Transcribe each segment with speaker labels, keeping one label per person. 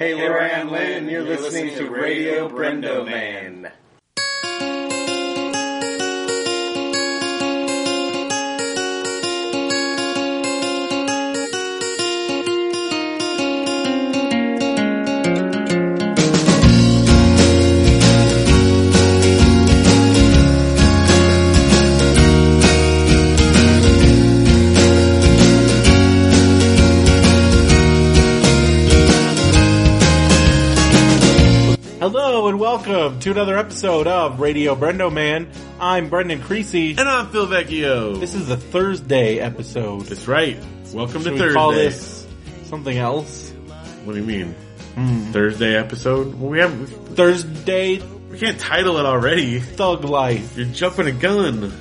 Speaker 1: Hey, Loran Lynn, you're listening to Radio Brendo Man.
Speaker 2: Hello and welcome to another episode of Radio Brendo Man. I'm Brendan Creasy.
Speaker 3: And I'm Ah, Phil Vecchio.
Speaker 2: This is a Thursday episode.
Speaker 3: That's right. Welcome to
Speaker 2: Should we
Speaker 3: Thursday.
Speaker 2: call this something else?
Speaker 3: What do you mean?
Speaker 2: Hmm.
Speaker 3: Thursday episode? Well, we have
Speaker 2: Thursday
Speaker 3: we can't title it already.
Speaker 2: Thug Life.
Speaker 3: You're jumping a gun.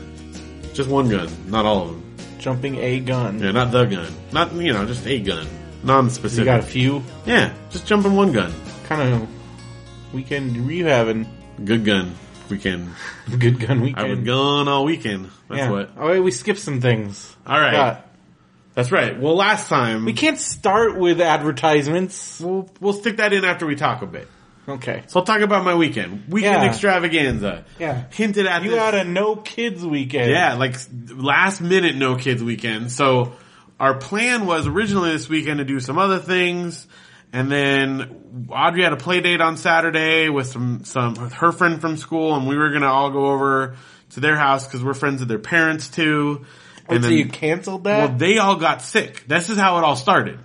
Speaker 3: Just one gun, not all of them.
Speaker 2: Jumping a gun.
Speaker 3: Yeah, not the gun. Not you know, just a gun. Non-specific.
Speaker 2: You got a few
Speaker 3: yeah, just jumping one gun.
Speaker 2: kind of weekend you having
Speaker 3: Good gun weekend.
Speaker 2: good gun
Speaker 3: I
Speaker 2: weekend.
Speaker 3: would gun all weekend. That's
Speaker 2: yeah.
Speaker 3: what.
Speaker 2: Oh, wait, we skipped some things.
Speaker 3: All right.
Speaker 2: God.
Speaker 3: That's right. Well, last time
Speaker 2: We can't start with advertisements.
Speaker 3: we'll we'll stick that in after we talk a bit.
Speaker 2: Okay.
Speaker 3: So I'll talk about my weekend. Weekend
Speaker 2: Yeah.
Speaker 3: extravaganza.
Speaker 2: Yeah.
Speaker 3: Hinted at
Speaker 2: You
Speaker 3: this-
Speaker 2: had a no kids weekend.
Speaker 3: Yeah, like s- last minute no kids weekend. So our plan was originally this weekend to do some other things. And then Audrey had a play date on Saturday with some, some, with her friend from school and we were going to all go over to their house because we're friends of their parents too.
Speaker 2: Wait,
Speaker 3: And
Speaker 2: so
Speaker 3: then-
Speaker 2: you canceled that?
Speaker 3: well, they all got sick. This is how it all started.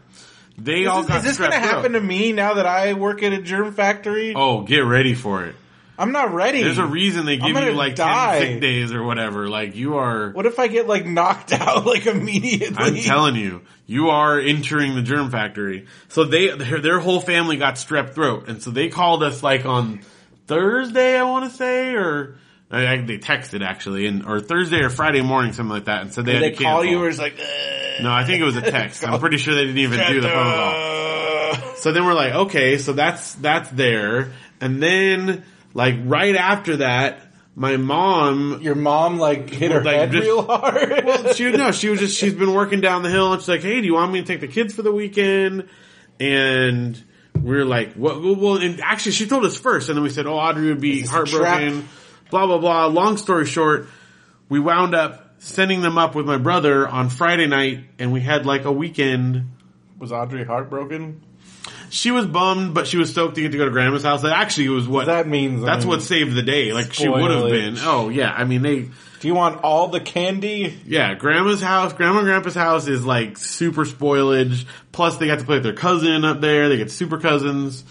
Speaker 3: They all
Speaker 2: Is
Speaker 3: got
Speaker 2: this, is this
Speaker 3: strep
Speaker 2: gonna
Speaker 3: throat.
Speaker 2: happen to me now that I work at a germ factory?
Speaker 3: Oh, get ready for it.
Speaker 2: I'm not ready.
Speaker 3: There's a reason they give
Speaker 2: gonna
Speaker 3: you like
Speaker 2: die.
Speaker 3: 10 sick days or whatever. Like you are.
Speaker 2: what if I get like knocked out like immediately?
Speaker 3: I'm telling you, you are entering the germ factory. So they their, their whole family got strep throat, and so they called us like on Thursday, I want to say, or I, I, they texted actually, and or Thursday or Friday morning, something like that. And so they
Speaker 2: Did
Speaker 3: had
Speaker 2: they
Speaker 3: to
Speaker 2: call
Speaker 3: cancel.
Speaker 2: you or it's like "Ugh,
Speaker 3: no, I think it was a text. I'm pretty sure they didn't even do the phone call.
Speaker 2: Ugh."
Speaker 3: So then we're like, okay, so that's that's there, and then like right after that, my mom
Speaker 2: Your mom like hit her
Speaker 3: Like,
Speaker 2: head
Speaker 3: just-
Speaker 2: real hard.
Speaker 3: she no, she was just she's been working down the hill and she's like, Hey, do you want me to take the kids for the weekend? And we are like, What well, well and actually she told us first and then we said, Oh, Audrey would be
Speaker 2: Is this a
Speaker 3: heartbroken, blah blah blah. Long story short, we wound up sending them up with my brother on Friday night and we had like a weekend
Speaker 2: was Audrey heartbroken?
Speaker 3: she was bummed, but she was stoked to get to go to grandma's house. That actually was what
Speaker 2: That means
Speaker 3: that's
Speaker 2: I mean,
Speaker 3: what saved the day. Like she would have
Speaker 2: spoilage.
Speaker 3: been. Oh yeah, I mean they
Speaker 2: Do you want all the candy?
Speaker 3: Yeah, grandma's house, grandma and grandpa's house is like super spoilage. Plus they got to play with their cousin up there. They get super cousins.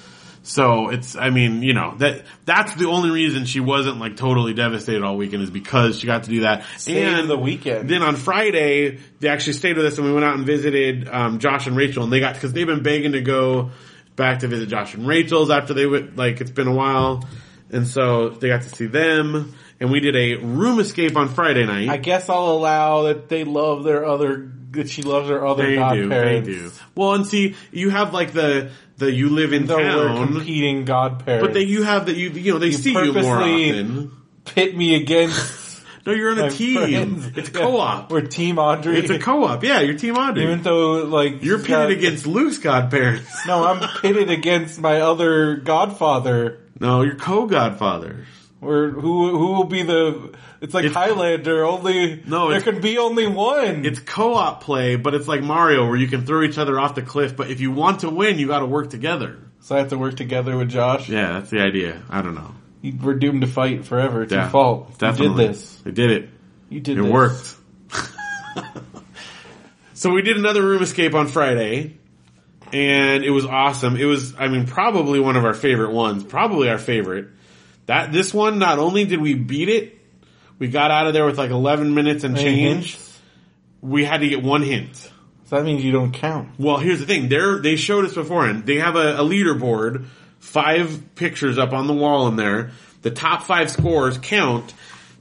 Speaker 3: So it's, I mean, you know, that, that's the only reason she wasn't like totally devastated all weekend is because she got to do that.
Speaker 2: Save the weekend.
Speaker 3: Then on Friday, they actually stayed with us and we went out and visited, um, Josh and Rachel and they got, cause they've been begging to go back to visit Josh and Rachel's after they went, like it's been a while. And so they got to see them and we did a room escape on Friday night.
Speaker 2: I guess I'll allow that they love their other that she loves her other godparents.
Speaker 3: They do. Well, and see, you have like the the you live in
Speaker 2: Though we're
Speaker 3: town,
Speaker 2: competing godparents.
Speaker 3: but they you have that you you know they see you more
Speaker 2: purposely-
Speaker 3: often.
Speaker 2: pit me against
Speaker 3: No, you're on a
Speaker 2: my
Speaker 3: team.
Speaker 2: friends.
Speaker 3: It's
Speaker 2: Yeah.
Speaker 3: co-op.
Speaker 2: We're team Audrey.
Speaker 3: It's a co-op. Yeah, you're team Audrey.
Speaker 2: Even though, like,
Speaker 3: you're
Speaker 2: she's
Speaker 3: pitted
Speaker 2: got-
Speaker 3: against Luke's godparents.
Speaker 2: No, I'm pitted against my other godfather.
Speaker 3: No, you're co-godfather.
Speaker 2: Or who who will be the? It's like
Speaker 3: It's-
Speaker 2: Highlander. Only
Speaker 3: No,
Speaker 2: there
Speaker 3: it's-
Speaker 2: can be only one.
Speaker 3: It's co-op play, but it's like Mario, where you can throw each other off the cliff. But if you want to win, you got to work together.
Speaker 2: so I have to work together with Josh.
Speaker 3: Yeah, that's the idea. I don't know.
Speaker 2: You- We're doomed to fight forever. It's
Speaker 3: Yeah,
Speaker 2: your fault. You
Speaker 3: Definitely.
Speaker 2: did this.
Speaker 3: They did it.
Speaker 2: You did.
Speaker 3: It
Speaker 2: this.
Speaker 3: worked. so we did another room escape on Friday, and it was awesome. It was, I mean, probably one of our favorite ones. Probably our favorite. That this one, not only did we beat it, we got out of there with like eleven minutes and
Speaker 2: Any
Speaker 3: change.
Speaker 2: hints?
Speaker 3: We had to get one hint.
Speaker 2: So that means you don't count.
Speaker 3: Well, here's the thing. They're, they showed us beforehand. They have a, a leaderboard, five pictures up on the wall in there. The top five scores count.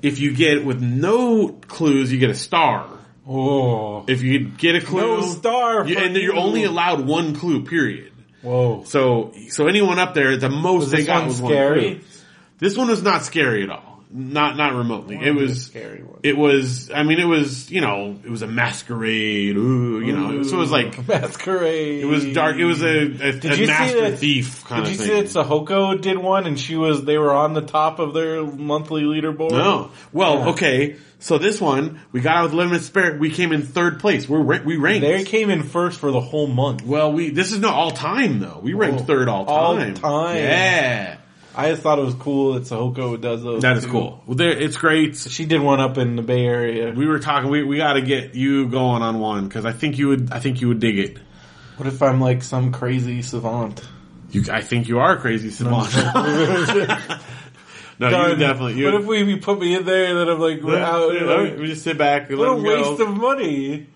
Speaker 3: If you get with no clues, you get a star.
Speaker 2: Oh,
Speaker 3: If you get a clue,
Speaker 2: No star
Speaker 3: you-
Speaker 2: for
Speaker 3: and you're
Speaker 2: you.
Speaker 3: only allowed one clue. Period.
Speaker 2: whoa!
Speaker 3: So, so anyone up there, the most
Speaker 2: Was
Speaker 3: they
Speaker 2: this
Speaker 3: got
Speaker 2: one
Speaker 3: was
Speaker 2: scary?
Speaker 3: One clue. This one was not scary at all. Not not remotely.
Speaker 2: One
Speaker 3: It
Speaker 2: of the
Speaker 3: was
Speaker 2: scary ones.
Speaker 3: It was. I mean, it was. You know, it was a masquerade. Ooh, you know. So it was like
Speaker 2: masquerade.
Speaker 3: it was dark. It was a, a,
Speaker 2: you
Speaker 3: a
Speaker 2: see
Speaker 3: master
Speaker 2: that-
Speaker 3: thief kind
Speaker 2: Did you
Speaker 3: of thing.
Speaker 2: see that Sahoko did one, and she was they were on the top of their monthly leaderboard?
Speaker 3: No. Well, okay. So this one, we got out with limited spirit. We came in third place. We're ra- we ranked.
Speaker 2: they came in first for the whole month.
Speaker 3: well, we this is not all time though. We ranked
Speaker 2: Whoa.
Speaker 3: third all
Speaker 2: All
Speaker 3: time.
Speaker 2: time.
Speaker 3: Yeah,
Speaker 2: I just thought it was cool that Sahoko does those.
Speaker 3: that is
Speaker 2: too.
Speaker 3: cool. Well, there, it's great.
Speaker 2: She did one up in the Bay Area.
Speaker 3: We were talking. We, we got to get you going on one because I think you would. I think you would dig it.
Speaker 2: What if I'm like some crazy savant?
Speaker 3: You, I think you are crazy, Savant. no, you definitely. You,
Speaker 2: What if we, you put me in there and then I'm like, we're out?
Speaker 3: Yeah, let me- we just sit back. and
Speaker 2: what
Speaker 3: let
Speaker 2: a
Speaker 3: him
Speaker 2: waste
Speaker 3: go. Oh,
Speaker 2: of money.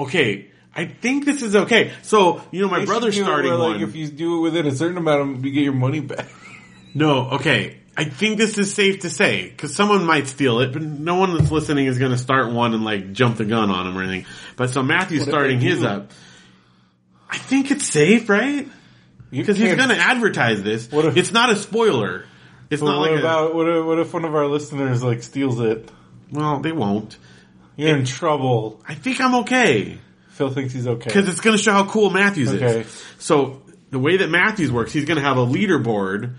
Speaker 3: okay, I think this is okay. So you know, my
Speaker 2: They
Speaker 3: brother's
Speaker 2: should do it
Speaker 3: starting
Speaker 2: where, like,
Speaker 3: one.
Speaker 2: If you do it within a certain amount, of, you get your money back.
Speaker 3: No, okay. I think this is safe to say because someone might steal it, but no one that's listening is going to start one and like jump the gun on him or anything. But so Matthew's
Speaker 2: What if
Speaker 3: starting
Speaker 2: they
Speaker 3: his
Speaker 2: do?
Speaker 3: up. I think it's safe, right?
Speaker 2: You
Speaker 3: Because he's
Speaker 2: can't-
Speaker 3: going to advertise this.
Speaker 2: What if-
Speaker 3: it's not a spoiler. It's
Speaker 2: But
Speaker 3: not
Speaker 2: what
Speaker 3: like a,
Speaker 2: about what if, what if one of our listeners like steals it?
Speaker 3: well, they won't.
Speaker 2: You're in trouble.
Speaker 3: I think I'm okay.
Speaker 2: Phil thinks he's okay.
Speaker 3: because it's going to show how cool Matthews
Speaker 2: Okay.
Speaker 3: is. So the way that Matthews works, he's going to have a leaderboard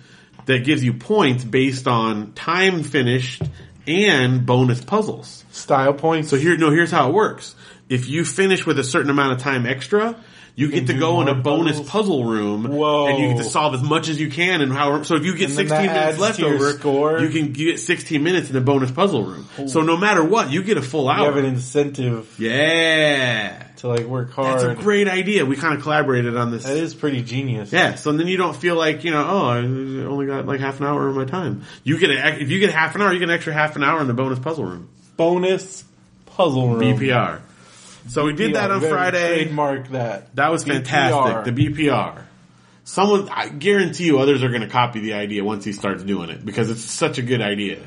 Speaker 3: that gives you points based on time finished and bonus puzzles.
Speaker 2: Style points.
Speaker 3: So here, no, here's how it works. If you finish with a certain amount of time extra, you get to
Speaker 2: do
Speaker 3: go in a
Speaker 2: more
Speaker 3: bonus
Speaker 2: puzzles.
Speaker 3: puzzle room,
Speaker 2: Whoa.
Speaker 3: and you get to solve as much as you can. And however, so if you get
Speaker 2: And then
Speaker 3: 16
Speaker 2: that
Speaker 3: minutes
Speaker 2: adds
Speaker 3: left
Speaker 2: to your
Speaker 3: over,
Speaker 2: score.
Speaker 3: you can get 16 minutes in the bonus puzzle room. So no matter what, you get a full
Speaker 2: you have an
Speaker 3: hour.
Speaker 2: incentive
Speaker 3: Yeah.
Speaker 2: to like work
Speaker 3: That's a
Speaker 2: hard.
Speaker 3: great idea. We kind of collaborated on this.
Speaker 2: That is pretty genius.
Speaker 3: yeah, so then you don't feel like you know, oh, I only got like half an hour of my time. You get a, if you get half an hour, you get an extra half an hour in the bonus puzzle room
Speaker 2: Bonus puzzle room.
Speaker 3: BPR. So we did that on
Speaker 2: Very
Speaker 3: Friday.
Speaker 2: Trademark that.
Speaker 3: That was
Speaker 2: BPR.
Speaker 3: fantastic. The BPR. Someone, I guarantee you, others are going to copy the idea once he starts doing it because it's such a good idea.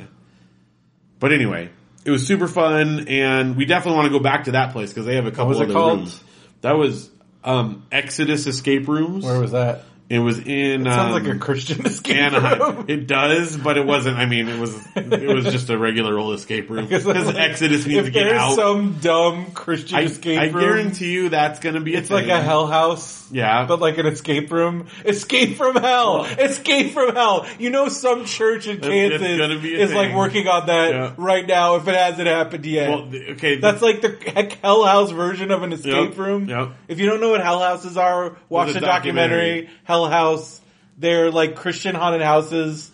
Speaker 3: But anyway, it was super fun, and we definitely want to go back to that place because they have a couple
Speaker 2: was it
Speaker 3: other
Speaker 2: called?
Speaker 3: rooms. That was um, Exodus Escape Rooms.
Speaker 2: Where was that?
Speaker 3: It was in
Speaker 2: Sounds
Speaker 3: um,
Speaker 2: like a Christian escape
Speaker 3: Anaheim.
Speaker 2: room.
Speaker 3: It does, but it wasn't. I mean, it was it was just a regular old escape room because Exodus needs
Speaker 2: if
Speaker 3: to get
Speaker 2: there's
Speaker 3: out.
Speaker 2: some dumb Christian
Speaker 3: I,
Speaker 2: escape
Speaker 3: I
Speaker 2: room,
Speaker 3: guarantee you that's going to be.
Speaker 2: it's like a hell
Speaker 3: hell.
Speaker 2: house.
Speaker 3: Yeah.
Speaker 2: But like an escape room. Escape from hell. Escape from hell. You know some church in
Speaker 3: It's- it's
Speaker 2: Kansas
Speaker 3: gonna be a
Speaker 2: is like
Speaker 3: thing.
Speaker 2: working on that
Speaker 3: Yeah.
Speaker 2: right now if it hasn't happened yet.
Speaker 3: Well, th- okay,
Speaker 2: That's like the heck Hell House version of an escape
Speaker 3: Yep,
Speaker 2: room.
Speaker 3: yep.
Speaker 2: If you don't know what Hell Houses are, watch
Speaker 3: There's
Speaker 2: the
Speaker 3: a
Speaker 2: documentary, Hell House. They're like Christian haunted houses,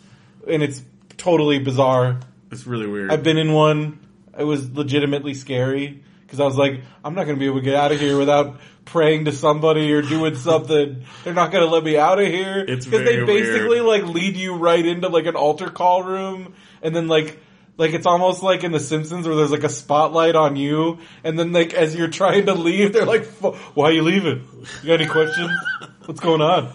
Speaker 2: and it's totally bizarre.
Speaker 3: it's really weird.
Speaker 2: I've been in one. It was legitimately scary because I was like, I'm not going to be able to get out of here without praying to somebody or doing something. They're not going to let me out of here
Speaker 3: It's
Speaker 2: they
Speaker 3: very
Speaker 2: basically
Speaker 3: weird.
Speaker 2: like lead you right into like an altar call room and then like like it's almost like in The Simpsons where there's like a spotlight on you, and then like as you're trying to leave, they're like, "Fu- "Why are you leaving? You got any questions? What's going on?"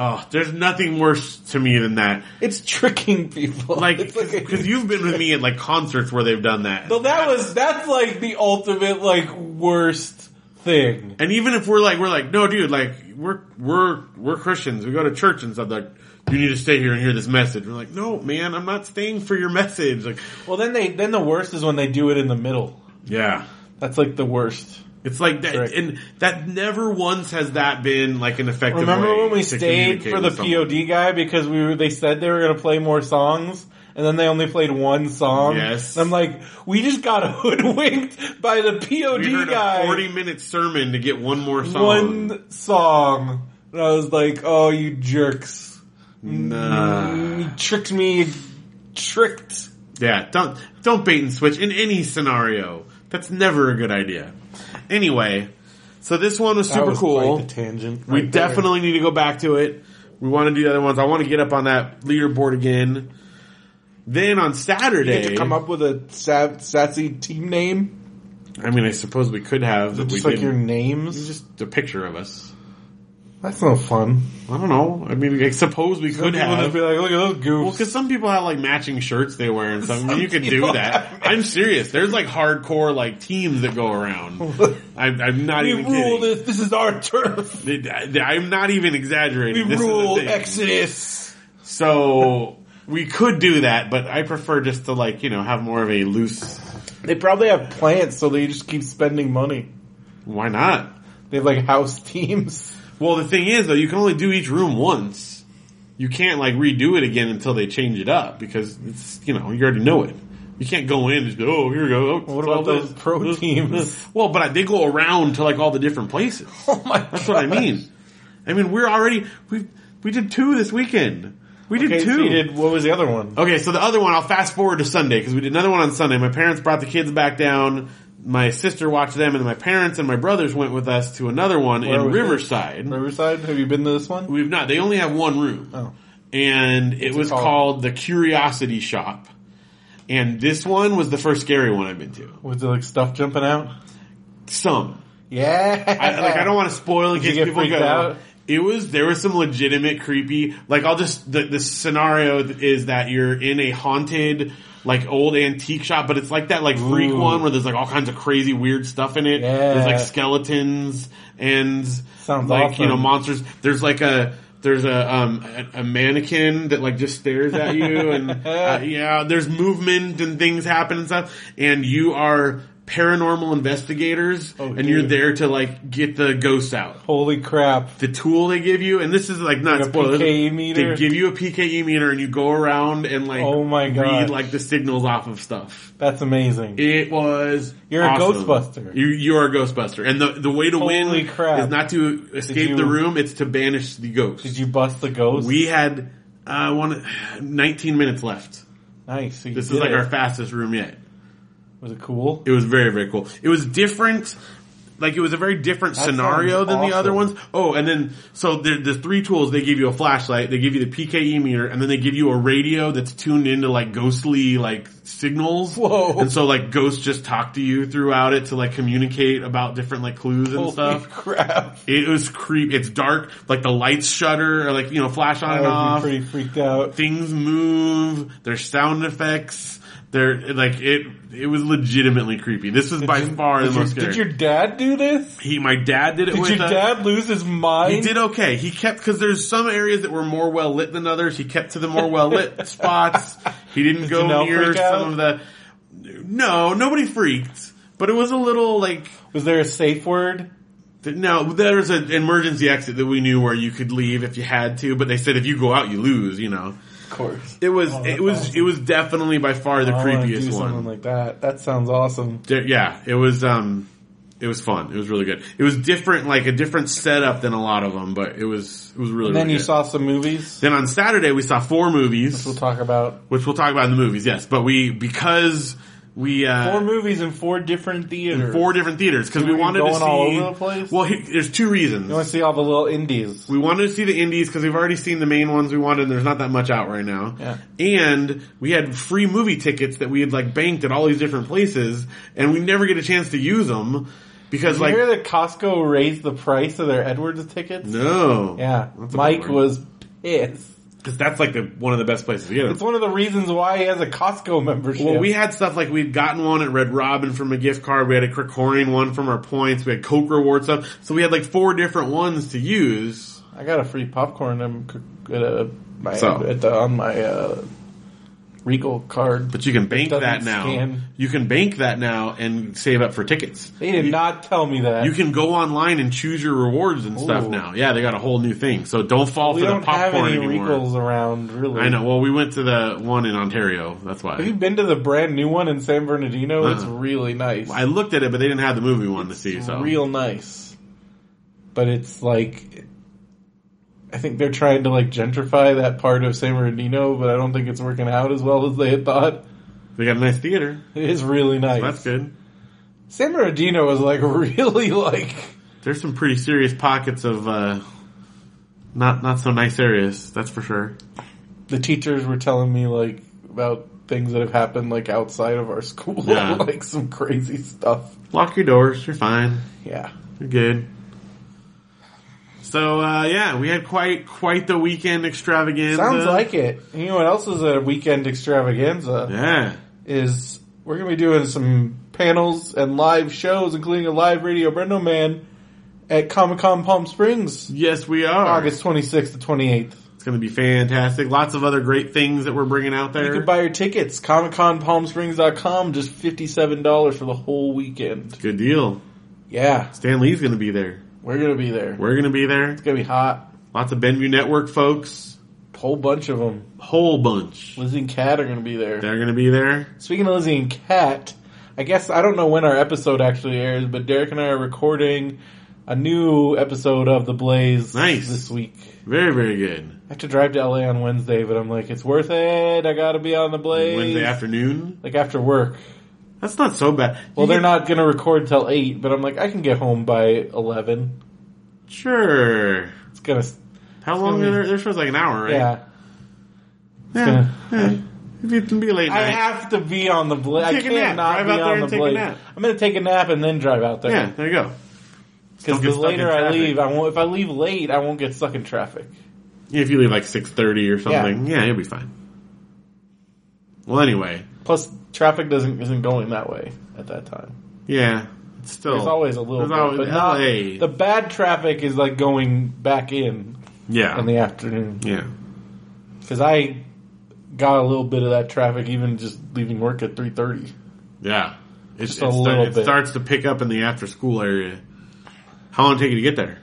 Speaker 3: oh, there's nothing worse to me than that.
Speaker 2: It's tricking people.
Speaker 3: Like
Speaker 2: it's like a-
Speaker 3: because you've been with me at like concerts where they've done that.
Speaker 2: So that was that's like the ultimate like worst thing.
Speaker 3: And even if we're like, we're like, no, dude, like, we're we're we're Christians. We go to church and stuff. Like, you need to stay here and hear this message. We're like, no, man, I'm not staying for your message. Like,
Speaker 2: Well, then they then the worst is when they do it in the middle.
Speaker 3: yeah,
Speaker 2: That's like the worst.
Speaker 3: it's like that.
Speaker 2: Correct.
Speaker 3: And that never once has that been like an effective.
Speaker 2: Remember
Speaker 3: way
Speaker 2: when we
Speaker 3: to
Speaker 2: stayed
Speaker 3: communicate
Speaker 2: for the
Speaker 3: with someone.
Speaker 2: POD guy because we were, they said they were going to play more songs. And then they only played one song.
Speaker 3: Yes.
Speaker 2: And I'm like, we just got hoodwinked by the POD
Speaker 3: We heard
Speaker 2: guy.
Speaker 3: a 40 minute sermon to get one more song.
Speaker 2: one song. And I was like, oh, you jerks.
Speaker 3: Nah.
Speaker 2: You tricked me. You Tricked.
Speaker 3: Yeah, don't don't bait and switch in any scenario. That's never a good idea. Anyway, so this one was
Speaker 2: That
Speaker 3: super
Speaker 2: was
Speaker 3: cool.
Speaker 2: quite the tangent.
Speaker 3: We
Speaker 2: right there.
Speaker 3: definitely need to go back to it. We want to do the other ones. I want to get up on that leaderboard again. Then on Saturday,
Speaker 2: to come up with a sa- sassy team name,
Speaker 3: I mean, I suppose we could have. but
Speaker 2: just
Speaker 3: we
Speaker 2: like your
Speaker 3: didn't.
Speaker 2: names.
Speaker 3: just a picture of us.
Speaker 2: That's no fun.
Speaker 3: I don't know. I mean, I suppose we could
Speaker 2: People
Speaker 3: have.
Speaker 2: just be like, look at those
Speaker 3: well,
Speaker 2: goofs.
Speaker 3: because some people have like matching shirts they wear and something.
Speaker 2: Some
Speaker 3: you could do
Speaker 2: people
Speaker 3: that.
Speaker 2: have
Speaker 3: I'm serious. There's like hardcore like teams that go around. I'm, I'm not
Speaker 2: we
Speaker 3: even
Speaker 2: rule
Speaker 3: kidding.
Speaker 2: this. This is our turf.
Speaker 3: Th- th- I'm not even
Speaker 2: We
Speaker 3: exaggerating. This is the
Speaker 2: rule
Speaker 3: thing.
Speaker 2: Exodus.
Speaker 3: So we could do that, but I prefer just to like you know have more of a loose.
Speaker 2: They probably have plants, so they just keep spending money.
Speaker 3: Why not?
Speaker 2: They have like house teams.
Speaker 3: Well, the thing is though, you can only do each room once. You can't like redo it again until they change it up because it's you know you already know it. You can't go in and just go, oh, here we go. Oh,
Speaker 2: What about
Speaker 3: all this,
Speaker 2: those pro
Speaker 3: this,
Speaker 2: teams?
Speaker 3: this. Well, but I, they go around to like all the different places.
Speaker 2: Oh my!
Speaker 3: That's what I mean. I mean, we're already we we did two this weekend. We did
Speaker 2: Okay, so
Speaker 3: two.
Speaker 2: you did- what was the other one?
Speaker 3: Okay, so the other one, I'll fast forward to Sunday because we did another one on Sunday. My parents brought the kids back down. My sister watched them, and my parents and my brothers went with us to another one
Speaker 2: Where
Speaker 3: in
Speaker 2: was it?
Speaker 3: Riverside.
Speaker 2: Riverside. Have you been to this one?
Speaker 3: We've not. They only have one room,
Speaker 2: Oh,
Speaker 3: and it was
Speaker 2: called?
Speaker 3: called the Curiosity Shop. And this one was the first scary one I've been to.
Speaker 2: was there like stuff jumping out?
Speaker 3: Some,
Speaker 2: Yeah.
Speaker 3: I, like I don't want to spoil in
Speaker 2: Did you
Speaker 3: case
Speaker 2: get
Speaker 3: people
Speaker 2: freaked
Speaker 3: go.
Speaker 2: out?
Speaker 3: It was there was some legitimate creepy. Like I'll just the the scenario is that you're in a haunted like old antique shop, but it's like that like freak
Speaker 2: Ooh.
Speaker 3: one where there's like all kinds of crazy weird stuff in it.
Speaker 2: Yeah.
Speaker 3: There's like skeletons and
Speaker 2: Sounds
Speaker 3: like you know
Speaker 2: awesome.
Speaker 3: monsters. There's like a. There's a um a, a mannequin that like just stares at you and uh, yeah there's movement and things happen and stuff and you are paranormal investigators
Speaker 2: Oh,
Speaker 3: and you're
Speaker 2: dude.
Speaker 3: there to like get the ghosts out.
Speaker 2: Holy crap!
Speaker 3: The tool they give you, and this is like not
Speaker 2: Like a
Speaker 3: spoilers.
Speaker 2: PKE meter?
Speaker 3: They give you a PKE meter, and you go around and like
Speaker 2: Oh my gosh.
Speaker 3: read like the signals off of stuff.
Speaker 2: That's amazing.
Speaker 3: It was
Speaker 2: You're a
Speaker 3: awesome.
Speaker 2: Ghostbuster.
Speaker 3: You you are a Ghostbuster, and the the way to
Speaker 2: Holy
Speaker 3: win
Speaker 2: crap.
Speaker 3: is not to escape
Speaker 2: you-
Speaker 3: the room; it's to banish the ghost.
Speaker 2: Did you bust the ghost?
Speaker 3: we had uh, one 19 minutes left.
Speaker 2: nice. so you
Speaker 3: This is
Speaker 2: did
Speaker 3: like
Speaker 2: it.
Speaker 3: our fastest room yet.
Speaker 2: Was it cool?
Speaker 3: It was very, very cool. It was different. Like it was a very different
Speaker 2: That
Speaker 3: scenario
Speaker 2: sounds
Speaker 3: than the other
Speaker 2: awesome.
Speaker 3: ones. Oh, and then so there, there's three tools. They give you a flashlight, they give you the PKE meter, and then they give you a radio that's tuned into like ghostly like signals.
Speaker 2: Whoa.
Speaker 3: And so like ghosts just talk to you throughout it to like communicate about different like clues and
Speaker 2: Holy
Speaker 3: stuff.
Speaker 2: crap!
Speaker 3: It was creep. It's dark. Like the lights shutter or like you know flash on
Speaker 2: I
Speaker 3: and
Speaker 2: would Oh, be
Speaker 3: off
Speaker 2: pretty freaked out.
Speaker 3: things move, there's sound effects, there like it it was legitimately creepy. This was by far the
Speaker 2: Did, your-
Speaker 3: most scary.
Speaker 2: did your dad do this?
Speaker 3: he my dad did it
Speaker 2: Did
Speaker 3: with
Speaker 2: your
Speaker 3: us.
Speaker 2: dad lose his mind?
Speaker 3: He did okay. He kept because there's some areas that were more well lit than others. He kept to the more well lit spots. He didn't go
Speaker 2: Janelle
Speaker 3: near
Speaker 2: freak
Speaker 3: some of the No, nobody freaked. But it was a little like
Speaker 2: Was there a safe word?
Speaker 3: th- no, there was an emergency exit that we knew where you could leave if you had to, but they said if you go out you lose, you know.
Speaker 2: Of course.
Speaker 3: It was
Speaker 2: Oh, that's
Speaker 3: it was
Speaker 2: awesome.
Speaker 3: it was definitely by far the
Speaker 2: I wanna do
Speaker 3: creepiest
Speaker 2: Something
Speaker 3: one.
Speaker 2: like that. That sounds awesome.
Speaker 3: Di- yeah, it was um it was fun. It was really good. It was different like a different setup than a lot of them, but it was it was really
Speaker 2: And then
Speaker 3: really
Speaker 2: you
Speaker 3: good.
Speaker 2: saw some movies.
Speaker 3: Then on Saturday we saw four movies,
Speaker 2: We'll talk about
Speaker 3: which we'll talk about in the movies. Yes, but we because we uh
Speaker 2: four movies in four different theaters.
Speaker 3: four different theaters because we
Speaker 2: were you
Speaker 3: wanted to see
Speaker 2: going all over the place?
Speaker 3: Well, he- there's two reasons.
Speaker 2: You want to see all the little indies?
Speaker 3: We wanted to see the indies because we've already seen the main ones we wanted. And there's not that much out right now.
Speaker 2: Yeah.
Speaker 3: And we had free movie tickets that we had like banked at all these different places, and we never get a chance to use them because
Speaker 2: Did you
Speaker 3: like
Speaker 2: hear that Costco raised the price of their Edwards tickets?
Speaker 3: no,
Speaker 2: Yeah,
Speaker 3: That's a
Speaker 2: Mike
Speaker 3: bummer.
Speaker 2: was pissed.
Speaker 3: 'Cause that's like the one of the best places to get
Speaker 2: It's
Speaker 3: them.
Speaker 2: one of the reasons why he has a Costco membership.
Speaker 3: Well, we had stuff like we'd gotten one at Red Robin from a gift card. We had a Cricorning one from our points. We had Coke reward stuff. So we had like four different ones to use.
Speaker 2: I got a free popcorn um, c- at, uh, my,
Speaker 3: So.
Speaker 2: at the, on my uh, Regal card.
Speaker 3: But you can bank
Speaker 2: doesn't
Speaker 3: that now.
Speaker 2: scan.
Speaker 3: You can bank that now and save up for tickets.
Speaker 2: They did not tell me that.
Speaker 3: You can go online and choose your rewards and stuff
Speaker 2: Ooh.
Speaker 3: now. Yeah, they got a whole new thing. So don't fall
Speaker 2: we
Speaker 3: for the
Speaker 2: don't have
Speaker 3: popcorn
Speaker 2: any
Speaker 3: anymore.
Speaker 2: Regals around, really.
Speaker 3: I know. Well, we went to the one in Ontario. That's
Speaker 2: Have you
Speaker 3: why
Speaker 2: been to the brand new one in San Bernardino? It's
Speaker 3: Uh-uh.
Speaker 2: really nice.
Speaker 3: I looked at it, but they didn't have the movie one to see. So
Speaker 2: real nice. But it's like, I think they're trying to like gentrify that part of San Bernardino, but I don't think it's working out as well as they had thought.
Speaker 3: they got a nice theater.
Speaker 2: It is really nice.
Speaker 3: That's good.
Speaker 2: San Bernardino is like really like
Speaker 3: There's some pretty serious pockets of uh, not not so nice areas. That's for sure.
Speaker 2: the teachers were telling me like about things that have happened like outside of our school,
Speaker 3: Yeah.
Speaker 2: like some crazy stuff.
Speaker 3: Lock your doors. You're fine.
Speaker 2: Yeah.
Speaker 3: You're good. So uh, yeah, we had quite quite the weekend extravaganza.
Speaker 2: Sounds like it. You know what else is a weekend extravaganza?
Speaker 3: yeah.
Speaker 2: is we're going to be doing some panels and live shows, including a live Radio Brendo Man at Comic Con Palm Springs,
Speaker 3: Yes, we are.
Speaker 2: August 26th to 28th.
Speaker 3: It's going to be fantastic. Lots of other great things that we're bringing out
Speaker 2: You
Speaker 3: there.
Speaker 2: can buy your tickets. Comic Con PalmSprings.com, just $57 for the whole weekend.
Speaker 3: Good deal.
Speaker 2: Yeah,
Speaker 3: Stan Lee's going to be there.
Speaker 2: we're going to be there.
Speaker 3: We're going to be there.
Speaker 2: It's going to be hot.
Speaker 3: Lots of Benview Network folks.
Speaker 2: Whole bunch of them.
Speaker 3: Whole bunch.
Speaker 2: Lizzie and Kat are going to be there.
Speaker 3: They're going to be there.
Speaker 2: Speaking of Lizzie and Kat, I guess I don't know when our episode actually airs, but Derek and I are recording a new episode of The Blaze
Speaker 3: Nice.
Speaker 2: this week.
Speaker 3: Very, very good.
Speaker 2: I have to drive to LA on Wednesday, but I'm like, it's worth it. I got to be on The Blaze.
Speaker 3: Wednesday afternoon.
Speaker 2: Like after work.
Speaker 3: That's not so bad.
Speaker 2: Well,
Speaker 3: You
Speaker 2: they're
Speaker 3: get-
Speaker 2: not going to record till 8, but I'm like, I can get home by 11.
Speaker 3: Sure.
Speaker 2: It's going to,
Speaker 3: How
Speaker 2: gonna
Speaker 3: long are
Speaker 2: be-
Speaker 3: their, their show's like an hour, right?
Speaker 2: yeah.
Speaker 3: Yeah.
Speaker 2: gonna-
Speaker 3: yeah. If you can be late
Speaker 2: I
Speaker 3: night.
Speaker 2: have to be on the blaze. I
Speaker 3: Take a nap.
Speaker 2: can't not
Speaker 3: Drive
Speaker 2: be
Speaker 3: out there
Speaker 2: on the
Speaker 3: and take a
Speaker 2: blaze.
Speaker 3: nap.
Speaker 2: I'm going to take a nap and then drive out
Speaker 3: yeah,
Speaker 2: there.
Speaker 3: there you go.
Speaker 2: Because
Speaker 3: Don't get
Speaker 2: the
Speaker 3: stuck in
Speaker 2: later I
Speaker 3: traffic.
Speaker 2: leave, I won't, if I leave late, I won't get stuck in traffic.
Speaker 3: Yeah, If you leave like six thirty or something, yeah. you'll be fine. Well, anyway,
Speaker 2: Plus, traffic doesn't, isn't going that way at that time.
Speaker 3: yeah, it's still
Speaker 2: There's always a little
Speaker 3: there's
Speaker 2: bit,
Speaker 3: always-
Speaker 2: but not,
Speaker 3: LA.
Speaker 2: the bad traffic is like going back in
Speaker 3: yeah,
Speaker 2: in the afternoon.
Speaker 3: yeah,
Speaker 2: Because I got a little bit of that traffic even just leaving work at 3.30.
Speaker 3: yeah. It's,
Speaker 2: a
Speaker 3: it, start-
Speaker 2: little
Speaker 3: it
Speaker 2: bit.
Speaker 3: starts to pick up in the after school area. How long did it take you to get there?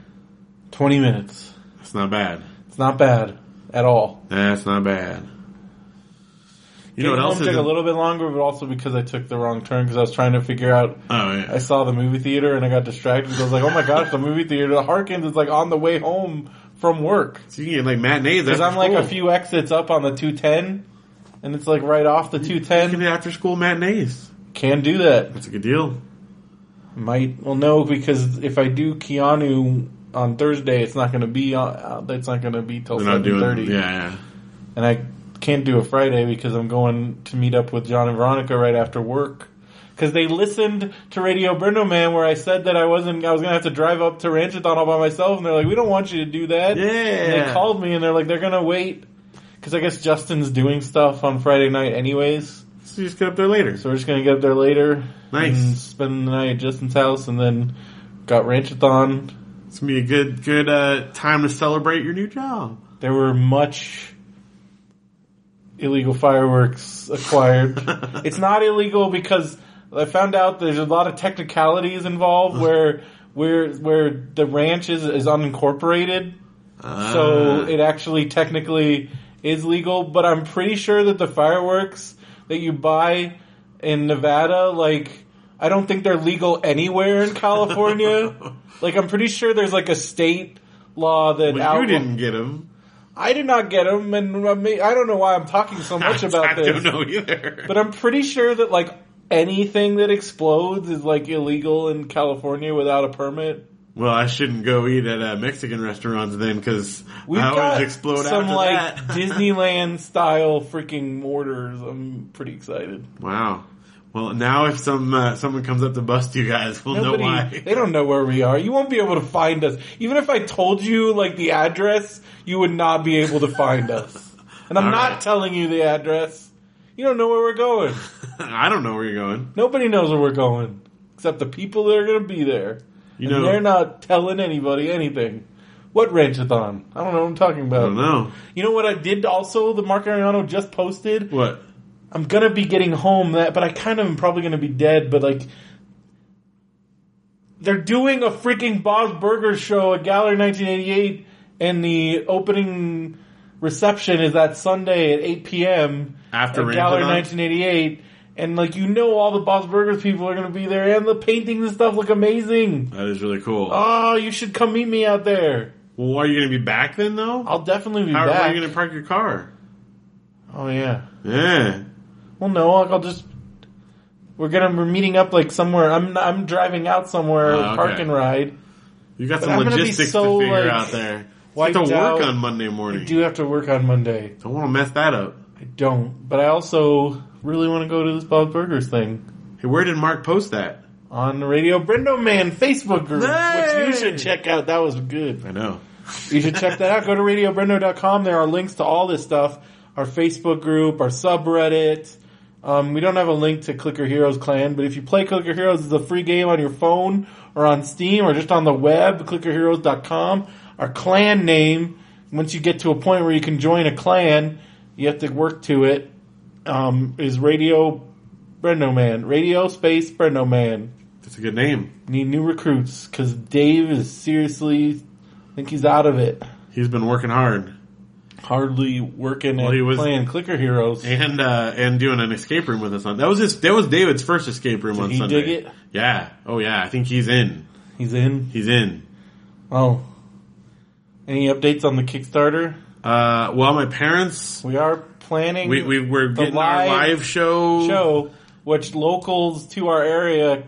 Speaker 2: 20 minutes.
Speaker 3: That's not bad.
Speaker 2: It's not bad at all.
Speaker 3: That's not bad. You know
Speaker 2: Getting
Speaker 3: what else
Speaker 2: home
Speaker 3: is?
Speaker 2: took a
Speaker 3: in-
Speaker 2: little bit longer, but also because I took the wrong turn because I was trying to figure out.
Speaker 3: oh
Speaker 2: I
Speaker 3: yeah,
Speaker 2: saw the movie theater and I got distracted. I was like, "Oh my gosh, the movie theater!" The Harkins is like on the way home from work
Speaker 3: so you can get like matinees
Speaker 2: because
Speaker 3: after
Speaker 2: I'm like
Speaker 3: school.
Speaker 2: a few exits up on the 210, and it's like right off the
Speaker 3: You can
Speaker 2: 210.
Speaker 3: get after school matinees.
Speaker 2: Can do that.
Speaker 3: That's a good deal.
Speaker 2: Might well no because if I do Keanu on Thursday, it's not going to be on. uh, That's not going to be till
Speaker 3: They're not
Speaker 2: seven
Speaker 3: doing.
Speaker 2: thirty.
Speaker 3: Yeah, yeah.
Speaker 2: and I can't do a Friday because I'm going to meet up with John and Veronica right after work. Because they listened to Radio Brendo Man where I said that I wasn't, I was gonna have to drive up to Ranchathon all by myself, and they're like, "We don't want you to do that."
Speaker 3: Yeah.
Speaker 2: And they called me and they're like, "They're gonna wait," because I guess Justin's doing stuff on Friday night anyways,
Speaker 3: So you just get up there later.
Speaker 2: so we're just gonna get up there later,
Speaker 3: Nice.
Speaker 2: and spend the night at Justin's house, and then got Ranchathon.
Speaker 3: It's gonna be a good good uh, time to celebrate your new job.
Speaker 2: There were much illegal fireworks acquired. it's not illegal because I found out there's a lot of technicalities involved where where where the ranch is, is unincorporated. So
Speaker 3: Ah.
Speaker 2: it actually technically is legal, but I'm pretty sure that the fireworks that you buy in Nevada, like, I don't think they're legal anywhere in California. like, I'm pretty sure there's like a state law that
Speaker 3: But
Speaker 2: outlaw-
Speaker 3: you didn't get him.
Speaker 2: I did not get them, and I mean, I don't know why I'm talking so much
Speaker 3: I
Speaker 2: about
Speaker 3: don't
Speaker 2: this.
Speaker 3: know either.
Speaker 2: But I'm pretty sure that like anything that explodes is like illegal in California without a permit.
Speaker 3: well, I shouldn't go eat at uh, Mexican restaurants then because
Speaker 2: We've
Speaker 3: I
Speaker 2: got
Speaker 3: always explode
Speaker 2: some
Speaker 3: after
Speaker 2: like
Speaker 3: that.
Speaker 2: Disneyland style freaking mortars. I'm pretty excited.
Speaker 3: wow. Well, now if some uh, someone comes up to bust you guys, we'll
Speaker 2: Nobody,
Speaker 3: know why.
Speaker 2: they don't know where we are. You won't be able to find us. Even if I told you like the address, you would not be able to find us. And I'm
Speaker 3: All
Speaker 2: not
Speaker 3: right.
Speaker 2: telling you the address. You don't know where we're going.
Speaker 3: I don't know where you're going.
Speaker 2: Nobody knows where we're going except the people that are going to be there.
Speaker 3: You
Speaker 2: and
Speaker 3: know-
Speaker 2: they're not telling anybody anything. What ranchathon? I don't know what I'm talking
Speaker 3: I
Speaker 2: about.
Speaker 3: don't know
Speaker 2: You know what I did also? The Mark Ariano just posted.
Speaker 3: what.
Speaker 2: I'm gonna be getting home that, but I kind of am probably gonna be dead. But like, they're doing a freaking Bob's Burger show at Gallery 1988, and the opening reception is that Sunday at 8 p.m.
Speaker 3: After
Speaker 2: at
Speaker 3: Ranch
Speaker 2: Gallery
Speaker 3: Anon?
Speaker 2: 1988. And like you know, all the Bob's Burgers people are gonna be there, and the paintings and stuff look amazing.
Speaker 3: That is really cool.
Speaker 2: Oh, you should come meet me out there.
Speaker 3: well, are you going to be back then though?
Speaker 2: I'll definitely be
Speaker 3: How where are
Speaker 2: back.
Speaker 3: you going to park your car?
Speaker 2: oh yeah.
Speaker 3: Yeah.
Speaker 2: Well, no, I'll I'll just. We're gonna we're meeting up like somewhere. I'm I'm driving out somewhere,
Speaker 3: Ah, okay.
Speaker 2: park and ride.
Speaker 3: You got
Speaker 2: But
Speaker 3: some
Speaker 2: I'm gonna be
Speaker 3: logistics
Speaker 2: so,
Speaker 3: to figure
Speaker 2: like,
Speaker 3: out there. You have
Speaker 2: wiped
Speaker 3: to work
Speaker 2: out.
Speaker 3: on Monday morning.
Speaker 2: I do have to work on Monday.
Speaker 3: Don't want to mess that up.
Speaker 2: I don't, but I also really want to go to this Bob Burgers thing
Speaker 3: Hey, where did Mark post that?
Speaker 2: on the Radio Brendo Man Facebook group,
Speaker 3: Hey!
Speaker 2: which you should check out. That was good.
Speaker 3: I know.
Speaker 2: You should check that out. Go to radiobrendo.com. There are links to all this stuff. Our Facebook group, our subreddit. Um, we don't have a link to Clicker Heroes Clan, but if you play Clicker Heroes, it's a free game on your phone or on Steam or just on the web, clickerheroes.com. Our clan name once you get to a point where you can join a clan, you have to work to it. Um, is Radio Brendo Man. Radio Space Brendo Man.
Speaker 3: That's a good name.
Speaker 2: Need new recruits because Dave is seriously, I think he's out of it.
Speaker 3: He's been working hard
Speaker 2: Hardly working
Speaker 3: Well,
Speaker 2: and
Speaker 3: he was-
Speaker 2: playing Clicker Heroes.
Speaker 3: and uh, and doing an escape room with us on. That was his. That was David's first escape room on
Speaker 2: he
Speaker 3: Sunday.
Speaker 2: dig it?
Speaker 3: Yeah. Oh yeah. I think he's in.
Speaker 2: He's in.
Speaker 3: He's in.
Speaker 2: Oh. Any updates on the Kickstarter?
Speaker 3: Uh, well, my parents.
Speaker 2: We are planning
Speaker 3: We, we we're
Speaker 2: The
Speaker 3: getting our
Speaker 2: live
Speaker 3: live show.
Speaker 2: show which locals to our area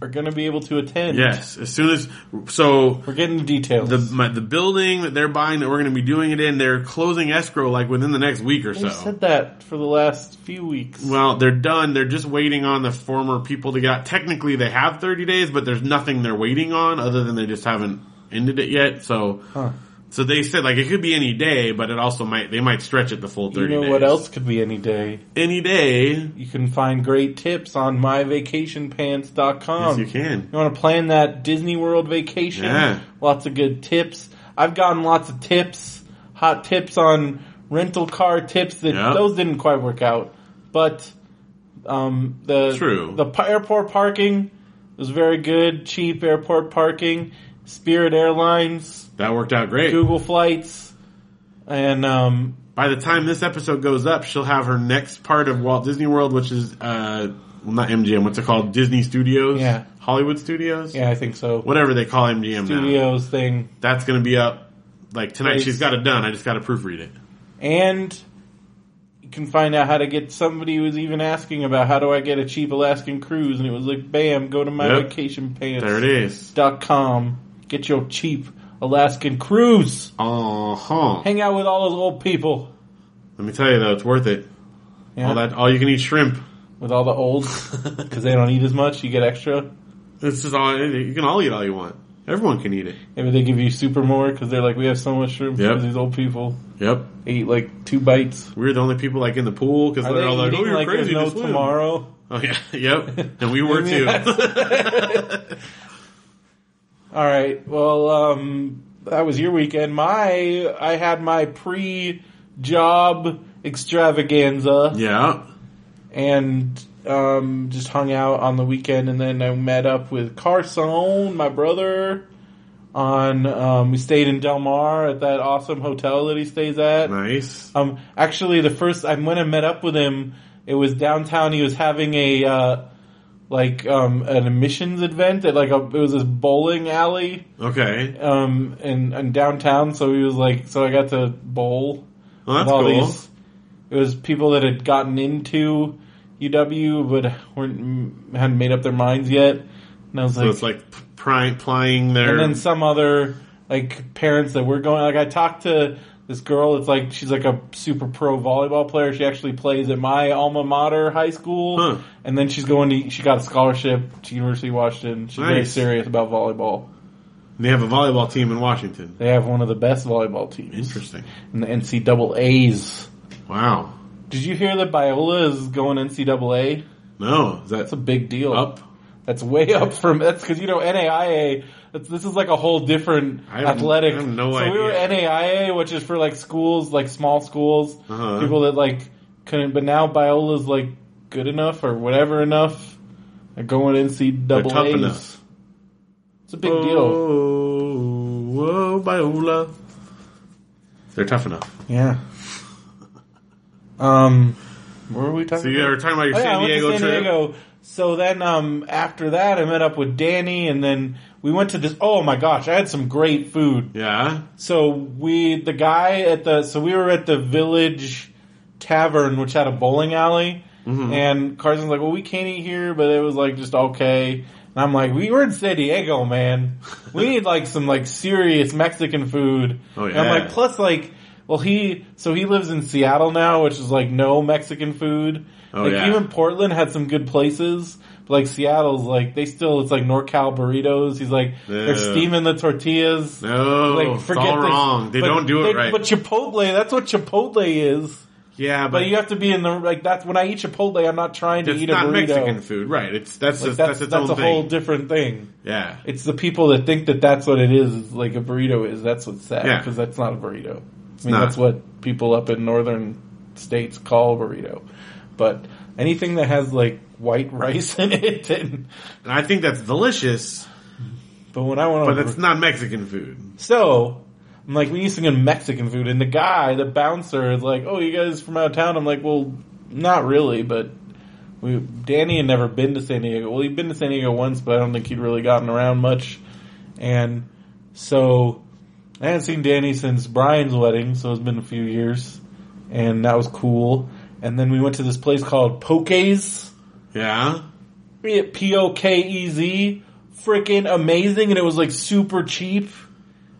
Speaker 2: are going to be able to attend.
Speaker 3: Yes. As soon as so.
Speaker 2: We're getting the details.
Speaker 3: The, my, the building that they're buying that we're going to be doing it in, they're closing escrow like within the next week or so.
Speaker 2: We've said that for the last few weeks.
Speaker 3: Well, they're done. They're just waiting on the former people to get out. Technically, they have 30 days, but there's nothing they're waiting on other than they just haven't ended it yet. So,
Speaker 2: Huh.
Speaker 3: so they said like it could be any day, but it also might, they might stretch it the full 30
Speaker 2: You know
Speaker 3: days.
Speaker 2: what else could be any day?
Speaker 3: Any day.
Speaker 2: You can find great tips on
Speaker 3: Yes,
Speaker 2: myvacationpants.com.
Speaker 3: you can.
Speaker 2: You want to plan that Disney World vacation?
Speaker 3: Yeah.
Speaker 2: Lots of good tips. I've gotten lots of tips, hot tips on rental car tips that
Speaker 3: Yeah.
Speaker 2: those didn't quite work out. But um, the
Speaker 3: True.
Speaker 2: the pa- airport parking was very good, cheap airport parking. Spirit Airlines,
Speaker 3: That worked out great.
Speaker 2: Google Flights, and um,
Speaker 3: By the time this episode goes up, she'll have her next part of Walt Disney World, which is, uh, well, not MGM. What's it called? Disney Studios?
Speaker 2: Yeah.
Speaker 3: Hollywood Studios?
Speaker 2: yeah, I think so.
Speaker 3: Whatever they call MGM now.
Speaker 2: Studios thing.
Speaker 3: That's gonna be up like tonight.
Speaker 2: Nice.
Speaker 3: She's got it done. I just gotta proofread it.
Speaker 2: and you can find out how to get somebody who was even asking about how do I get a cheap Alaskan cruise, and it was like, bam, go to my
Speaker 3: Yep.
Speaker 2: vacation
Speaker 3: There it is.
Speaker 2: dot com, get your cheap Alaskan cruise,
Speaker 3: Uh huh.
Speaker 2: hang out with all those old people,
Speaker 3: Let me tell you though, it's worth it.
Speaker 2: Yeah.
Speaker 3: All that, all you can eat shrimp.
Speaker 2: with all the olds because they don't eat as much, you get extra.
Speaker 3: This is all you can all eat all you want. Everyone can eat it.
Speaker 2: Maybe they give you super more because they're like, we have so much shrimp
Speaker 3: Yep.
Speaker 2: for these old people.
Speaker 3: Yep.
Speaker 2: They eat like two bites.
Speaker 3: We were the only people like in the pool because
Speaker 2: Are
Speaker 3: they're
Speaker 2: they
Speaker 3: all like, "Oh,
Speaker 2: eating
Speaker 3: you're
Speaker 2: like there's
Speaker 3: crazy."
Speaker 2: no
Speaker 3: to swim."
Speaker 2: tomorrow?
Speaker 3: Oh yeah. Yep. And we were too.
Speaker 2: All right. Well, um, that was your weekend. My, I had my pre-job extravaganza
Speaker 3: yeah.
Speaker 2: and um, just hung out on the weekend, and then I met up with Carson, my brother. On um, we stayed in Del Mar at that awesome hotel that he stays at.
Speaker 3: Nice.
Speaker 2: Um, actually, the first I went and met up with him. It was downtown. He was having a uh, like um, an admissions event at like a it was this bowling alley
Speaker 3: Okay.
Speaker 2: um, in, in downtown. So he was like, so I got to bowl.
Speaker 3: Well, that's
Speaker 2: with all
Speaker 3: cool.
Speaker 2: these- It was people that had gotten into UW but weren't hadn't made up their minds yet. And I was
Speaker 3: so
Speaker 2: like,
Speaker 3: it's like p- pry, plying their.
Speaker 2: and then some other like parents that were going. Like I talked to this girl. It's like she's like a super pro volleyball player. She actually plays at my alma mater high school,
Speaker 3: Huh.
Speaker 2: and then she's going to. She got a scholarship to University of Washington. She's very
Speaker 3: Nice.
Speaker 2: serious about volleyball.
Speaker 3: they have a volleyball team in Washington.
Speaker 2: They have one of the best volleyball teams
Speaker 3: Interesting.
Speaker 2: in the NCAA's.
Speaker 3: Wow.
Speaker 2: Did you hear that Biola is going NCAA?
Speaker 3: No, is
Speaker 2: That's a
Speaker 3: that
Speaker 2: big deal.
Speaker 3: up?
Speaker 2: That's way up from that's because you know NAIA. That's, this is like a whole different
Speaker 3: I have-
Speaker 2: athletic.
Speaker 3: I have no
Speaker 2: so we were
Speaker 3: idea.
Speaker 2: NAIA, which is for like schools, like small schools,
Speaker 3: Uh-huh.
Speaker 2: people that like couldn't. But now Biola's like good enough or whatever enough. They're going
Speaker 3: They're tough
Speaker 2: NCAA's.
Speaker 3: enough.
Speaker 2: It's a big deal.
Speaker 3: Oh, whoa, Biola. They're tough enough.
Speaker 2: Yeah. Um, what were we talking?
Speaker 3: So you were talking about your
Speaker 2: Oh, yeah, I
Speaker 3: San
Speaker 2: went to
Speaker 3: Diego
Speaker 2: San
Speaker 3: trip.
Speaker 2: Diego. So then, um, after that, I met up with Danny, and then we went to this. Oh my gosh, I had some great food.
Speaker 3: Yeah.
Speaker 2: So we, the guy at the, so we were at the Village Tavern, which had a bowling alley,
Speaker 3: Mm-hmm.
Speaker 2: and Carson's like, "Well, we can't eat here," but it was like just okay. And I'm like, "We were in San Diego, man. We need like some like serious Mexican food."
Speaker 3: Oh,
Speaker 2: And I'm
Speaker 3: yeah.
Speaker 2: like, plus like. Well, he so he lives in Seattle now, which is like no Mexican food.
Speaker 3: Oh,
Speaker 2: like
Speaker 3: yeah.
Speaker 2: even Portland had some good places, but like Seattle's like they still it's like NorCal burritos. He's like
Speaker 3: Yeah.
Speaker 2: they're steaming the tortillas.
Speaker 3: No,
Speaker 2: Like,
Speaker 3: Oh, it's all
Speaker 2: this.
Speaker 3: wrong. They
Speaker 2: But-
Speaker 3: don't do it
Speaker 2: but-
Speaker 3: right.
Speaker 2: But Chipotle, that's what Chipotle is.
Speaker 3: Yeah, but,
Speaker 2: But you have to be in the like that's when I eat Chipotle, I'm not trying to
Speaker 3: it's
Speaker 2: eat a
Speaker 3: not
Speaker 2: burrito.
Speaker 3: Mexican food, right? It's that's
Speaker 2: Like,
Speaker 3: just,
Speaker 2: that's
Speaker 3: that's,
Speaker 2: that's,
Speaker 3: its own
Speaker 2: a
Speaker 3: thing.
Speaker 2: whole different thing.
Speaker 3: yeah,
Speaker 2: It's the people that think that that's what it is, like a burrito is. That's what's sad
Speaker 3: Yeah.
Speaker 2: because that's not a burrito. I mean, that's
Speaker 3: not.
Speaker 2: what people up in northern states call a burrito. But anything that has like white rice in it, and,
Speaker 3: and I think that's delicious,
Speaker 2: but when I want to,
Speaker 3: but it's not Mexican food.
Speaker 2: So I'm like, we need some good Mexican food. And the guy, the bouncer, is like, oh, you guys from out of town? I'm like, well, not really, but we, Danny had never been to San Diego. Well, he'd been to San Diego once, but I don't think he'd really gotten around much. And so I hadn't seen Danny since Brian's wedding, so it's been a few years. And that was cool. And then we went to this place called Poke's.
Speaker 3: Yeah,
Speaker 2: P O K E Z. Freaking amazing, and it was like super cheap,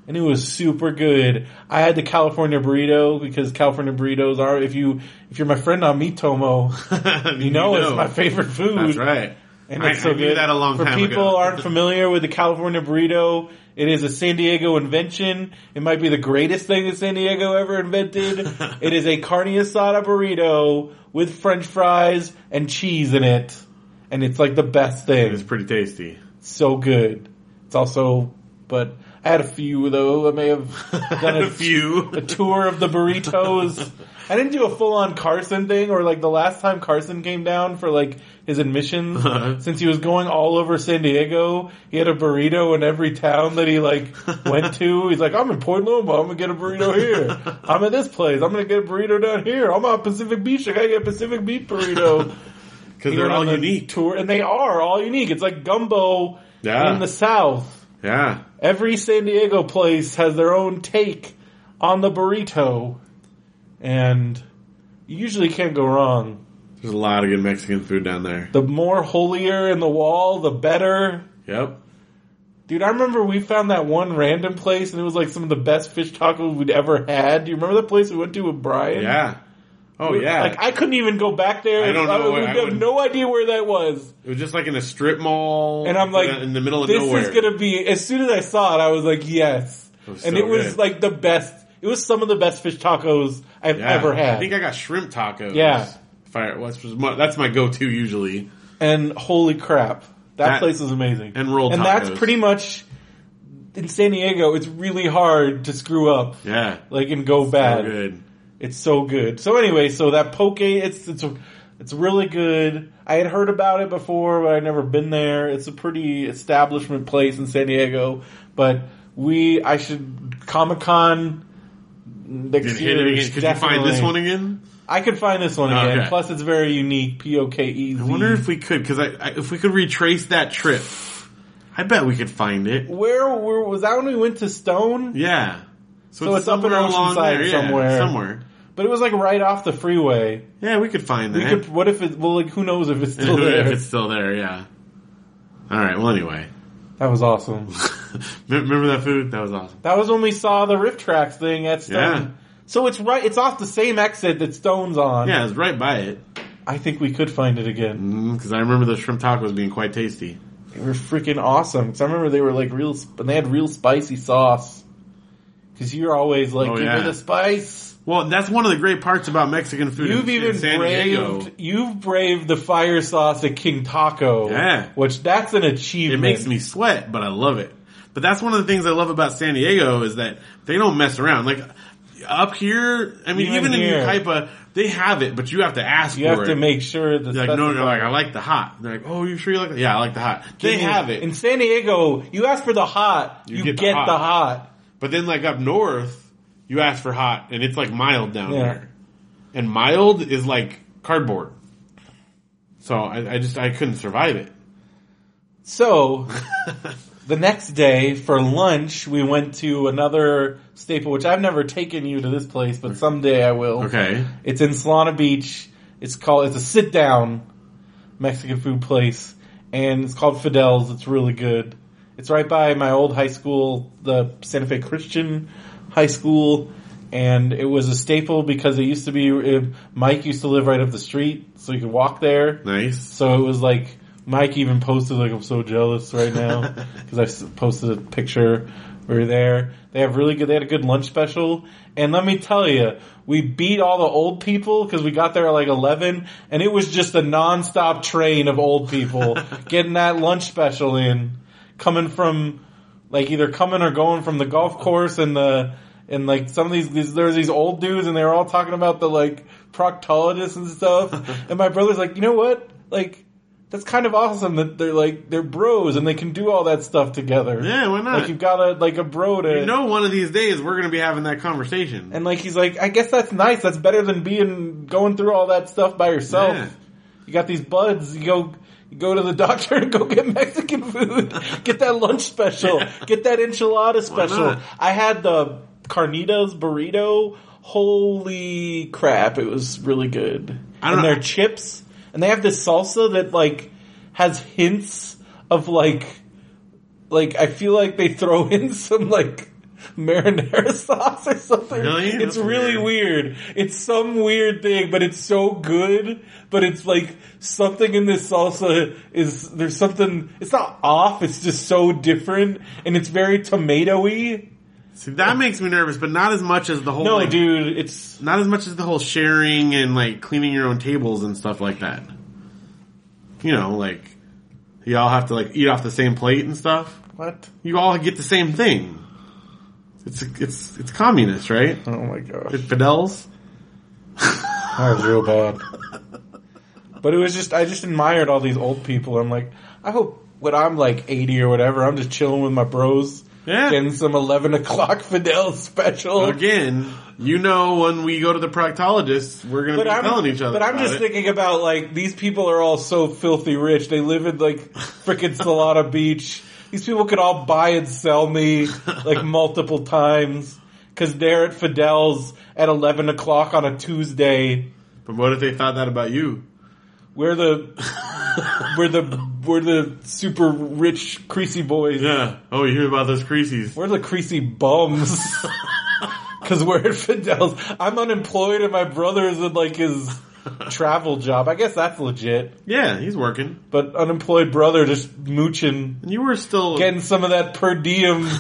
Speaker 2: and it was super good. I had the California burrito because California burritos are if you if you're my friend on Meat Tomo, you know it's my favorite food.
Speaker 3: That's right.
Speaker 2: And
Speaker 3: I,
Speaker 2: it's so
Speaker 3: I knew
Speaker 2: good.
Speaker 3: that a long
Speaker 2: For
Speaker 3: time
Speaker 2: people
Speaker 3: ago.
Speaker 2: aren't familiar with the California burrito, it is a San Diego invention. It might be the greatest thing that San Diego ever invented. it is a carne asada burrito with French fries and cheese in it, and it's like the best thing.
Speaker 3: It's pretty tasty.
Speaker 2: so good. It's also, but I had a few though. I may have done a,
Speaker 3: a few.
Speaker 2: a tour of the burritos. I didn't do a full on Carson thing or like the last time Carson came down for like his admissions.
Speaker 3: Uh-huh.
Speaker 2: Since he was going all over San Diego, he had a burrito in every town that he like went to. He's like, I'm in Point Loma, I'm gonna get a burrito here. I'm at this place, I'm gonna get a burrito down here. I'm on Pacific Beach, I gotta get a Pacific Beach burrito.
Speaker 3: Because
Speaker 2: He
Speaker 3: they're
Speaker 2: went
Speaker 3: all
Speaker 2: on the
Speaker 3: unique.
Speaker 2: tour, and they are all unique. It's like gumbo
Speaker 3: Yeah.
Speaker 2: in the South.
Speaker 3: Yeah.
Speaker 2: Every San Diego place has their own take on the burrito, and you usually can't go wrong.
Speaker 3: There's a lot of good Mexican food down there.
Speaker 2: The more holier in the wall, the better.
Speaker 3: Yep.
Speaker 2: Dude, I remember we found that one random place, and it was like some of the best fish tacos we'd ever had. Do you remember the place we went to with Brian?
Speaker 3: Yeah. Oh, yeah.
Speaker 2: Like I couldn't even go back there.
Speaker 3: I don't know
Speaker 2: would
Speaker 3: where- I
Speaker 2: have
Speaker 3: wouldn't-
Speaker 2: no idea where that was.
Speaker 3: it was just like in a strip mall.
Speaker 2: And I'm like,
Speaker 3: in the middle of
Speaker 2: this
Speaker 3: nowhere.
Speaker 2: is gonna be. As soon as I saw it, I was like, yes.
Speaker 3: was
Speaker 2: and
Speaker 3: so
Speaker 2: it was
Speaker 3: good.
Speaker 2: like the best. It was some of the best fish tacos I've
Speaker 3: Yeah.
Speaker 2: ever had.
Speaker 3: I think I got shrimp tacos.
Speaker 2: Yeah.
Speaker 3: Fire. Which was my, that's my go-to usually.
Speaker 2: and holy crap, that,
Speaker 3: That-
Speaker 2: place was amazing.
Speaker 3: and rolled
Speaker 2: And that's
Speaker 3: tacos.
Speaker 2: pretty much in San Diego. It's really hard to screw up,
Speaker 3: Yeah.
Speaker 2: like and go
Speaker 3: So
Speaker 2: bad.
Speaker 3: good.
Speaker 2: It's so good. So anyway, so that poke, it's it's it's really good. I had heard about it before, but I'd never been there. It's a pretty establishment place in San Diego, but we I should Comic Con next
Speaker 3: Did,
Speaker 2: year.
Speaker 3: hit it again. Could you find
Speaker 2: definitely.
Speaker 3: this one again?
Speaker 2: I could find this one again.
Speaker 3: Okay.
Speaker 2: Plus, it's very unique. P O K E Z.
Speaker 3: I wonder if we could, because I, I, if we could retrace that trip, I bet we could find it.
Speaker 2: where, where was that when we went to Stone?
Speaker 3: Yeah.
Speaker 2: So it's up in
Speaker 3: somewhere along
Speaker 2: Oceanside
Speaker 3: there, yeah,
Speaker 2: somewhere.
Speaker 3: Somewhere.
Speaker 2: But it was like right off the freeway.
Speaker 3: Yeah, we could find
Speaker 2: We
Speaker 3: that.
Speaker 2: could. What if it? Well, like who knows if it's still
Speaker 3: if
Speaker 2: there?
Speaker 3: it's still there, yeah. All right. Well, anyway,
Speaker 2: That was awesome.
Speaker 3: Me- remember that food? That was awesome.
Speaker 2: That was when we saw the Rift Tracks thing at Stone.
Speaker 3: Yeah.
Speaker 2: So it's right. It's off the same exit that Stone's on.
Speaker 3: Yeah, it was right by it
Speaker 2: I think we could find it again.
Speaker 3: because I remember the shrimp tacos being quite tasty.
Speaker 2: They were freaking awesome. Because I remember they were like real, sp- and they had real spicy sauce. Because you're always like,
Speaker 3: Oh,
Speaker 2: give
Speaker 3: yeah.
Speaker 2: me the spice.
Speaker 3: Well, that's one of the great parts about Mexican food.
Speaker 2: You've
Speaker 3: in, in
Speaker 2: even
Speaker 3: San Diego.
Speaker 2: braved, you've braved the fire sauce at King Taco.
Speaker 3: Yeah.
Speaker 2: Which that's an
Speaker 3: It
Speaker 2: achievement.
Speaker 3: makes me sweat, but I love it. But that's one of the things I love about San Diego is that they don't mess around. Like up here, I mean,
Speaker 2: Even
Speaker 3: even,
Speaker 2: here.
Speaker 3: in Yucaipa, they have it, but you have to ask
Speaker 2: You
Speaker 3: for
Speaker 2: have
Speaker 3: it.
Speaker 2: to make sure that
Speaker 3: They're like, no, no, like I like the hot. They're like, oh, you sure you like that? Yeah, I like the hot. They have it.
Speaker 2: in San Diego. You ask for the hot, you,
Speaker 3: You
Speaker 2: get,
Speaker 3: get the hot.
Speaker 2: the hot.
Speaker 3: But then like up north, you ask for hot and it's like mild down
Speaker 2: Yeah.
Speaker 3: there. And mild is like cardboard. So I, I just, I couldn't survive it.
Speaker 2: So the next day for lunch, we went to another staple, which I've never taken you to this place, but someday I will.
Speaker 3: Okay.
Speaker 2: It's in Solana Beach. It's called, it's a sit down Mexican food place and it's called Fidel's. It's really good. It's right by my old high school, the Santa Fe Christian High School. And it was a staple because it used to be, it, Mike used to live right up the street, so you could walk there.
Speaker 3: Nice.
Speaker 2: So it was like Mike even posted like I'm so jealous right now because I s- posted a picture We were there. They have really good. They had a good lunch special, and let me tell you, we beat all the old people because we got there at like eleven, and it was just a nonstop train of old people getting that lunch special in, coming from like either coming or going from the golf course and the and like some of these, these there was these old dudes and they were all talking about the like proctologists and stuff. and my brother's like, you know what, like. That's kind of awesome that they're like they're bros and they can do all that stuff together.
Speaker 3: Yeah, why not?
Speaker 2: Like you've got a like a bro to
Speaker 3: You know, one of these days we're going to be having that conversation.
Speaker 2: and like he's like, I guess that's nice. That's better than being going through all that stuff by yourself.
Speaker 3: Yeah.
Speaker 2: You got these buds. You go you go to the doctor and go get Mexican food. get that lunch special. Get that enchilada special.
Speaker 3: not?
Speaker 2: I had the carnitas burrito. Holy crap! It was really good.
Speaker 3: I don't
Speaker 2: and
Speaker 3: know-
Speaker 2: their chips, and they have this salsa that like has hints of like like I feel like they throw in some like marinara sauce or something.
Speaker 3: Really?
Speaker 2: It's
Speaker 3: That's
Speaker 2: really weird. It's some weird thing, but it's so good. But it's like something in this salsa is there's something. It's not off. It's just so different, and it's very tomatoey.
Speaker 3: See, that makes me nervous, but not as much as the whole.
Speaker 2: No,
Speaker 3: like,
Speaker 2: dude, it's
Speaker 3: Not as much as the whole sharing and like cleaning your own tables and stuff like that. You know, like you all have to like eat off the same plate and stuff.
Speaker 2: what?
Speaker 3: You all get the same thing. It's it's it's communist, right?
Speaker 2: Oh my gosh.
Speaker 3: It's Fidel's.
Speaker 2: That was real bad. But it was just, I just admired all these old people. I'm like, I hope when I'm like 80 or whatever, I'm just chilling with my bros.
Speaker 3: Yeah.
Speaker 2: Getting some 11 o'clock Fidel special.
Speaker 3: Again, you know when we go to the proctologist, we're gonna
Speaker 2: But
Speaker 3: be
Speaker 2: I'm,
Speaker 3: telling each other.
Speaker 2: but I'm
Speaker 3: about
Speaker 2: just
Speaker 3: it.
Speaker 2: thinking about like, these people are all so filthy rich. They live in like frickin' Solana Beach. These people could all buy and sell me like multiple times. Cause they're at Fidel's at 11 o'clock on a Tuesday.
Speaker 3: But what if they thought that about you?
Speaker 2: We're the we're the we're the super rich creasy boys.
Speaker 3: Yeah. Oh, you hear about those creases?
Speaker 2: We're the creasy bums. Cause we're at Fidel's. I'm unemployed and my brother is in like his travel job. I guess that's legit.
Speaker 3: Yeah, he's working,
Speaker 2: But unemployed brother just mooching.
Speaker 3: and you were still
Speaker 2: Getting some of that per diem.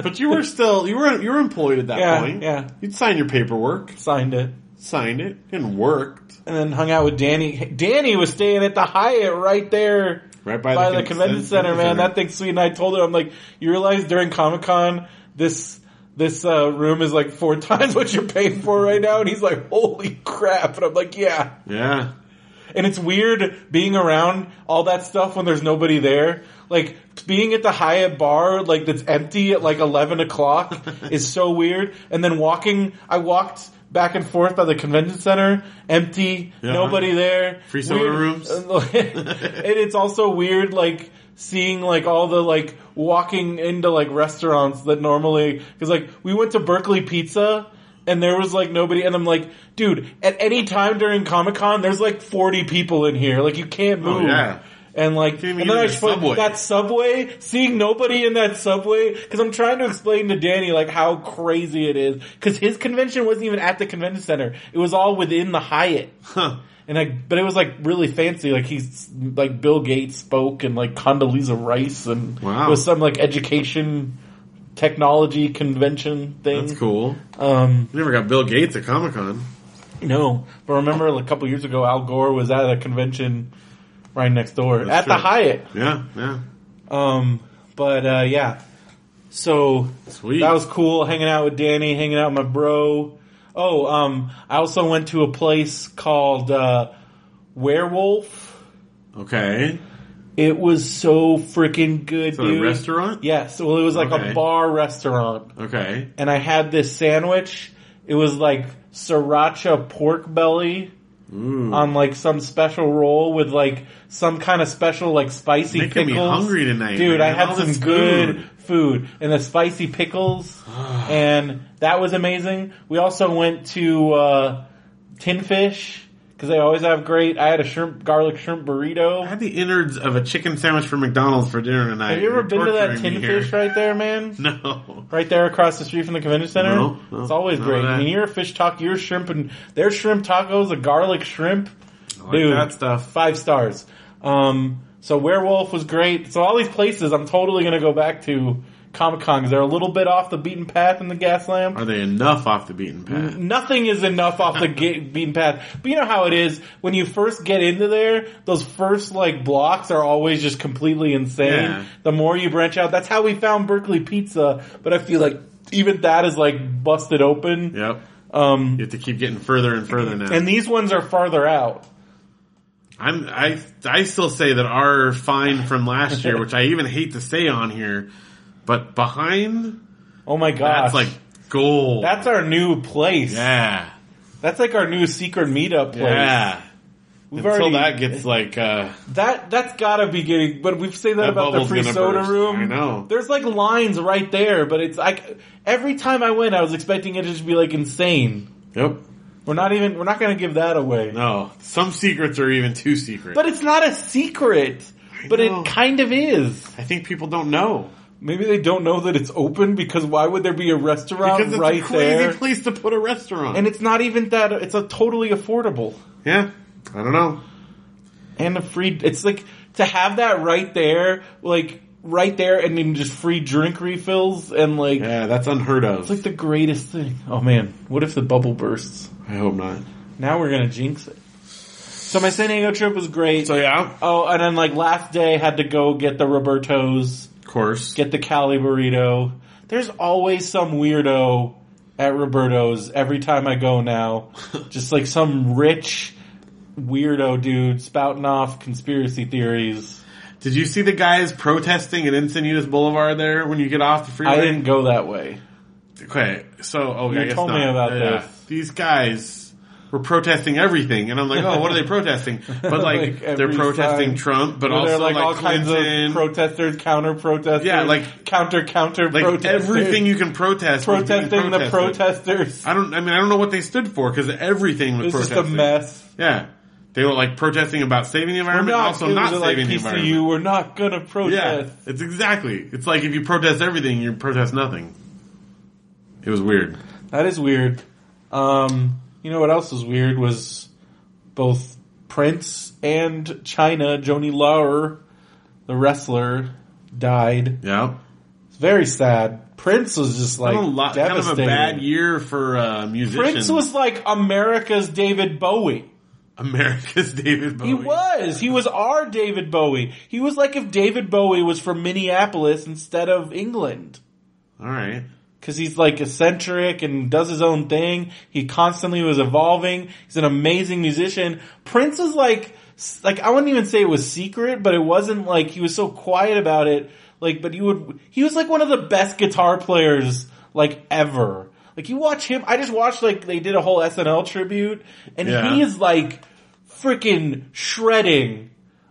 Speaker 3: But you were still you were you were employed at that
Speaker 2: Yeah,
Speaker 3: point.
Speaker 2: yeah.
Speaker 3: You'd sign your paperwork,
Speaker 2: Signed it.
Speaker 3: signed it, and worked
Speaker 2: And then hung out with Danny. Danny was staying at the Hyatt right there.
Speaker 3: right by,
Speaker 2: by the,
Speaker 3: con-
Speaker 2: convention center, man. That thing's sweet. And I told her, I'm like, you realize during Comic Con, this this uh, room is like four times what you're paying for right now. And he's like, holy crap. And I'm like, yeah.
Speaker 3: yeah.
Speaker 2: And it's weird being around all that stuff when there's nobody there. Like being at the Hyatt bar, like that's empty at like eleven o'clock, is so weird. And then walking, I walked back and forth by the convention center, empty,
Speaker 3: Yeah.
Speaker 2: nobody there.
Speaker 3: Free soda
Speaker 2: Weird-
Speaker 3: rooms.
Speaker 2: and it's also weird, like seeing like all the like walking into like restaurants that normally because like we went to Berkeley Pizza and there was like nobody and I'm like, dude, at any time during Comic Con, there's like 40 people in here. Like you can't
Speaker 3: Oh,
Speaker 2: move.
Speaker 3: yeah.
Speaker 2: And like,
Speaker 3: Can't even
Speaker 2: and
Speaker 3: get
Speaker 2: then I
Speaker 3: in the
Speaker 2: spo-
Speaker 3: subway.
Speaker 2: that subway, seeing nobody in that subway, because I'm trying to explain to Danny like how crazy it is. Because his convention wasn't even at the convention center; it was all within the Hyatt.
Speaker 3: Huh.
Speaker 2: And I, but it was like really fancy. Like he's like Bill Gates spoke and like Condoleezza Rice and
Speaker 3: Wow.
Speaker 2: it was some like education technology convention thing.
Speaker 3: That's cool.
Speaker 2: Um,
Speaker 3: You never got Bill Gates at Comic Con.
Speaker 2: no, but remember a couple years ago, Al Gore was at a convention right next door at
Speaker 3: That's
Speaker 2: the
Speaker 3: true.
Speaker 2: Hyatt.
Speaker 3: Yeah, yeah.
Speaker 2: Um, but uh, yeah, so
Speaker 3: Sweet.
Speaker 2: that was cool. Hanging out with Danny, hanging out with my bro. Oh, um, I also went to a place called uh, Werewolf.
Speaker 3: okay.
Speaker 2: It was so freaking good,
Speaker 3: So
Speaker 2: dude.
Speaker 3: a restaurant?
Speaker 2: Yes. Well, it was like
Speaker 3: Okay.
Speaker 2: a bar restaurant,
Speaker 3: Okay.
Speaker 2: and I had this sandwich. It was like sriracha pork belly
Speaker 3: Ooh.
Speaker 2: on like some special roll with like some kind of special like spicy
Speaker 3: Making me
Speaker 2: pickles.
Speaker 3: hungry tonight,
Speaker 2: dude.
Speaker 3: man.
Speaker 2: I had
Speaker 3: All
Speaker 2: some
Speaker 3: this
Speaker 2: good
Speaker 3: food.
Speaker 2: food and the spicy pickles, and that was amazing. We also went to uh, Tinfish because they always have great. I had a shrimp garlic shrimp burrito.
Speaker 3: I had the innards of a chicken sandwich from McDonald's for dinner tonight.
Speaker 2: Have you ever
Speaker 3: You're
Speaker 2: been to that
Speaker 3: torturing me
Speaker 2: tin
Speaker 3: here.
Speaker 2: fish right there, man?
Speaker 3: No.
Speaker 2: Right there across the street from the convention center?
Speaker 3: No, no,
Speaker 2: it's always
Speaker 3: none of
Speaker 2: great.
Speaker 3: that.
Speaker 2: I mean, your fish taco, your shrimp, and their shrimp tacos, a garlic shrimp.
Speaker 3: like
Speaker 2: Dude,
Speaker 3: that stuff.
Speaker 2: Five stars. Um, so Werewolf was great. So all these places I'm totally going to go back to Comic Cons. They're a little bit off the beaten path in the gas lamp.
Speaker 3: Are they enough off the beaten path?
Speaker 2: Nothing is enough off the ga- beaten path. But you know how it is when you first get into there. Those first like blocks are always just completely insane.
Speaker 3: Yeah.
Speaker 2: The more you branch out, that's how we found Berkeley Pizza. But I feel like even that is like busted open.
Speaker 3: Yep.
Speaker 2: Um,
Speaker 3: You have to keep getting further and further now.
Speaker 2: and these ones are farther out.
Speaker 3: I'm I I still say that our find from last year, which I even hate to say on here, but behind
Speaker 2: Oh my gosh,
Speaker 3: that's like gold.
Speaker 2: that's our new place.
Speaker 3: yeah,
Speaker 2: That's like our new secret meetup place.
Speaker 3: yeah.
Speaker 2: We've
Speaker 3: Until
Speaker 2: already
Speaker 3: that gets like uh,
Speaker 2: That that's gotta be getting. But we've said that,
Speaker 3: That
Speaker 2: about the
Speaker 3: bubble's
Speaker 2: free
Speaker 3: gonna
Speaker 2: soda
Speaker 3: burst.
Speaker 2: room.
Speaker 3: I know.
Speaker 2: There's like lines right there, but it's like every time I went, I was expecting it to just be like insane.
Speaker 3: yep.
Speaker 2: We're not even. We're not gonna give that away.
Speaker 3: No, some secrets are even too secret.
Speaker 2: But it's not a secret. But
Speaker 3: know.
Speaker 2: it kind of is.
Speaker 3: I think people don't know
Speaker 2: Maybe they don't know that it's open because why would there be a restaurant
Speaker 3: because it's
Speaker 2: right
Speaker 3: a crazy
Speaker 2: there?
Speaker 3: place to put a restaurant.
Speaker 2: And it's not even that. It's a totally affordable
Speaker 3: yeah, I don't know.
Speaker 2: and a free. It's like to have that right there, like right there, and then just free drink refills and like.
Speaker 3: Yeah, that's unheard of.
Speaker 2: It's like the greatest thing. Oh man, what if the bubble bursts?
Speaker 3: I hope not.
Speaker 2: Now we're gonna jinx it. So my San Diego trip was great.
Speaker 3: So yeah,
Speaker 2: oh, and then like last day had to go get the Roberto's,
Speaker 3: of course.
Speaker 2: get the Cali burrito. There's always some weirdo at Roberto's every time I go now. Just like some rich weirdo dude spouting off conspiracy theories.
Speaker 3: Did you see the guys protesting at Encinitas Boulevard there when you get off the freeway?
Speaker 2: I didn't go that way.
Speaker 3: Okay, so oh,
Speaker 2: You
Speaker 3: I guess
Speaker 2: told
Speaker 3: not.
Speaker 2: me about
Speaker 3: Yeah, yeah.
Speaker 2: this.
Speaker 3: These guys were protesting everything, and I'm like, oh, what are they protesting? But like,
Speaker 2: Like,
Speaker 3: they're
Speaker 2: every
Speaker 3: protesting
Speaker 2: side.
Speaker 3: Trump, but
Speaker 2: Where
Speaker 3: also
Speaker 2: there are,
Speaker 3: like,
Speaker 2: like, all kinds
Speaker 3: Clinton,
Speaker 2: of protesters, counter protesters,
Speaker 3: Yeah, like-
Speaker 2: counter counter
Speaker 3: like everything you can protest, was being
Speaker 2: protesting the
Speaker 3: protested.
Speaker 2: protesters.
Speaker 3: I don't. I mean, I don't know what they stood for because everything was
Speaker 2: It's just
Speaker 3: protesting.
Speaker 2: a mess.
Speaker 3: Yeah, they were like protesting about saving the environment, also
Speaker 2: it
Speaker 3: not
Speaker 2: was
Speaker 3: saving
Speaker 2: like
Speaker 3: the environment.
Speaker 2: PCU. We're not gonna
Speaker 3: Yeah,
Speaker 2: protest.
Speaker 3: it's exactly. It's like if you protest everything, you protest nothing. It was weird.
Speaker 2: That is weird. Um, you know what else was weird was both Prince and China Joni Lauer, the wrestler, died.
Speaker 3: Yeah.
Speaker 2: It's very sad. Prince was just like
Speaker 3: Kind of a lot, kind of a
Speaker 2: devastated.
Speaker 3: bad year for uh, musicians.
Speaker 2: Prince was like America's David Bowie.
Speaker 3: America's David Bowie.
Speaker 2: He was. He was our David Bowie. He was like if David Bowie was from Minneapolis instead of England.
Speaker 3: All right.
Speaker 2: Cause he's like eccentric and does his own thing. He constantly was evolving. He's an amazing musician. Prince is like, like I wouldn't even say it was secret, but it wasn't like he was so quiet about it. Like, but you would, he was like one of the best guitar players like ever. Like you watch him, I just watched like they did a whole SNL tribute and
Speaker 3: Yeah.
Speaker 2: he is like freaking shredding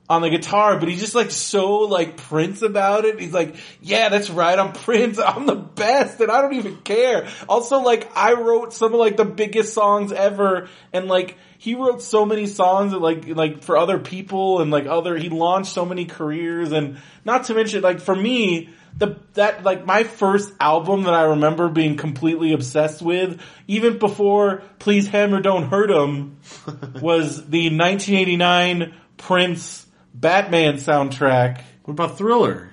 Speaker 2: on the guitar, but he's just like so like Prince about it. He's like, yeah, that's right. I'm Prince. I'm the best and I don't even care. Also, like I wrote some of like the biggest songs ever and like he wrote so many songs that like, like for other people and like other, he launched so many careers and not to mention like for me, the, that like my first album that I remember being completely obsessed with, even before Please Hammer Don't Hurt Him, was the 1989 Prince Batman soundtrack.
Speaker 3: What about Thriller?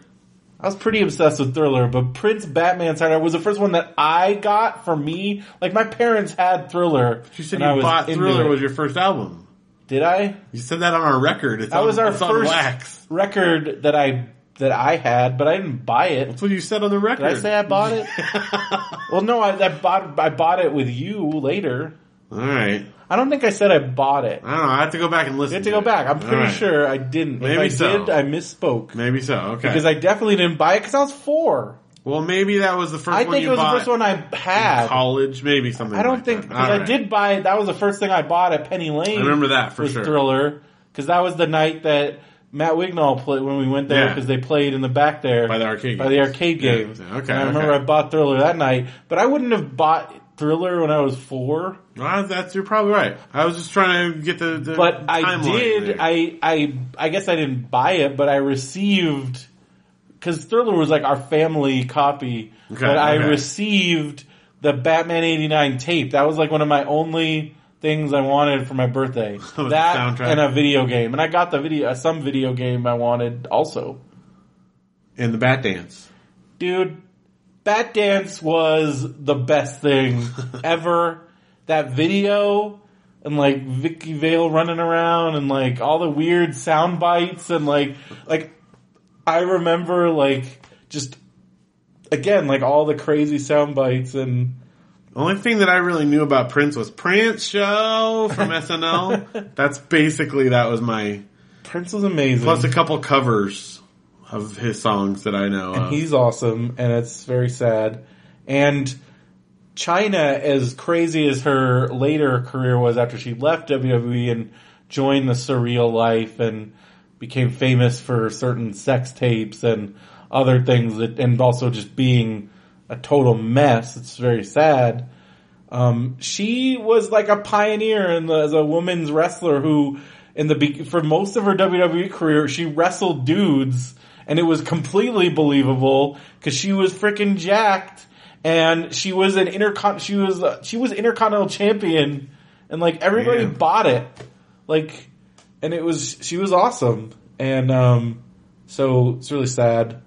Speaker 2: I was pretty obsessed with Thriller, but Prince Batman soundtrack was the first one that I got for me. Like my parents had Thriller.
Speaker 3: You said
Speaker 2: and I
Speaker 3: you
Speaker 2: was
Speaker 3: bought
Speaker 2: into
Speaker 3: Thriller
Speaker 2: it.
Speaker 3: was your first album.
Speaker 2: Did I?
Speaker 3: You said that on our record. It's
Speaker 2: That
Speaker 3: on,
Speaker 2: was our
Speaker 3: it's on
Speaker 2: first
Speaker 3: wax.
Speaker 2: record that I that I had, but I didn't buy it.
Speaker 3: That's what you said on the record.
Speaker 2: Did I say I bought it? well, no, I, I bought I bought it with you later.
Speaker 3: All right.
Speaker 2: I don't think I said I bought it.
Speaker 3: I don't know. I have to go back and listen.
Speaker 2: I have to go
Speaker 3: it.
Speaker 2: back. I'm
Speaker 3: All
Speaker 2: pretty
Speaker 3: right.
Speaker 2: sure I didn't. If
Speaker 3: Maybe
Speaker 2: I
Speaker 3: so.
Speaker 2: did, I misspoke.
Speaker 3: Maybe so. Okay.
Speaker 2: Because I definitely didn't buy it because I was four.
Speaker 3: well, maybe that was the first
Speaker 2: I
Speaker 3: one
Speaker 2: think
Speaker 3: you
Speaker 2: it was the
Speaker 3: bought
Speaker 2: first one I
Speaker 3: in
Speaker 2: had.
Speaker 3: college. Maybe something.
Speaker 2: I don't
Speaker 3: like
Speaker 2: think
Speaker 3: that.
Speaker 2: because
Speaker 3: All
Speaker 2: I
Speaker 3: right.
Speaker 2: did buy it. That was the first thing I bought at Penny Lane.
Speaker 3: I remember that for
Speaker 2: was
Speaker 3: sure.
Speaker 2: Thriller because that was the night that Matt Wignall played when we went there
Speaker 3: Yeah.
Speaker 2: because they played in the back there
Speaker 3: By the arcade
Speaker 2: by the
Speaker 3: games.
Speaker 2: arcade
Speaker 3: Yeah.
Speaker 2: games.
Speaker 3: Okay,
Speaker 2: And I remember
Speaker 3: okay.
Speaker 2: I bought Thriller that night, but I wouldn't have bought Thriller when I was four.
Speaker 3: Well, that's you're probably right. I was just trying to get the. the
Speaker 2: But I
Speaker 3: timeline
Speaker 2: did.
Speaker 3: there.
Speaker 2: I I I guess I didn't buy it, but I received because Thriller was like our family copy.
Speaker 3: Okay,
Speaker 2: but I
Speaker 3: okay.
Speaker 2: received the Batman '89 tape. That was like one of my only things I wanted for my birthday.
Speaker 3: the
Speaker 2: that
Speaker 3: soundtrack.
Speaker 2: and a video game, and I got the video uh, some video game I wanted also.
Speaker 3: and the Bat Dance.
Speaker 2: Dude, Bat Dance was the best thing ever. That video and like Vicky Vale running around and like all the weird sound bites and like like I remember like just again like all the crazy sound bites and
Speaker 3: Only thing that I really knew about Prince was Prince Show from SNL. That's basically that was my
Speaker 2: Prince was amazing.
Speaker 3: plus a couple covers of his songs that I know. uh,
Speaker 2: and
Speaker 3: of.
Speaker 2: he's awesome, and it's very sad. And China, as crazy as her later career was after she left WWE and joined the surreal life and became famous for certain sex tapes and other things that, and also just being a total mess. It's very sad. Um, she was like a pioneer in the, as a woman's wrestler who, in the be- for most of her WWE career, she wrestled dudes, and it was completely believable because she was freaking jacked, and she was an intercon she was uh, she was intercontinental champion, and like everybody
Speaker 3: Man.
Speaker 2: bought it, like, and it was she was awesome, and um, so it's really sad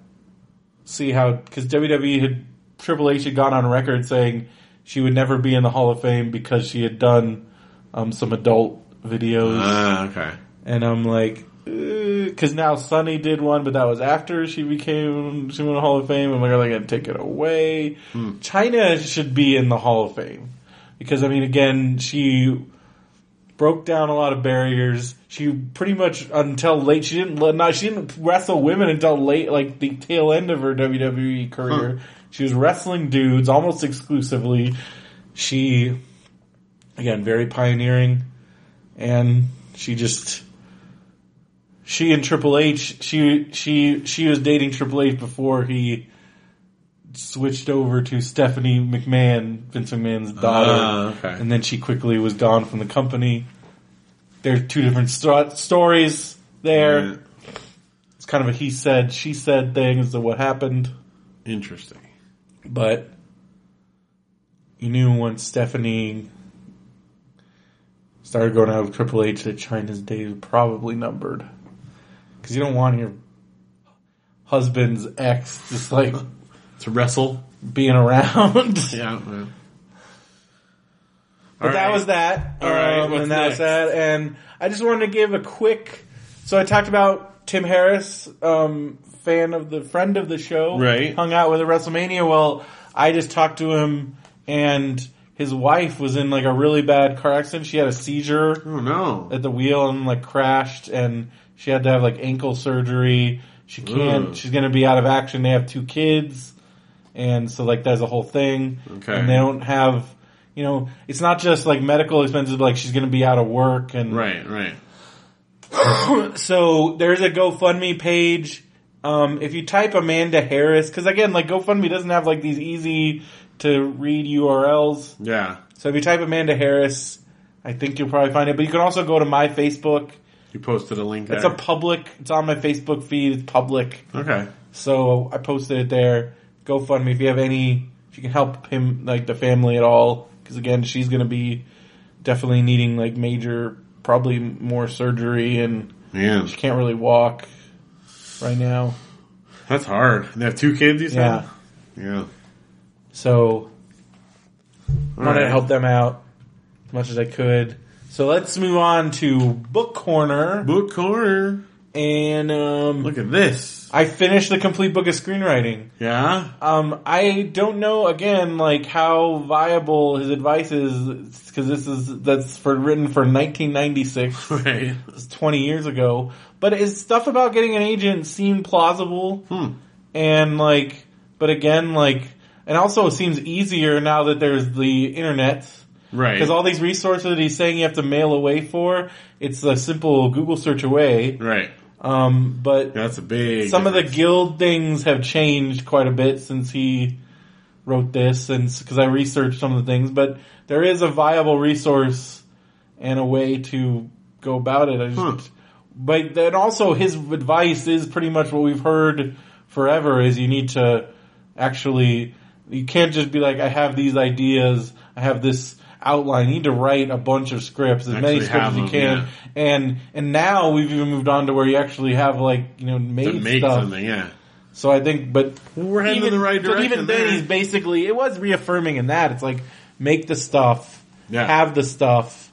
Speaker 2: see how because WWE E had Triple H had gone on record saying she would never be in the Hall of Fame because she had done um, some adult videos,
Speaker 3: Ah, okay.
Speaker 2: and I'm like, because now Sunny did one, but that was after she became she went to Hall of Fame. I'm like, are they going to take it away? China should be in the Hall of Fame because I mean, again, she broke down a lot of barriers. She pretty much until late she didn't let- not she didn't wrestle women until late like the tail end of her WWE career. She was wrestling dudes almost exclusively. She again very pioneering and she just she and Triple H she she she was dating Triple H before he switched over to Stephanie McMahon, Vince McMahon's daughter
Speaker 3: Ah, okay.
Speaker 2: and then she quickly was gone from the company. There are two different st- stories there.
Speaker 3: Yeah.
Speaker 2: It's kind of a he said, she said thing as to what happened,
Speaker 3: Interesting.
Speaker 2: but you knew once Stephanie started going out with Triple H that China's days were probably numbered. Because you don't want your husband's ex just like
Speaker 3: To wrestle.
Speaker 2: being around.
Speaker 3: Yeah. yeah.
Speaker 2: But that was that.
Speaker 3: All right,
Speaker 2: Um,
Speaker 3: what's
Speaker 2: and that
Speaker 3: next?
Speaker 2: was that. And I just wanted to give a quick. So I talked about Tim Harris, um, fan of the friend of the show,
Speaker 3: Right.
Speaker 2: Hung out with at WrestleMania. Well, I just talked to him, and his wife was in like a really bad car accident. She had a seizure
Speaker 3: Oh no.
Speaker 2: at the wheel and like crashed and she had to have like ankle surgery. She can't,
Speaker 3: Ooh.
Speaker 2: she's gonna be out of action. They have two kids. And so like that's a whole thing.
Speaker 3: Okay.
Speaker 2: And they don't have, you know, it's not just like medical expenses, but like she's gonna be out of work and
Speaker 3: Right. Right.
Speaker 2: so there's a GoFundMe page. Um, if you type Amanda Harris, cause again, like GoFundMe doesn't have like these easy to read URLs.
Speaker 3: Yeah.
Speaker 2: So if you type Amanda Harris, I think you'll probably find it, but you can also go to my Facebook.
Speaker 3: You posted a link.
Speaker 2: It's a
Speaker 3: there.
Speaker 2: public. It's on my Facebook feed. It's public,
Speaker 3: okay.
Speaker 2: so I posted it there. GoFundMe if you have any, if you can help him, like the family at all, because again, she's going to be definitely needing like major, probably more surgery, and
Speaker 3: Man,
Speaker 2: she can't really walk right now.
Speaker 3: that's hard. And they have two kids. You said.
Speaker 2: Yeah,
Speaker 3: Yeah. Yeah.
Speaker 2: so I wanted
Speaker 3: Alright.
Speaker 2: to help them out as much as I could. So let's move on to book corner,
Speaker 3: Book corner.
Speaker 2: and um,
Speaker 3: Look at this.
Speaker 2: I finished the complete book of screenwriting.
Speaker 3: Yeah.
Speaker 2: Um, I don't know again, like how viable his advice is, because this is that's for written for 1996,
Speaker 3: Right.
Speaker 2: it's 20 years ago. But his stuff about getting an agent seemed plausible,
Speaker 3: Hmm.
Speaker 2: and like, but again, like, and also it seems easier now that there's the internet.
Speaker 3: Right.
Speaker 2: Because all these resources that he's saying you have to mail away for, it's a simple Google search away.
Speaker 3: Right.
Speaker 2: Um, but
Speaker 3: Yeah, that's a big.
Speaker 2: some of the guild things have changed quite a bit since he wrote this and because I researched some of the things, but there is a viable resource and a way to go about it. I just,
Speaker 3: Huh.
Speaker 2: But then also his advice is pretty much what we've heard forever is you need to actually, you can't just be like, I have these ideas, I have this outline. You need to write a bunch of scripts, as many
Speaker 3: Actually
Speaker 2: scripts
Speaker 3: have
Speaker 2: as you
Speaker 3: them,
Speaker 2: can.
Speaker 3: yeah.
Speaker 2: And, and now we've even moved on to where you actually have like, you know, made
Speaker 3: to make
Speaker 2: stuff.
Speaker 3: something. Yeah.
Speaker 2: So I think, but
Speaker 3: We're heading in the right
Speaker 2: but
Speaker 3: direction
Speaker 2: Even then,
Speaker 3: there.
Speaker 2: he's basically it was reaffirming in that it's like make the stuff,
Speaker 3: Yeah.
Speaker 2: have the stuff.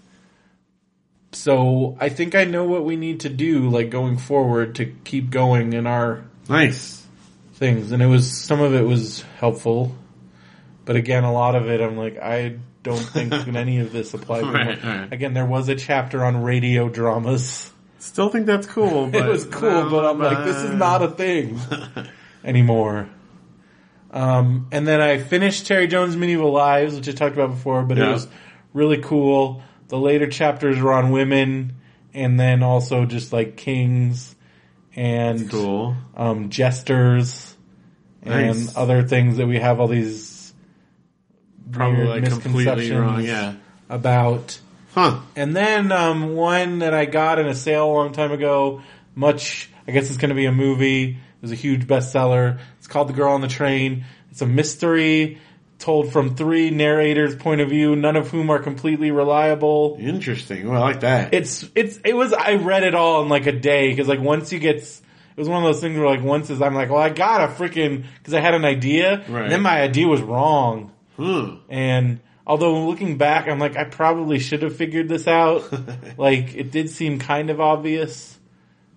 Speaker 2: So I think I know what we need to do, like going forward, to keep going in our
Speaker 3: Nice.
Speaker 2: things. And it was some of it was helpful, but again, a lot of it I'm like I don't think any of this applies.
Speaker 3: Right, right.
Speaker 2: Again, there was a chapter on radio dramas.
Speaker 3: Still think that's cool. But oh,
Speaker 2: it was cool, but I'm like, this is not a thing anymore. Um, and then I finished Terry Jones' Medieval Lives, which I talked about before, but
Speaker 3: Yeah.
Speaker 2: it was really cool. The later chapters were on women, and then also just like kings and
Speaker 3: cool.
Speaker 2: um, jesters and
Speaker 3: Nice.
Speaker 2: other things that we have all these
Speaker 3: Probably
Speaker 2: weird
Speaker 3: like completely wrong.
Speaker 2: misconceptions
Speaker 3: Yeah.
Speaker 2: about.
Speaker 3: Huh.
Speaker 2: And then um, one that I got in a sale a long time ago, much I guess it's going to be a movie. It was a huge bestseller. It's called The Girl on the Train. It's a mystery told from three narrators' point of view, none of whom are completely reliable.
Speaker 3: Interesting. Well, I like that.
Speaker 2: It's it's it was I read it all in like a day because like once you get s- it was one of those things where like once is I'm like well I got a freaking because I had an idea
Speaker 3: Right.
Speaker 2: and then my idea was wrong.
Speaker 3: Hmm.
Speaker 2: And although looking back, I'm like, I probably should have figured this out. like it did seem kind of obvious,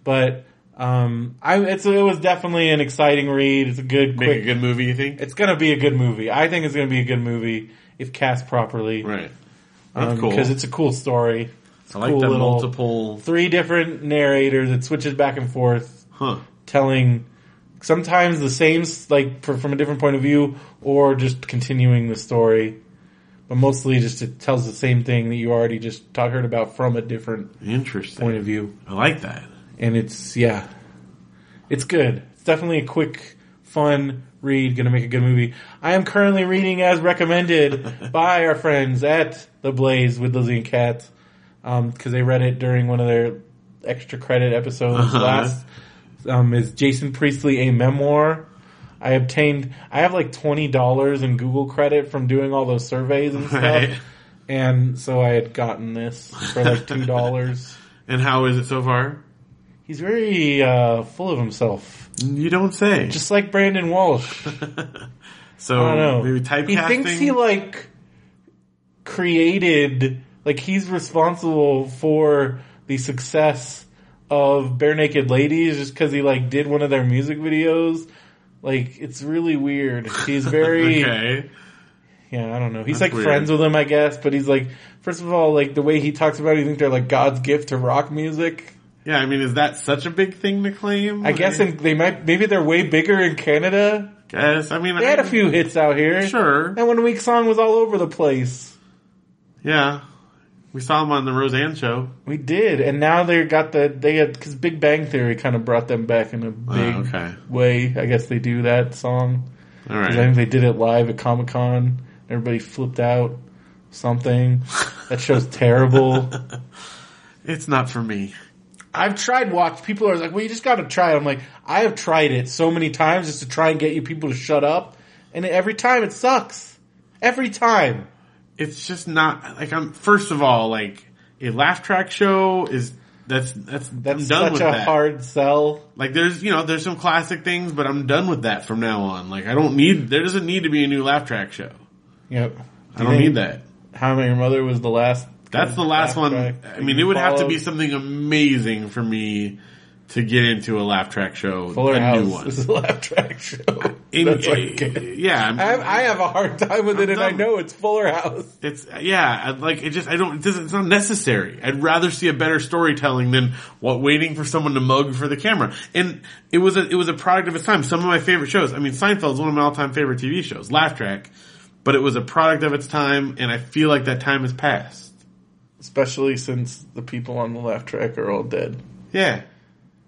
Speaker 2: but um, I it's it was definitely an exciting read. It's a good,
Speaker 3: Make
Speaker 2: quick.
Speaker 3: a good movie, you think?
Speaker 2: it's gonna be a good movie. I think it's gonna be a good movie if cast properly.
Speaker 3: Right. That's
Speaker 2: Um,
Speaker 3: cool.
Speaker 2: Because it's a cool story.
Speaker 3: I like
Speaker 2: cool
Speaker 3: the
Speaker 2: little-
Speaker 3: multiple.
Speaker 2: Three different narrators. It switches back and forth
Speaker 3: Huh.
Speaker 2: telling sometimes the same like for, from a different point of view or just continuing the story but mostly just it tells the same thing that you already just talked heard about from a different
Speaker 3: Interesting.
Speaker 2: point of view
Speaker 3: I like that.
Speaker 2: and it's yeah it's good it's definitely a quick fun read gonna make a good movie i am currently reading as recommended by our friends at the blaze with lizzie and kat because they read it during one of their extra credit episodes
Speaker 3: Uh-huh.
Speaker 2: last um, is jason priestley a memoir i obtained i have like $20 in google credit from doing all those surveys and stuff
Speaker 3: Right.
Speaker 2: and so i had gotten this for like $2
Speaker 3: And how is it so far?
Speaker 2: He's very uh, full of himself,
Speaker 3: You don't say.
Speaker 2: just like Brandon Walsh.
Speaker 3: so
Speaker 2: I don't know.
Speaker 3: maybe typecasting.
Speaker 2: he thinks he like created, like he's responsible for the success of Bare Naked Ladies, just because he like did one of their music videos. Like it's really weird. He's very
Speaker 3: okay.
Speaker 2: yeah. I don't know. He's
Speaker 3: That's
Speaker 2: like
Speaker 3: weird.
Speaker 2: friends with him, I guess, but he's like first of all, like the way he talks about, it, you think they're like God's gift to rock music.
Speaker 3: Yeah, I mean, is that such a big thing to claim?
Speaker 2: I guess and they might maybe they're way bigger in Canada.
Speaker 3: guess. I mean,
Speaker 2: They
Speaker 3: I,
Speaker 2: had a few hits out here.
Speaker 3: Sure.
Speaker 2: That one week song was all over the place.
Speaker 3: Yeah. We saw him on the Roseanne show.
Speaker 2: We did, and now they got the they had because Big Bang Theory kind of brought them back in a
Speaker 3: Oh,
Speaker 2: big
Speaker 3: okay.
Speaker 2: way. I guess they do that song.
Speaker 3: All
Speaker 2: 'Cause
Speaker 3: right.
Speaker 2: I think they did it live at Comic Con. Everybody flipped out. Something that show's terrible.
Speaker 3: it's not for me.
Speaker 2: I've tried watch. People are like, "Well, you just got to try it." I'm like, I have tried it so many times just to try and get you people to shut up, and every time it sucks. Every time.
Speaker 3: It's just not like I'm. First of all, like a laugh track show is that's that's
Speaker 2: That's
Speaker 3: I'm done
Speaker 2: such
Speaker 3: with
Speaker 2: a
Speaker 3: that.
Speaker 2: hard sell.
Speaker 3: Like there's you know there's some classic things, but I'm done with that from now on. Like I don't need there doesn't need to be a new laugh track show.
Speaker 2: Yep.
Speaker 3: I don't need that.
Speaker 2: How I Met Your Mother was the last.
Speaker 3: That's the last one.
Speaker 2: Track
Speaker 3: I mean, it would have to be
Speaker 2: followed.
Speaker 3: something amazing for me to get into a laugh track show,
Speaker 2: Fuller
Speaker 3: a
Speaker 2: House
Speaker 3: new one.
Speaker 2: is the laugh track show.
Speaker 3: In-
Speaker 2: That's what I get.
Speaker 3: yeah, I'm-
Speaker 2: I have, I have a hard time with it, and I
Speaker 3: done.
Speaker 2: know it's Fuller House.
Speaker 3: It's yeah, I'd like it just I don't. It doesn't, it's not necessary. I'd rather see a better storytelling than what waiting for someone to mug for the camera. And it was a it was a product of its time. Some of my favorite shows. I mean, Seinfeld's one of my all time favorite TV shows. Laugh track, but it was a product of its time, and I feel like that time has passed.
Speaker 2: Especially since the people on the laugh track are all dead.
Speaker 3: Yeah,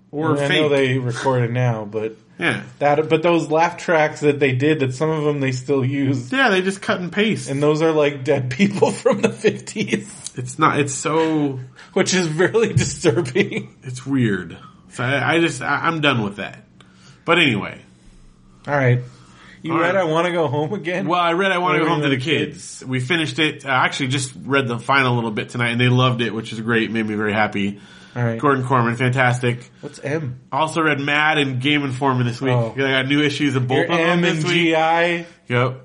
Speaker 3: or
Speaker 2: I mean, I
Speaker 3: fake.
Speaker 2: know they record it now, but
Speaker 3: yeah,
Speaker 2: that but those laugh tracks that they did, that some of them they still use,
Speaker 3: yeah, they just cut and paste.
Speaker 2: and those are like dead people from the fifties,
Speaker 3: it's not. It's so.
Speaker 2: which is really disturbing.
Speaker 3: It's weird. So I, I just I, I'm done with that. But anyway,
Speaker 2: All right. You
Speaker 3: All
Speaker 2: read
Speaker 3: right.
Speaker 2: I Want to Go Home Again?
Speaker 3: Well, I read I Want to
Speaker 2: Were
Speaker 3: Go
Speaker 2: you
Speaker 3: Home to the
Speaker 2: the
Speaker 3: Kids. We finished it. I actually just read the final little bit tonight and they loved it, which is great. Made me very happy.
Speaker 2: All right.
Speaker 3: Gordon Corman, fantastic.
Speaker 2: What's M?
Speaker 3: Also read Mad and Game Informer this week.
Speaker 2: Oh.
Speaker 3: I got new issues of both
Speaker 2: Your
Speaker 3: of them
Speaker 2: M
Speaker 3: this
Speaker 2: and
Speaker 3: week.
Speaker 2: GI.
Speaker 3: Yep.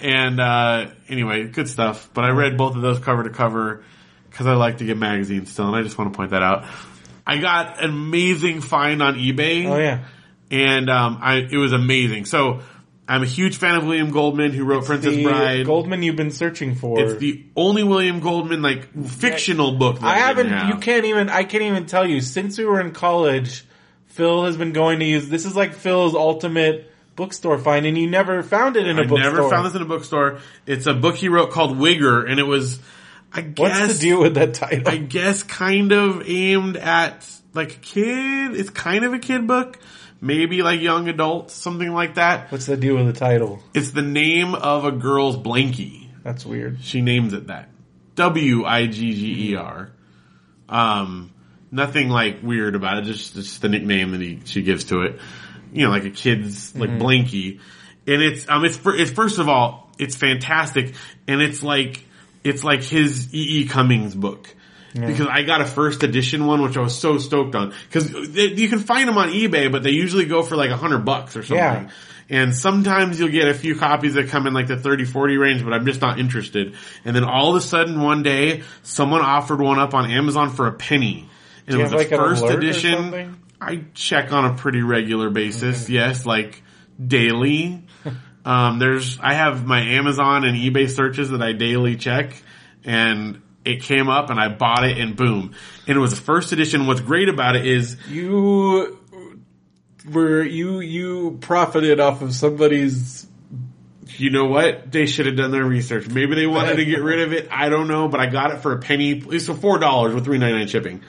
Speaker 3: And uh, anyway, good stuff. But I read both of those cover to cover because I like to get magazines still, and I just want to point that out. I got an amazing find on eBay,
Speaker 2: Oh yeah.
Speaker 3: and um, I, it was amazing. So I'm a huge fan of William Goldman, who wrote Princess
Speaker 2: the
Speaker 3: Bride.
Speaker 2: Goldman you've been searching for.
Speaker 3: it's the only William Goldman like fictional book. That
Speaker 2: I
Speaker 3: didn't
Speaker 2: haven't.
Speaker 3: have.
Speaker 2: You can't even. I can't even tell you. Since we were in college, Phil has been going to use. This is like Phil's ultimate bookstore find, and you never found it in a
Speaker 3: I
Speaker 2: bookstore.
Speaker 3: never found this in a bookstore. It's a book he wrote called Wigger, and it was, I
Speaker 2: What's
Speaker 3: guess,
Speaker 2: the deal with that title?
Speaker 3: I guess kind of aimed at like a kid. It's kind of a kid book. Maybe like young adults, something like that.
Speaker 2: What's the deal with the title?
Speaker 3: It's the name of a girl's blankie.
Speaker 2: That's weird.
Speaker 3: She names it that. W-I-G-G-E-R. E Um, nothing like weird about it. Just, just the nickname that he, she gives to it. You know, like a kid's, like blankie. And it's, um, it's, fir- it's first of all, it's fantastic. And it's like, it's like his E.E. E. Cummings book. Because I got a first edition one, which I was so stoked on. Cause they, you can find them on eBay, but they usually go for like a hundred bucks or something.
Speaker 2: Yeah.
Speaker 3: And sometimes you'll get a few copies that come in like the 30, 40 range, but I'm just not interested. And then all of a sudden one day, someone offered one up on Amazon for a penny. And
Speaker 2: you
Speaker 3: it
Speaker 2: have,
Speaker 3: was the
Speaker 2: like, an
Speaker 3: first
Speaker 2: alert or something?
Speaker 3: edition. I check on a pretty regular basis. Yes, like daily. um, there's, I have my Amazon and eBay searches that I daily check and it came up and I bought it and boom. And it was the first edition. What's great about it is
Speaker 2: You were you you profited off of somebody's.
Speaker 3: you know what? They should have done their research. Maybe they wanted to get rid of it. I don't know, but I got it for a penny. It's for four dollars with three ninety nine shipping.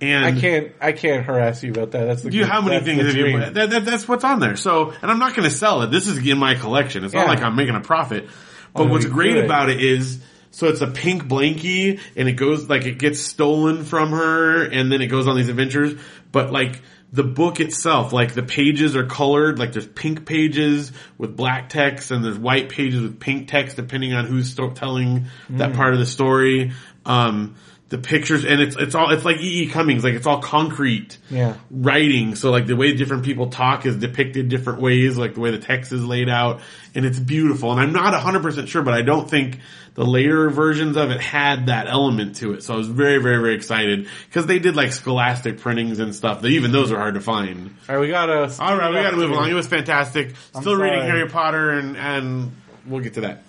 Speaker 3: And
Speaker 2: I can't. I can't harass you about that. That's the.
Speaker 3: Do you how many
Speaker 2: that's
Speaker 3: things
Speaker 2: the
Speaker 3: have you?
Speaker 2: dream.
Speaker 3: That, that, that's what's on there. So, and I'm not going to sell it. This is in my collection. It's not
Speaker 2: Yeah. Oh,
Speaker 3: like I'm making a profit. But
Speaker 2: Although
Speaker 3: what's
Speaker 2: you
Speaker 3: great
Speaker 2: could.
Speaker 3: about it is, so it's a pink blankie, and it goes like it gets stolen from her, and then it goes on these adventures. But like the book itself, like the pages are colored. Like there's pink pages with black text, and there's white pages with pink text, depending on who's sto- telling
Speaker 2: Mm.
Speaker 3: that part of the story. Um, the pictures, and it's it's all it's like E. E. Cummings, like it's all concrete
Speaker 2: Yeah.
Speaker 3: writing. So like the way different people talk is depicted different ways, like the way the text is laid out and it's beautiful. And I'm not 100% sure, but I don't think the later versions of it had that element to it. So I was very, very, very excited because they did like scholastic printings and stuff that even those are hard to find.
Speaker 2: All right, we gotta.
Speaker 3: All right. We got to move along. It was fantastic. Still reading
Speaker 2: sorry.
Speaker 3: Harry Potter and, and we'll get to that.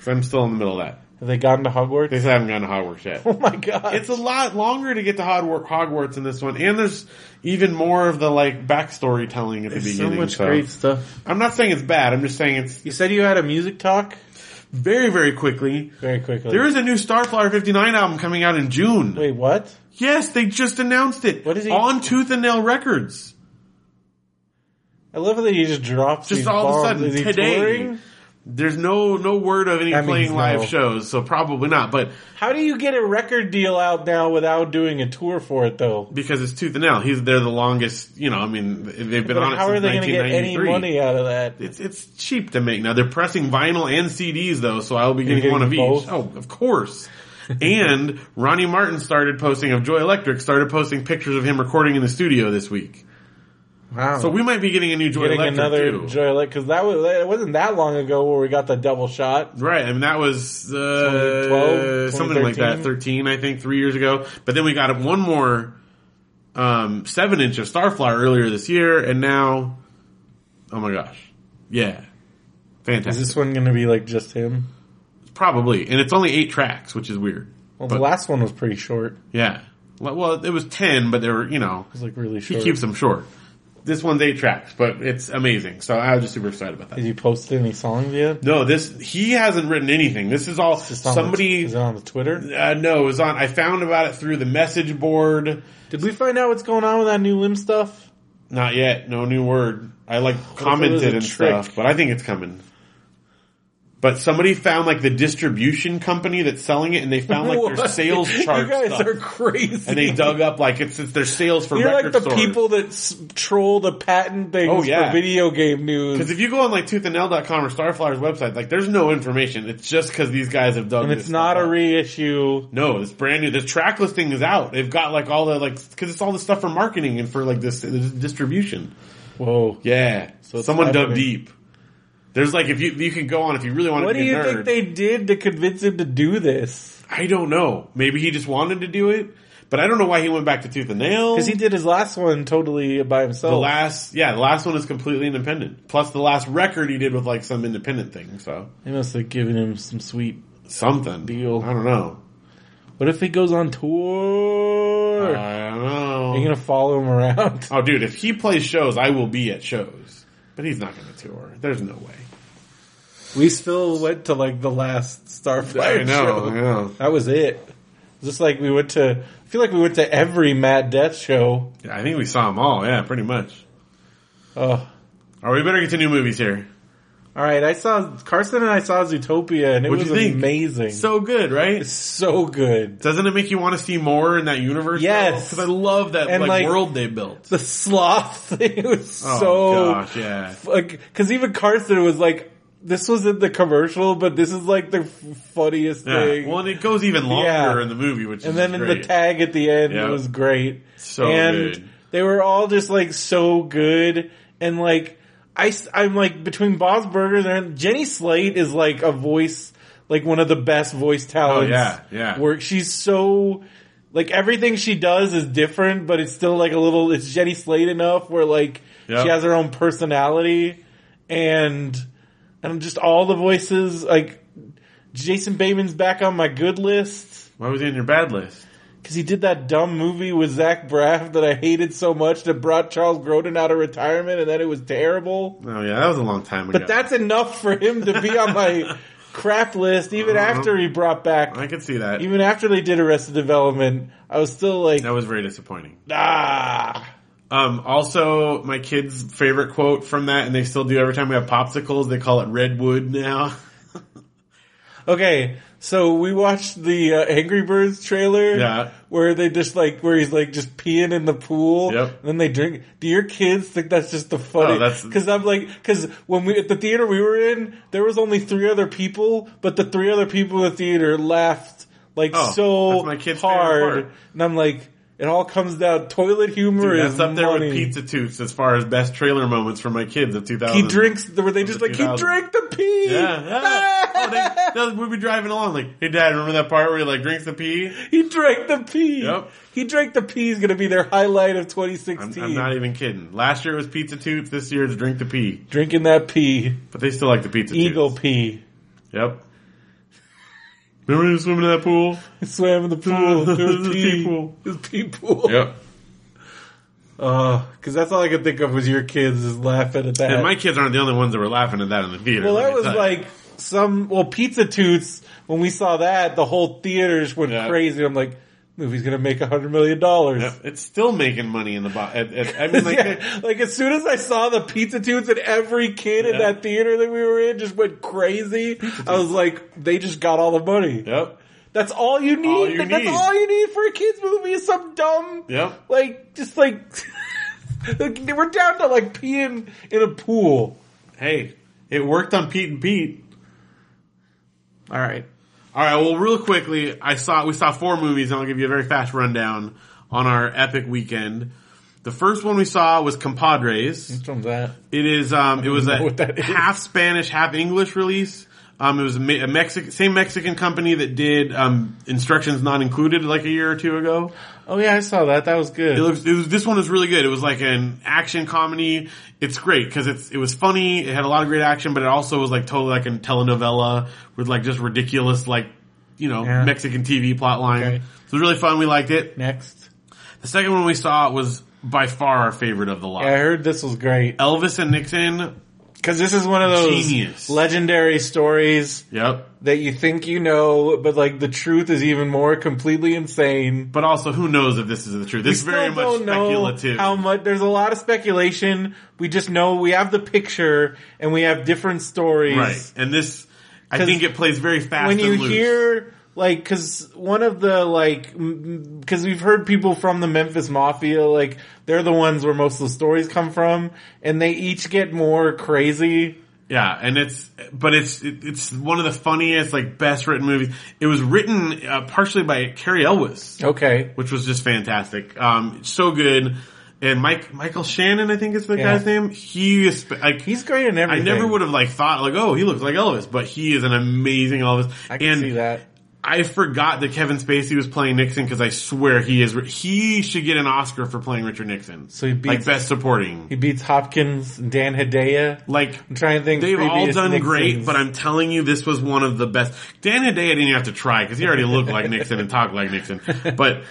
Speaker 3: So I'm still in the middle of that.
Speaker 2: Have they gotten to Hogwarts?
Speaker 3: They still haven't gotten to Hogwarts yet.
Speaker 2: oh my god!
Speaker 3: It's a lot longer to get to Hogwarts, Hogwarts in this one, and there's even more of the like backstory telling at the
Speaker 2: There's so
Speaker 3: beginning.
Speaker 2: much great stuff.
Speaker 3: I'm not saying it's bad. I'm just saying it's
Speaker 2: You said you had a music talk
Speaker 3: very, very quickly.
Speaker 2: very quickly.
Speaker 3: There is a new Starflower 59 album coming out in June.
Speaker 2: Wait, what?
Speaker 3: Yes, they just announced it.
Speaker 2: What is he-
Speaker 3: on Tooth and Nail Records?
Speaker 2: I love that he just drops
Speaker 3: Just
Speaker 2: these
Speaker 3: all
Speaker 2: bombs.
Speaker 3: of a
Speaker 2: Is
Speaker 3: sudden
Speaker 2: he
Speaker 3: today.
Speaker 2: touring?
Speaker 3: There's no no word of any
Speaker 2: That means
Speaker 3: playing live
Speaker 2: no.
Speaker 3: shows, so probably not. But
Speaker 2: How do you get a record deal out now without doing a tour for it though?
Speaker 3: because it's Tooth and Nail, he's they're the longest. You know, I mean, they've been on
Speaker 2: But
Speaker 3: it
Speaker 2: how are
Speaker 3: since
Speaker 2: they going to get any
Speaker 3: 1993.
Speaker 2: money out of that?
Speaker 3: it's it's cheap to make now. They're pressing vinyl and CDs though, so I'll be getting
Speaker 2: getting
Speaker 3: one of
Speaker 2: both?
Speaker 3: each. Oh, of course. and Ronnie Martin started posting of Joy Electric started posting pictures of him recording in the studio this week.
Speaker 2: Wow.
Speaker 3: So we might be getting a new Joy
Speaker 2: getting
Speaker 3: Electric
Speaker 2: another
Speaker 3: too.
Speaker 2: Joy Electric because that was it wasn't that long ago where we got the double shot.
Speaker 3: Right, I mean that was uh,
Speaker 2: 2012,
Speaker 3: something like
Speaker 2: 2013?
Speaker 3: that, thirteen, I think, three years ago. But then we got one more um, seven inch of Starflower earlier this year, and now, oh my gosh, yeah, fantastic,
Speaker 2: Is this one going to be like just him?
Speaker 3: probably, and it's only eight tracks, which is weird.
Speaker 2: Well, the
Speaker 3: But-
Speaker 2: last one was pretty short. It
Speaker 3: Yeah. Well- Well, it was 10, but they were, you know,
Speaker 2: was like really
Speaker 3: he
Speaker 2: short.
Speaker 3: keeps them short. This one's eight tracks, but it's amazing. So I was just super excited about
Speaker 2: Has
Speaker 3: that.
Speaker 2: he posted any songs yet?
Speaker 3: No, this, he hasn't written anything. This is all
Speaker 2: Is it on
Speaker 3: somebody,
Speaker 2: the, is it on the Twitter.
Speaker 3: uh, no, it was on, I found about it through the message board.
Speaker 2: Did we find out what's going on with that new limb stuff?
Speaker 3: Not yet. No new word. I like
Speaker 2: was
Speaker 3: commented
Speaker 2: a
Speaker 3: and
Speaker 2: trick?
Speaker 3: stuff, but I think it's coming. But somebody found like the distribution company that's selling it, and they found like their
Speaker 2: What?
Speaker 3: sales chart
Speaker 2: You guys
Speaker 3: stuff.
Speaker 2: are crazy.
Speaker 3: and they dug up like it's, it's their sales for
Speaker 2: You're like
Speaker 3: record
Speaker 2: the
Speaker 3: stores.
Speaker 2: people that s- troll the patent things
Speaker 3: Oh, yeah.
Speaker 2: for video game
Speaker 3: Because
Speaker 2: news.
Speaker 3: if you go on like toothandnail.com or Starflyer's website, like there's no information. It's just because these guys have dug.
Speaker 2: And
Speaker 3: this
Speaker 2: it's not
Speaker 3: stuff
Speaker 2: a
Speaker 3: up.
Speaker 2: reissue.
Speaker 3: No, it's brand new. The track listing is out. They've got like all the like because it's all the stuff for marketing and for like this, this distribution.
Speaker 2: Whoa.
Speaker 3: Yeah, so someone dug
Speaker 2: happening.
Speaker 3: deep. There's like if you you can go on if you really want
Speaker 2: What
Speaker 3: to
Speaker 2: do
Speaker 3: be
Speaker 2: you
Speaker 3: a nerd.
Speaker 2: think they did to convince him to do this?
Speaker 3: I don't know. Maybe he just wanted to do it, but I don't know why he went back to Tooth and Nail.
Speaker 2: Because he did his last one totally by himself.
Speaker 3: the last yeah the last one is completely independent. Plus the last record he did with like some independent thing. So
Speaker 2: they must have given him some sweet.
Speaker 3: something
Speaker 2: Deal.
Speaker 3: I don't know.
Speaker 2: What if he goes on tour?
Speaker 3: I don't
Speaker 2: Are you
Speaker 3: know.
Speaker 2: gonna follow him around?
Speaker 3: Oh, dude, if he plays shows, I will be at shows. But he's not going to tour. There's no way.
Speaker 2: We still went to like the last Starfire show.
Speaker 3: know.
Speaker 2: That was it. Just like we went to, I feel like we went to every Matt Death show.
Speaker 3: Yeah, I think we saw them all. Yeah, pretty much.
Speaker 2: Ugh.
Speaker 3: All right, we better get to new movies here.
Speaker 2: All right, I saw Carson and I saw Zootopia, and it was
Speaker 3: What'd you think?
Speaker 2: amazing. So,
Speaker 3: So good, right?
Speaker 2: good.
Speaker 3: Doesn't it make you want to see more in that universe?
Speaker 2: Yes.
Speaker 3: because I love that
Speaker 2: And,
Speaker 3: like,
Speaker 2: like-
Speaker 3: world they built.
Speaker 2: The sloth thing was
Speaker 3: Oh
Speaker 2: so
Speaker 3: gosh, yeah.
Speaker 2: like because even Carson was like, "This wasn't the commercial, but this is like the f- funniest
Speaker 3: yeah.
Speaker 2: thing."
Speaker 3: Well, and it goes even longer
Speaker 2: Yeah.
Speaker 3: in the movie, which
Speaker 2: and
Speaker 3: is
Speaker 2: then in
Speaker 3: great.
Speaker 2: the tag at the end
Speaker 3: Yep.
Speaker 2: it was great.
Speaker 3: So
Speaker 2: and
Speaker 3: good.
Speaker 2: they were all just like so good and like I am like between Boss Burgers and Jenny Slate is like a voice like one of the best voice talents.
Speaker 3: Oh, yeah, yeah.
Speaker 2: Work. She's so like everything she does is different, but it's still like a little. It's Jenny Slate enough where like
Speaker 3: Yep.
Speaker 2: she has her own personality and and just all the voices like. Jason Bateman's back on my good list.
Speaker 3: Why was he on your bad list?
Speaker 2: Because he did that dumb movie with Zach Braff that I hated so much that brought Charles Grodin out of retirement and then it was terrible.
Speaker 3: Oh yeah, that was a long time ago.
Speaker 2: But that's enough for him to be on my crap list even
Speaker 3: Uh-huh.
Speaker 2: after he brought
Speaker 3: I
Speaker 2: back,
Speaker 3: could see that.
Speaker 2: even after they did Arrested Development. I was still like,
Speaker 3: that was very disappointing.
Speaker 2: ah.
Speaker 3: Um, also, my kids' favorite quote from that, and they still do every time we have popsicles, they call it redwood now.
Speaker 2: Okay, so we watched the uh, Angry Birds trailer.
Speaker 3: Yeah.
Speaker 2: Where they just like, where he's like just peeing in the pool.
Speaker 3: Yep.
Speaker 2: And then they drink. Do your kids think that's just the funny?
Speaker 3: Oh, that's-
Speaker 2: Cause I'm like, cause when we, at the theater we were in, there was only three other people, but the three other people in the theater laughed like
Speaker 3: Oh,
Speaker 2: so
Speaker 3: that's my kid's favorite
Speaker 2: hard.
Speaker 3: part.
Speaker 2: And I'm like, it all comes down, toilet humor
Speaker 3: Dude,
Speaker 2: is
Speaker 3: that's up there
Speaker 2: money.
Speaker 3: with Pizza Toots as far as best trailer moments for my kids of 2000.
Speaker 2: He drinks, where they just
Speaker 3: the
Speaker 2: like, he
Speaker 3: 2000s.
Speaker 2: drank the pee!
Speaker 3: Yeah, yeah. oh, they, they'll- we'd be driving along like, hey dad, remember that part where he like drinks the pee?
Speaker 2: He drank the pee.
Speaker 3: Yep.
Speaker 2: He drank the pee is going to be their highlight of 2016.
Speaker 3: I'm, I'm not even kidding. Last year it was Pizza Toots, this year it's drink the pee.
Speaker 2: Drinking that pee.
Speaker 3: But they still like the Pizza
Speaker 2: Eagle
Speaker 3: Toots.
Speaker 2: pee.
Speaker 3: Yep. Remember when you swim in that pool?
Speaker 2: He swam in the pool. It was
Speaker 3: The
Speaker 2: pee
Speaker 3: pee pool.
Speaker 2: It was pee pool.
Speaker 3: Yep.
Speaker 2: Because Uh, that's all I could think of was your kids is laughing at that.
Speaker 3: And my kids aren't the only ones that were laughing at that in the theater.
Speaker 2: well,
Speaker 3: let
Speaker 2: that
Speaker 3: me
Speaker 2: was
Speaker 3: tell you.
Speaker 2: like some, well, Pizza Toots, when we saw that, the whole theaters went
Speaker 3: Yeah.
Speaker 2: crazy. I'm like, movie's going to make a $100 million. dollars.
Speaker 3: Yep, It's still making money in the box. I mean, like,
Speaker 2: Yeah, like as soon as I saw the Pizza Tunes and every kid in
Speaker 3: Yeah.
Speaker 2: that theater that we were in just went crazy, I was like, they just got all the money.
Speaker 3: yep,
Speaker 2: That's all you need.
Speaker 3: you
Speaker 2: That's
Speaker 3: need.
Speaker 2: all you need for a kids movie is some dumb,
Speaker 3: yep.
Speaker 2: like just like, like they we're down to like peeing in a pool.
Speaker 3: Hey, it worked on Pete and Pete.
Speaker 2: All right,
Speaker 3: All right. Well, real quickly, I saw we saw four movies, and I'll give you a very fast rundown on our epic weekend. The first one we saw was Compadres.
Speaker 2: from that.
Speaker 3: It is um, it was
Speaker 2: know what
Speaker 3: a
Speaker 2: that is.
Speaker 3: half Spanish, half English release. Um, it was a, Me- a Mexican, same Mexican company that did um, Instructions Not Included like a year or two ago.
Speaker 2: Oh yeah, I saw that. That was good.
Speaker 3: It looks. It was, this one was really good. It was like an action comedy. It's great because it's it was funny. It had a lot of great action, but it also was like totally like a telenovela with like just ridiculous like you know
Speaker 2: Yeah.
Speaker 3: Mexican TV plot line.
Speaker 2: Okay.
Speaker 3: So it was really fun. We liked it.
Speaker 2: Next,
Speaker 3: The second one we saw was by far our favorite of the lot.
Speaker 2: yeah, I heard this was great
Speaker 3: Elvis and Nixon.
Speaker 2: because this is one of those
Speaker 3: Genius.
Speaker 2: legendary stories
Speaker 3: Yep.
Speaker 2: that you think you know, but like the truth is even more completely insane.
Speaker 3: But also, who knows if this is the truth? It's
Speaker 2: We
Speaker 3: very
Speaker 2: still
Speaker 3: much
Speaker 2: don't know
Speaker 3: speculative.
Speaker 2: How much? There's a lot of speculation. We just know we have the picture and we have different stories.
Speaker 3: Right. And this I
Speaker 2: 'Cause
Speaker 3: think it plays very fast.
Speaker 2: when you
Speaker 3: and loose.
Speaker 2: hear like because one of the like because we've heard people from the memphis mafia like they're the ones where most of the stories come from and they each get more crazy
Speaker 3: Yeah, and it's but it's it, it's one of the funniest like best written movies. It was written uh, partially by Carrie
Speaker 2: Oh.
Speaker 3: Elwes,
Speaker 2: okay
Speaker 3: which was just fantastic. Um, so good. And Mike Michael Shannon, I think is the
Speaker 2: Yeah.
Speaker 3: guy's name. He is sp- like
Speaker 2: he's great in
Speaker 3: I
Speaker 2: everything
Speaker 3: never would have like thought like oh he looks like Elvis, but he is an amazing Elvis.
Speaker 2: i can
Speaker 3: and
Speaker 2: see that
Speaker 3: I forgot that Kevin Spacey was playing Nixon because I swear he is. He should get an Oscar for playing Richard Nixon.
Speaker 2: So he beats-
Speaker 3: like best supporting.
Speaker 2: he beats hopkins and dan hedaya
Speaker 3: like
Speaker 2: i'm trying to think
Speaker 3: They've all
Speaker 2: previous
Speaker 3: done great,
Speaker 2: Nixons.
Speaker 3: but I'm telling you, this was one of the best. Dan Hedaya didn't even have to try because he already looked like Nixon and talked like Nixon. But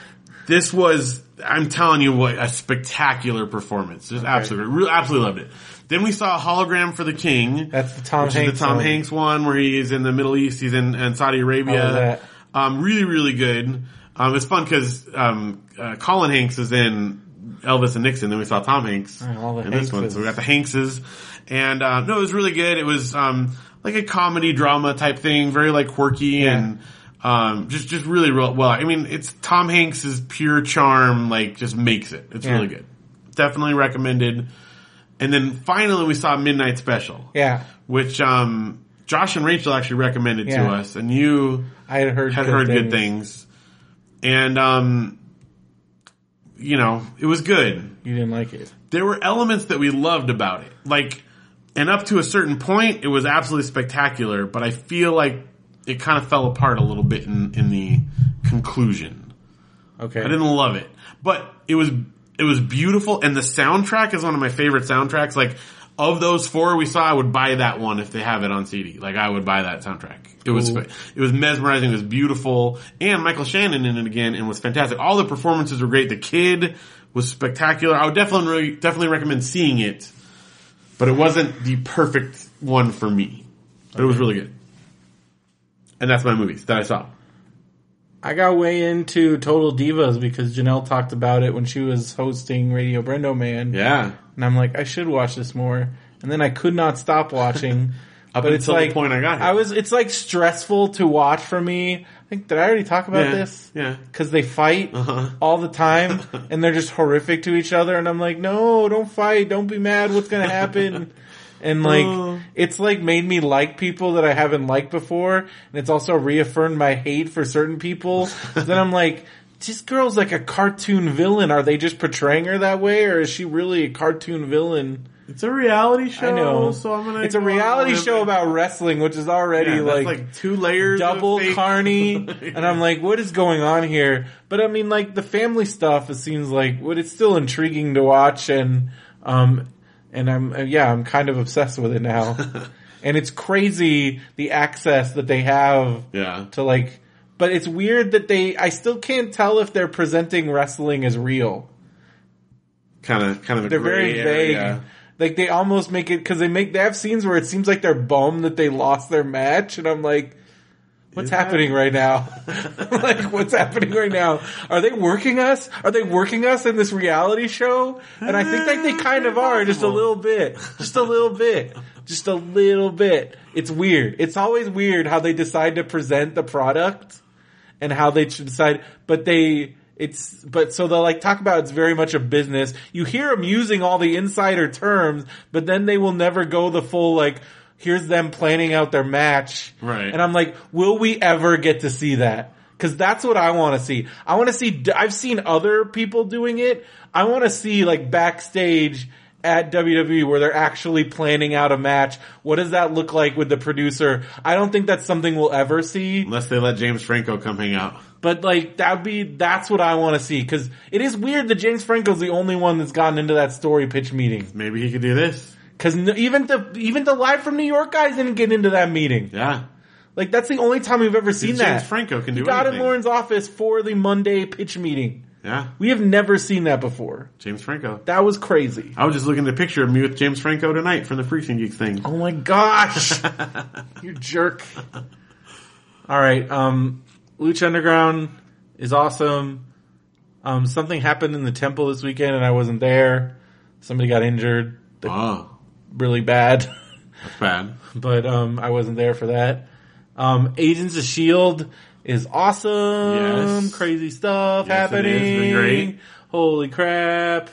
Speaker 3: this was, I'm telling you, what a spectacular performance! Just absolutely, really, absolutely loved it. Then we saw a hologram for the king.
Speaker 2: that's the tom
Speaker 3: which
Speaker 2: hanks
Speaker 3: is the Tom
Speaker 2: one.
Speaker 3: Hanks one where he's in the Middle East. He's in, in Saudi
Speaker 2: I love
Speaker 3: Arabia.
Speaker 2: that.
Speaker 3: Um, really, really good. Um, it's fun because um, uh, Colin Hanks is in Elvis and Nixon. Then we saw Tom Hanks
Speaker 2: Right, all the
Speaker 3: in this one,
Speaker 2: Hankses.
Speaker 3: so we got the Hankses. And uh, no, it was really good. It was um, like a comedy drama type thing, very like quirky and. Um, just, just really real, well, I mean, it's Tom Hanks's pure charm, like, just makes it. It's
Speaker 2: Yeah.
Speaker 3: really good. Definitely recommended. And then finally we saw Midnight Special
Speaker 2: yeah
Speaker 3: which um, Josh and Rachel actually recommended to
Speaker 2: Yeah.
Speaker 3: us, and you
Speaker 2: i had heard
Speaker 3: had heard good things, and um, you know it was good.
Speaker 2: you didn't like it
Speaker 3: There were elements that we loved about it, like, and up to a certain point, it was absolutely spectacular. But I feel like it kind of fell apart a little bit in in the conclusion.
Speaker 2: okay
Speaker 3: I didn't love it, but it was it was beautiful, and the soundtrack is one of my favorite soundtracks. Like of those four we saw, I would buy that one if they have it on CD. Like I would buy that soundtrack. It was
Speaker 2: Cool.
Speaker 3: it was mesmerizing. It was beautiful, and Michael Shannon in it again, and was fantastic. All the performances were great. The kid was spectacular. I would definitely definitely recommend seeing it, but it wasn't the perfect one for me. But it was really good, and that's my movies that I saw.
Speaker 2: I got way into Total Divas because Janelle talked about it when she was hosting Radio Brendo Man.
Speaker 3: Yeah,
Speaker 2: And I'm like, I should watch this more. And then I could not stop watching.
Speaker 3: up
Speaker 2: but
Speaker 3: until
Speaker 2: it's like
Speaker 3: the point I got here.
Speaker 2: I was it's like stressful to watch for me. I think did I already talk about
Speaker 3: yeah.
Speaker 2: this?
Speaker 3: Yeah.
Speaker 2: Cause they fight
Speaker 3: Uh-huh.
Speaker 2: all the time and they're just horrific to each other and I'm like, no, don't fight, don't be mad, what's gonna happen? And like,
Speaker 3: Oh.
Speaker 2: it's like made me like people that I haven't liked before, and it's also reaffirmed my hate for certain people. then I'm like, this girl's like a cartoon villain. Are they just portraying her that way, or is she really a cartoon villain?
Speaker 3: It's a reality show.
Speaker 2: I know.
Speaker 3: So I'm gonna.
Speaker 2: it's a reality show about wrestling, which is already
Speaker 3: yeah, that's
Speaker 2: like,
Speaker 3: like two layers. of
Speaker 2: double
Speaker 3: fake-
Speaker 2: Carney,
Speaker 3: Yeah.
Speaker 2: and I'm like, what is going on here? But I mean, like the family stuff, it seems like what it's still intriguing to watch, and um, and I'm uh, yeah, I'm kind of obsessed with it now, and it's crazy the access that they have
Speaker 3: Yeah.
Speaker 2: to like, but it's weird that they, I still can't tell if they're presenting wrestling as real.
Speaker 3: Kind of, kind of. A
Speaker 2: They're very
Speaker 3: gray
Speaker 2: vague.
Speaker 3: area.
Speaker 2: Like they almost make it because they make they have scenes where it seems like they're bummed that they lost their match, and I'm like, what's
Speaker 3: Is that-
Speaker 2: happening right now? like what's happening right now? Are they working us? Are they working us in this reality show? And I think like they kind of are, just a little bit, just a little bit, just a little bit. It's weird. It's always weird how they decide to present the product and how they should decide, but they, it's, but so they'll like talk about it's very much a business. You hear them using all the insider terms, but then they will never go the full like, here's them planning out their match.
Speaker 3: Right.
Speaker 2: And I'm like, will we ever get to see that? Cause that's what I want to see. I want to see, I've seen other people doing it. I want to see like backstage at WWE where they're actually planning out a match. What does that look like with the producer? I don't think that's something we'll ever see.
Speaker 3: Unless they let James Franco come hang out.
Speaker 2: But like that'd be that's what I want to see because it is weird that James Franco's the only one that's gotten into that story pitch meeting
Speaker 3: Maybe he could do this.
Speaker 2: because no, even the even the live from New York guys didn't get into that meeting.
Speaker 3: Yeah.
Speaker 2: Like that's the only time we've ever seen
Speaker 3: James
Speaker 2: that.
Speaker 3: Franco can
Speaker 2: He
Speaker 3: do
Speaker 2: got
Speaker 3: anything.
Speaker 2: in Lauren's office for the Monday pitch meeting.
Speaker 3: Yeah.
Speaker 2: We have never seen that before.
Speaker 3: James Franco.
Speaker 2: That was crazy.
Speaker 3: I was just looking at a picture of me with James Franco tonight from the Freaks and Geeks thing.
Speaker 2: Oh my gosh, you jerk! All right, um, Lucha Underground is awesome. Um, something happened in the temple this weekend, and I wasn't there. Somebody got injured
Speaker 3: Oh,
Speaker 2: really bad,
Speaker 3: that's bad.
Speaker 2: but um, I wasn't there for that. Um, Agents of Shield is awesome.
Speaker 3: Yes.
Speaker 2: Crazy stuff
Speaker 3: Yes, it
Speaker 2: happening.
Speaker 3: is. It's been great.
Speaker 2: Holy crap!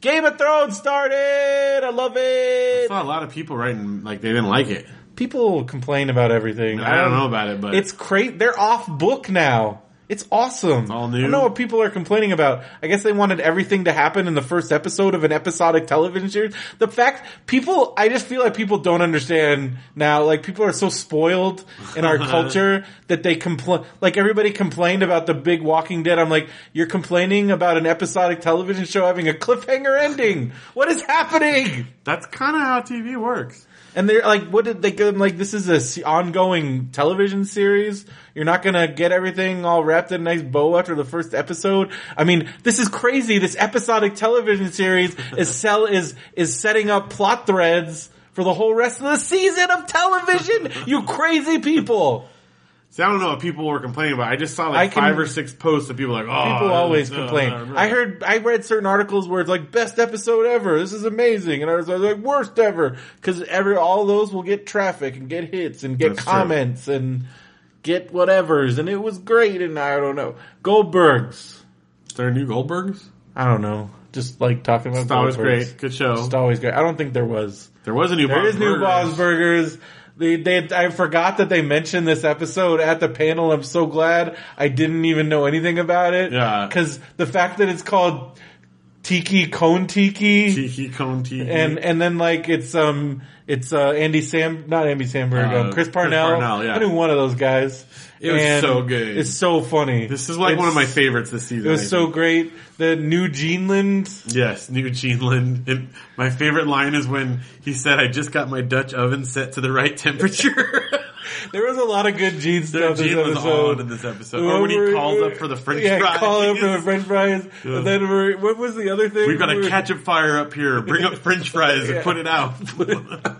Speaker 2: Game of Thrones started. I love
Speaker 3: I
Speaker 2: it.
Speaker 3: saw a lot of people writing like they didn't like it.
Speaker 2: People complain about everything.
Speaker 3: I don't know about it, but
Speaker 2: Um, It's great. They're off book now. It's awesome.
Speaker 3: all new.
Speaker 2: I don't know what people are complaining about. I guess they wanted everything to happen in the first episode of an episodic television series. The fact people, I just feel like people don't understand now. Like people are so spoiled in our culture that they complain. Like everybody complained about the big Walking Dead. I'm like, you're complaining about an episodic television show having a cliffhanger ending. What is happening?
Speaker 3: that's kind of how TV works.
Speaker 2: And they're like, what did they give them? Like, this is a s- ongoing television series. You're not gonna get everything all wrapped in a nice bow after the first episode. I mean, this is crazy. This episodic television series is sell is is setting up plot threads for the whole rest of the season of television. You crazy people!
Speaker 3: See, I don't know what people were complaining about. I just
Speaker 2: I
Speaker 3: saw like
Speaker 2: can-
Speaker 3: five or six posts of people like, oh,
Speaker 2: People always
Speaker 3: uh,
Speaker 2: complain.
Speaker 3: uh,
Speaker 2: I heard, I read certain articles where it's like best episode ever. This is amazing, and I was like worst ever because every all those will get traffic and get hits and get
Speaker 3: That's true.
Speaker 2: comments and get whatever's, and it was great. And I don't know Goldbergs.
Speaker 3: Is there a new Goldbergs?
Speaker 2: I don't know. Just like talking about
Speaker 3: It's always
Speaker 2: Goldbergs.
Speaker 3: great. Good show.
Speaker 2: It's always great. I don't think there was.
Speaker 3: There was a new.
Speaker 2: There
Speaker 3: Bob's
Speaker 2: is new
Speaker 3: Burgers.
Speaker 2: Bob's Burgers. They, they, I forgot that they mentioned this episode at the panel. I'm so glad I didn't even know anything about it.
Speaker 3: Yeah.
Speaker 2: Cause the fact that it's called Tiki Cone Tiki.
Speaker 3: Tiki cone tiki.
Speaker 2: And, and then like it's, um, it's, uh, Andy Sam, not Andy Samberg,
Speaker 3: Uh,
Speaker 2: um, Chris
Speaker 3: Chris
Speaker 2: Parnell.
Speaker 3: Parnell, yeah.
Speaker 2: I knew one of those guys.
Speaker 3: It was so good.
Speaker 2: It's so funny.
Speaker 3: this is like one of my
Speaker 2: It's-
Speaker 3: favorites this season.
Speaker 2: It
Speaker 3: I
Speaker 2: was so
Speaker 3: think.
Speaker 2: great. The new Geneland.
Speaker 3: Yes, New Jeanland. And my favorite line is when he said, "I just got my Dutch oven set to the right temperature."
Speaker 2: There was a lot of good Gene
Speaker 3: Their
Speaker 2: stuff this
Speaker 3: Gene was on
Speaker 2: episode.
Speaker 3: in this episode. Or when he
Speaker 2: Whoever-
Speaker 3: calls up for the French
Speaker 2: yeah,
Speaker 3: fries.
Speaker 2: call up for the French fries. And then we're, what was the other thing?
Speaker 3: We've got
Speaker 2: We
Speaker 3: a
Speaker 2: were-
Speaker 3: catch a fire up here. Bring up French fries and
Speaker 2: Yeah.
Speaker 3: put it out.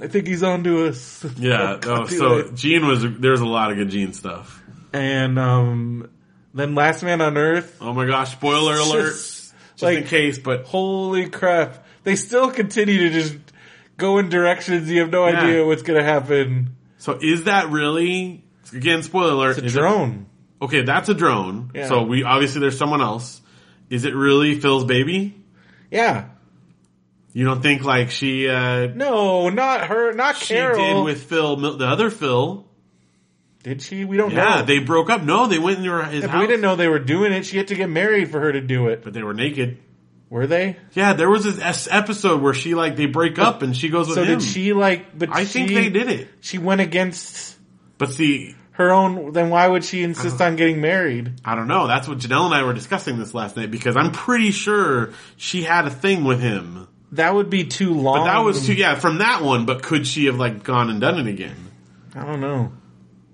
Speaker 2: I think he's on to us.
Speaker 3: yeah. Oh, so Gene was. There's a lot of good Gene stuff.
Speaker 2: And um, then Last Man on Earth.
Speaker 3: Oh my gosh! Spoiler alert.
Speaker 2: Just,
Speaker 3: Just,
Speaker 2: like-
Speaker 3: in case, but
Speaker 2: Holy crap! They still continue to just go in directions you have no
Speaker 3: Yeah.
Speaker 2: idea what's going to happen.
Speaker 3: so is that really? Again, spoiler alert.
Speaker 2: It's a
Speaker 3: is it-
Speaker 2: drone.
Speaker 3: okay, that's a drone.
Speaker 2: Yeah.
Speaker 3: So we obviously there's someone else. Is it really Phil's baby?
Speaker 2: Yeah.
Speaker 3: You don't think like she uh,
Speaker 2: No, not her. Not
Speaker 3: she
Speaker 2: Carol.
Speaker 3: did with Phil, Mil- the other Phil?
Speaker 2: Did she? We don't
Speaker 3: Yeah,
Speaker 2: know.
Speaker 3: they broke up. No, they went into her, his
Speaker 2: Yeah, but
Speaker 3: house,
Speaker 2: we didn't know they were doing it. She had to get married for her to do it.
Speaker 3: but they were naked.
Speaker 2: Were they?
Speaker 3: Yeah, there was this es- episode where she like they break up and she goes with
Speaker 2: So
Speaker 3: him.
Speaker 2: did she like? But
Speaker 3: I think
Speaker 2: she-
Speaker 3: they did it.
Speaker 2: She went against
Speaker 3: But see,
Speaker 2: her own. Then why would she insist
Speaker 3: Uh-huh.
Speaker 2: on getting married?
Speaker 3: I don't know. That's what Janelle and I were discussing this last night because I'm pretty sure she had a thing with him.
Speaker 2: That would be too long.
Speaker 3: But that was too yeah from that one. But could she have like gone and done it again?
Speaker 2: I don't know.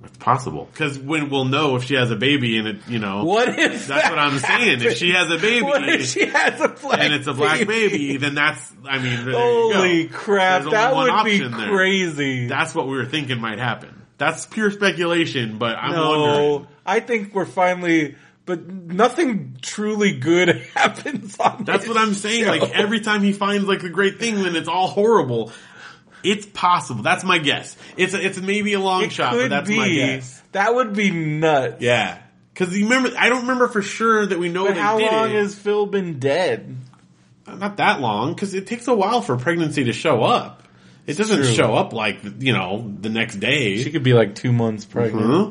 Speaker 3: It's possible because when we'll know if she has a baby and it you know
Speaker 2: What if
Speaker 3: that's
Speaker 2: that
Speaker 3: what I'm saying. If she has a baby
Speaker 2: What if she has a black?
Speaker 3: and it's a black baby, then that's I mean there you go.
Speaker 2: Holy crap!
Speaker 3: There's only
Speaker 2: That
Speaker 3: one
Speaker 2: would be
Speaker 3: option there.
Speaker 2: crazy.
Speaker 3: That's what we were thinking might happen. That's pure speculation, but I'm wondering.
Speaker 2: no, I think we're finally. But nothing truly good happens on.
Speaker 3: That's
Speaker 2: this
Speaker 3: what I'm saying.
Speaker 2: show.
Speaker 3: Like every time he finds like the great thing, then it's all horrible. It's possible. That's my guess. It's it's maybe a long
Speaker 2: it
Speaker 3: shot, but
Speaker 2: could
Speaker 3: that's
Speaker 2: be.
Speaker 3: my guess.
Speaker 2: That would be nuts.
Speaker 3: Yeah, because you remember, I don't remember for sure that we know
Speaker 2: But
Speaker 3: they
Speaker 2: how
Speaker 3: did
Speaker 2: long
Speaker 3: it.
Speaker 2: has Phil been dead?
Speaker 3: not that long because it takes a while for pregnancy to show up. It doesn't
Speaker 2: true.
Speaker 3: show up like you know the next day.
Speaker 2: She could be like two months pregnant.
Speaker 3: Huh?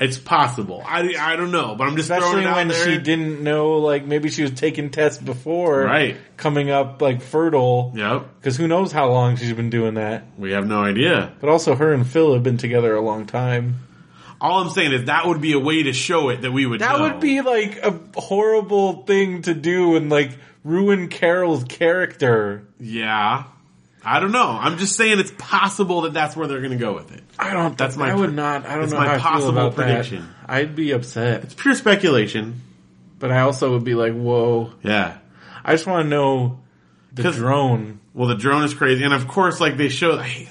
Speaker 3: It's possible. I, I don't know, but I'm Mm-hmm. just
Speaker 2: Especially
Speaker 3: throwing it out
Speaker 2: when
Speaker 3: there.
Speaker 2: she didn't know, like maybe she was taking tests before,
Speaker 3: Right.
Speaker 2: Coming up like fertile,
Speaker 3: Yep,
Speaker 2: Because who knows how long she's been doing that?
Speaker 3: we have no idea.
Speaker 2: But also, her and Phil have been together a long time.
Speaker 3: All I'm saying is that would be a way to show it that we would.
Speaker 2: That
Speaker 3: know.
Speaker 2: would be like a horrible thing to do and like ruin Carol's character.
Speaker 3: Yeah, I don't know. I'm just saying it's possible that that's where they're going to go with it.
Speaker 2: I don't.
Speaker 3: That's my-
Speaker 2: I would not. I don't
Speaker 3: it's
Speaker 2: know
Speaker 3: my
Speaker 2: how I feel
Speaker 3: possible
Speaker 2: about
Speaker 3: prediction.
Speaker 2: That. I'd be upset,
Speaker 3: Pure speculation.
Speaker 2: but I also would be like, "Whoa!"
Speaker 3: Yeah.
Speaker 2: I just want to know the
Speaker 3: 'Cause-
Speaker 2: drone.
Speaker 3: Well, the drone is crazy, and of course, like they show. I,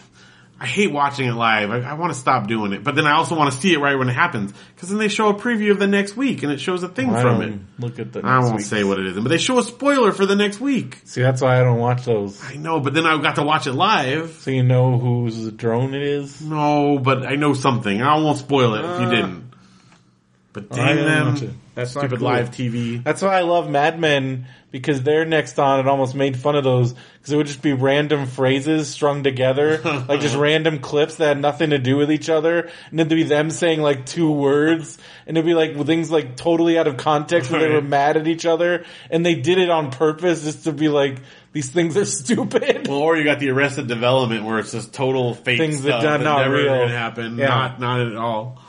Speaker 3: I hate watching it live. I, I want to stop doing it, but then I also want to see it right when it happens because then they show a preview of the next week and it shows a thing
Speaker 2: I
Speaker 3: from
Speaker 2: don't
Speaker 3: it.
Speaker 2: Look at the.
Speaker 3: I
Speaker 2: next
Speaker 3: won't
Speaker 2: week.
Speaker 3: say what it is, but they show a spoiler for the next week.
Speaker 2: See, that's why I don't watch those.
Speaker 3: I know, but then I got to watch it live.
Speaker 2: So you know whose drone it is.
Speaker 3: No, but I know something. I won't spoil it if you didn't. But
Speaker 2: Uh, I
Speaker 3: dang
Speaker 2: didn't
Speaker 3: them,
Speaker 2: watch it.
Speaker 4: That's not
Speaker 3: stupid
Speaker 4: cool.
Speaker 3: live TV.
Speaker 2: That's why I love Mad Men because they're next on. It almost made fun of those because it would just be random phrases strung together, like just random clips that had nothing to do with each other, and it'd be them saying like two words, and it'd be like things like totally out of context where they were
Speaker 3: Right.
Speaker 2: mad at each other, and they did it on purpose just to be like these things are stupid.
Speaker 3: Well, or you got the Arrested Development where it's just total fake
Speaker 2: Things that
Speaker 3: stuff
Speaker 2: are not
Speaker 3: never
Speaker 2: real.
Speaker 3: gonna happen.
Speaker 2: Yeah.
Speaker 3: Not not at all.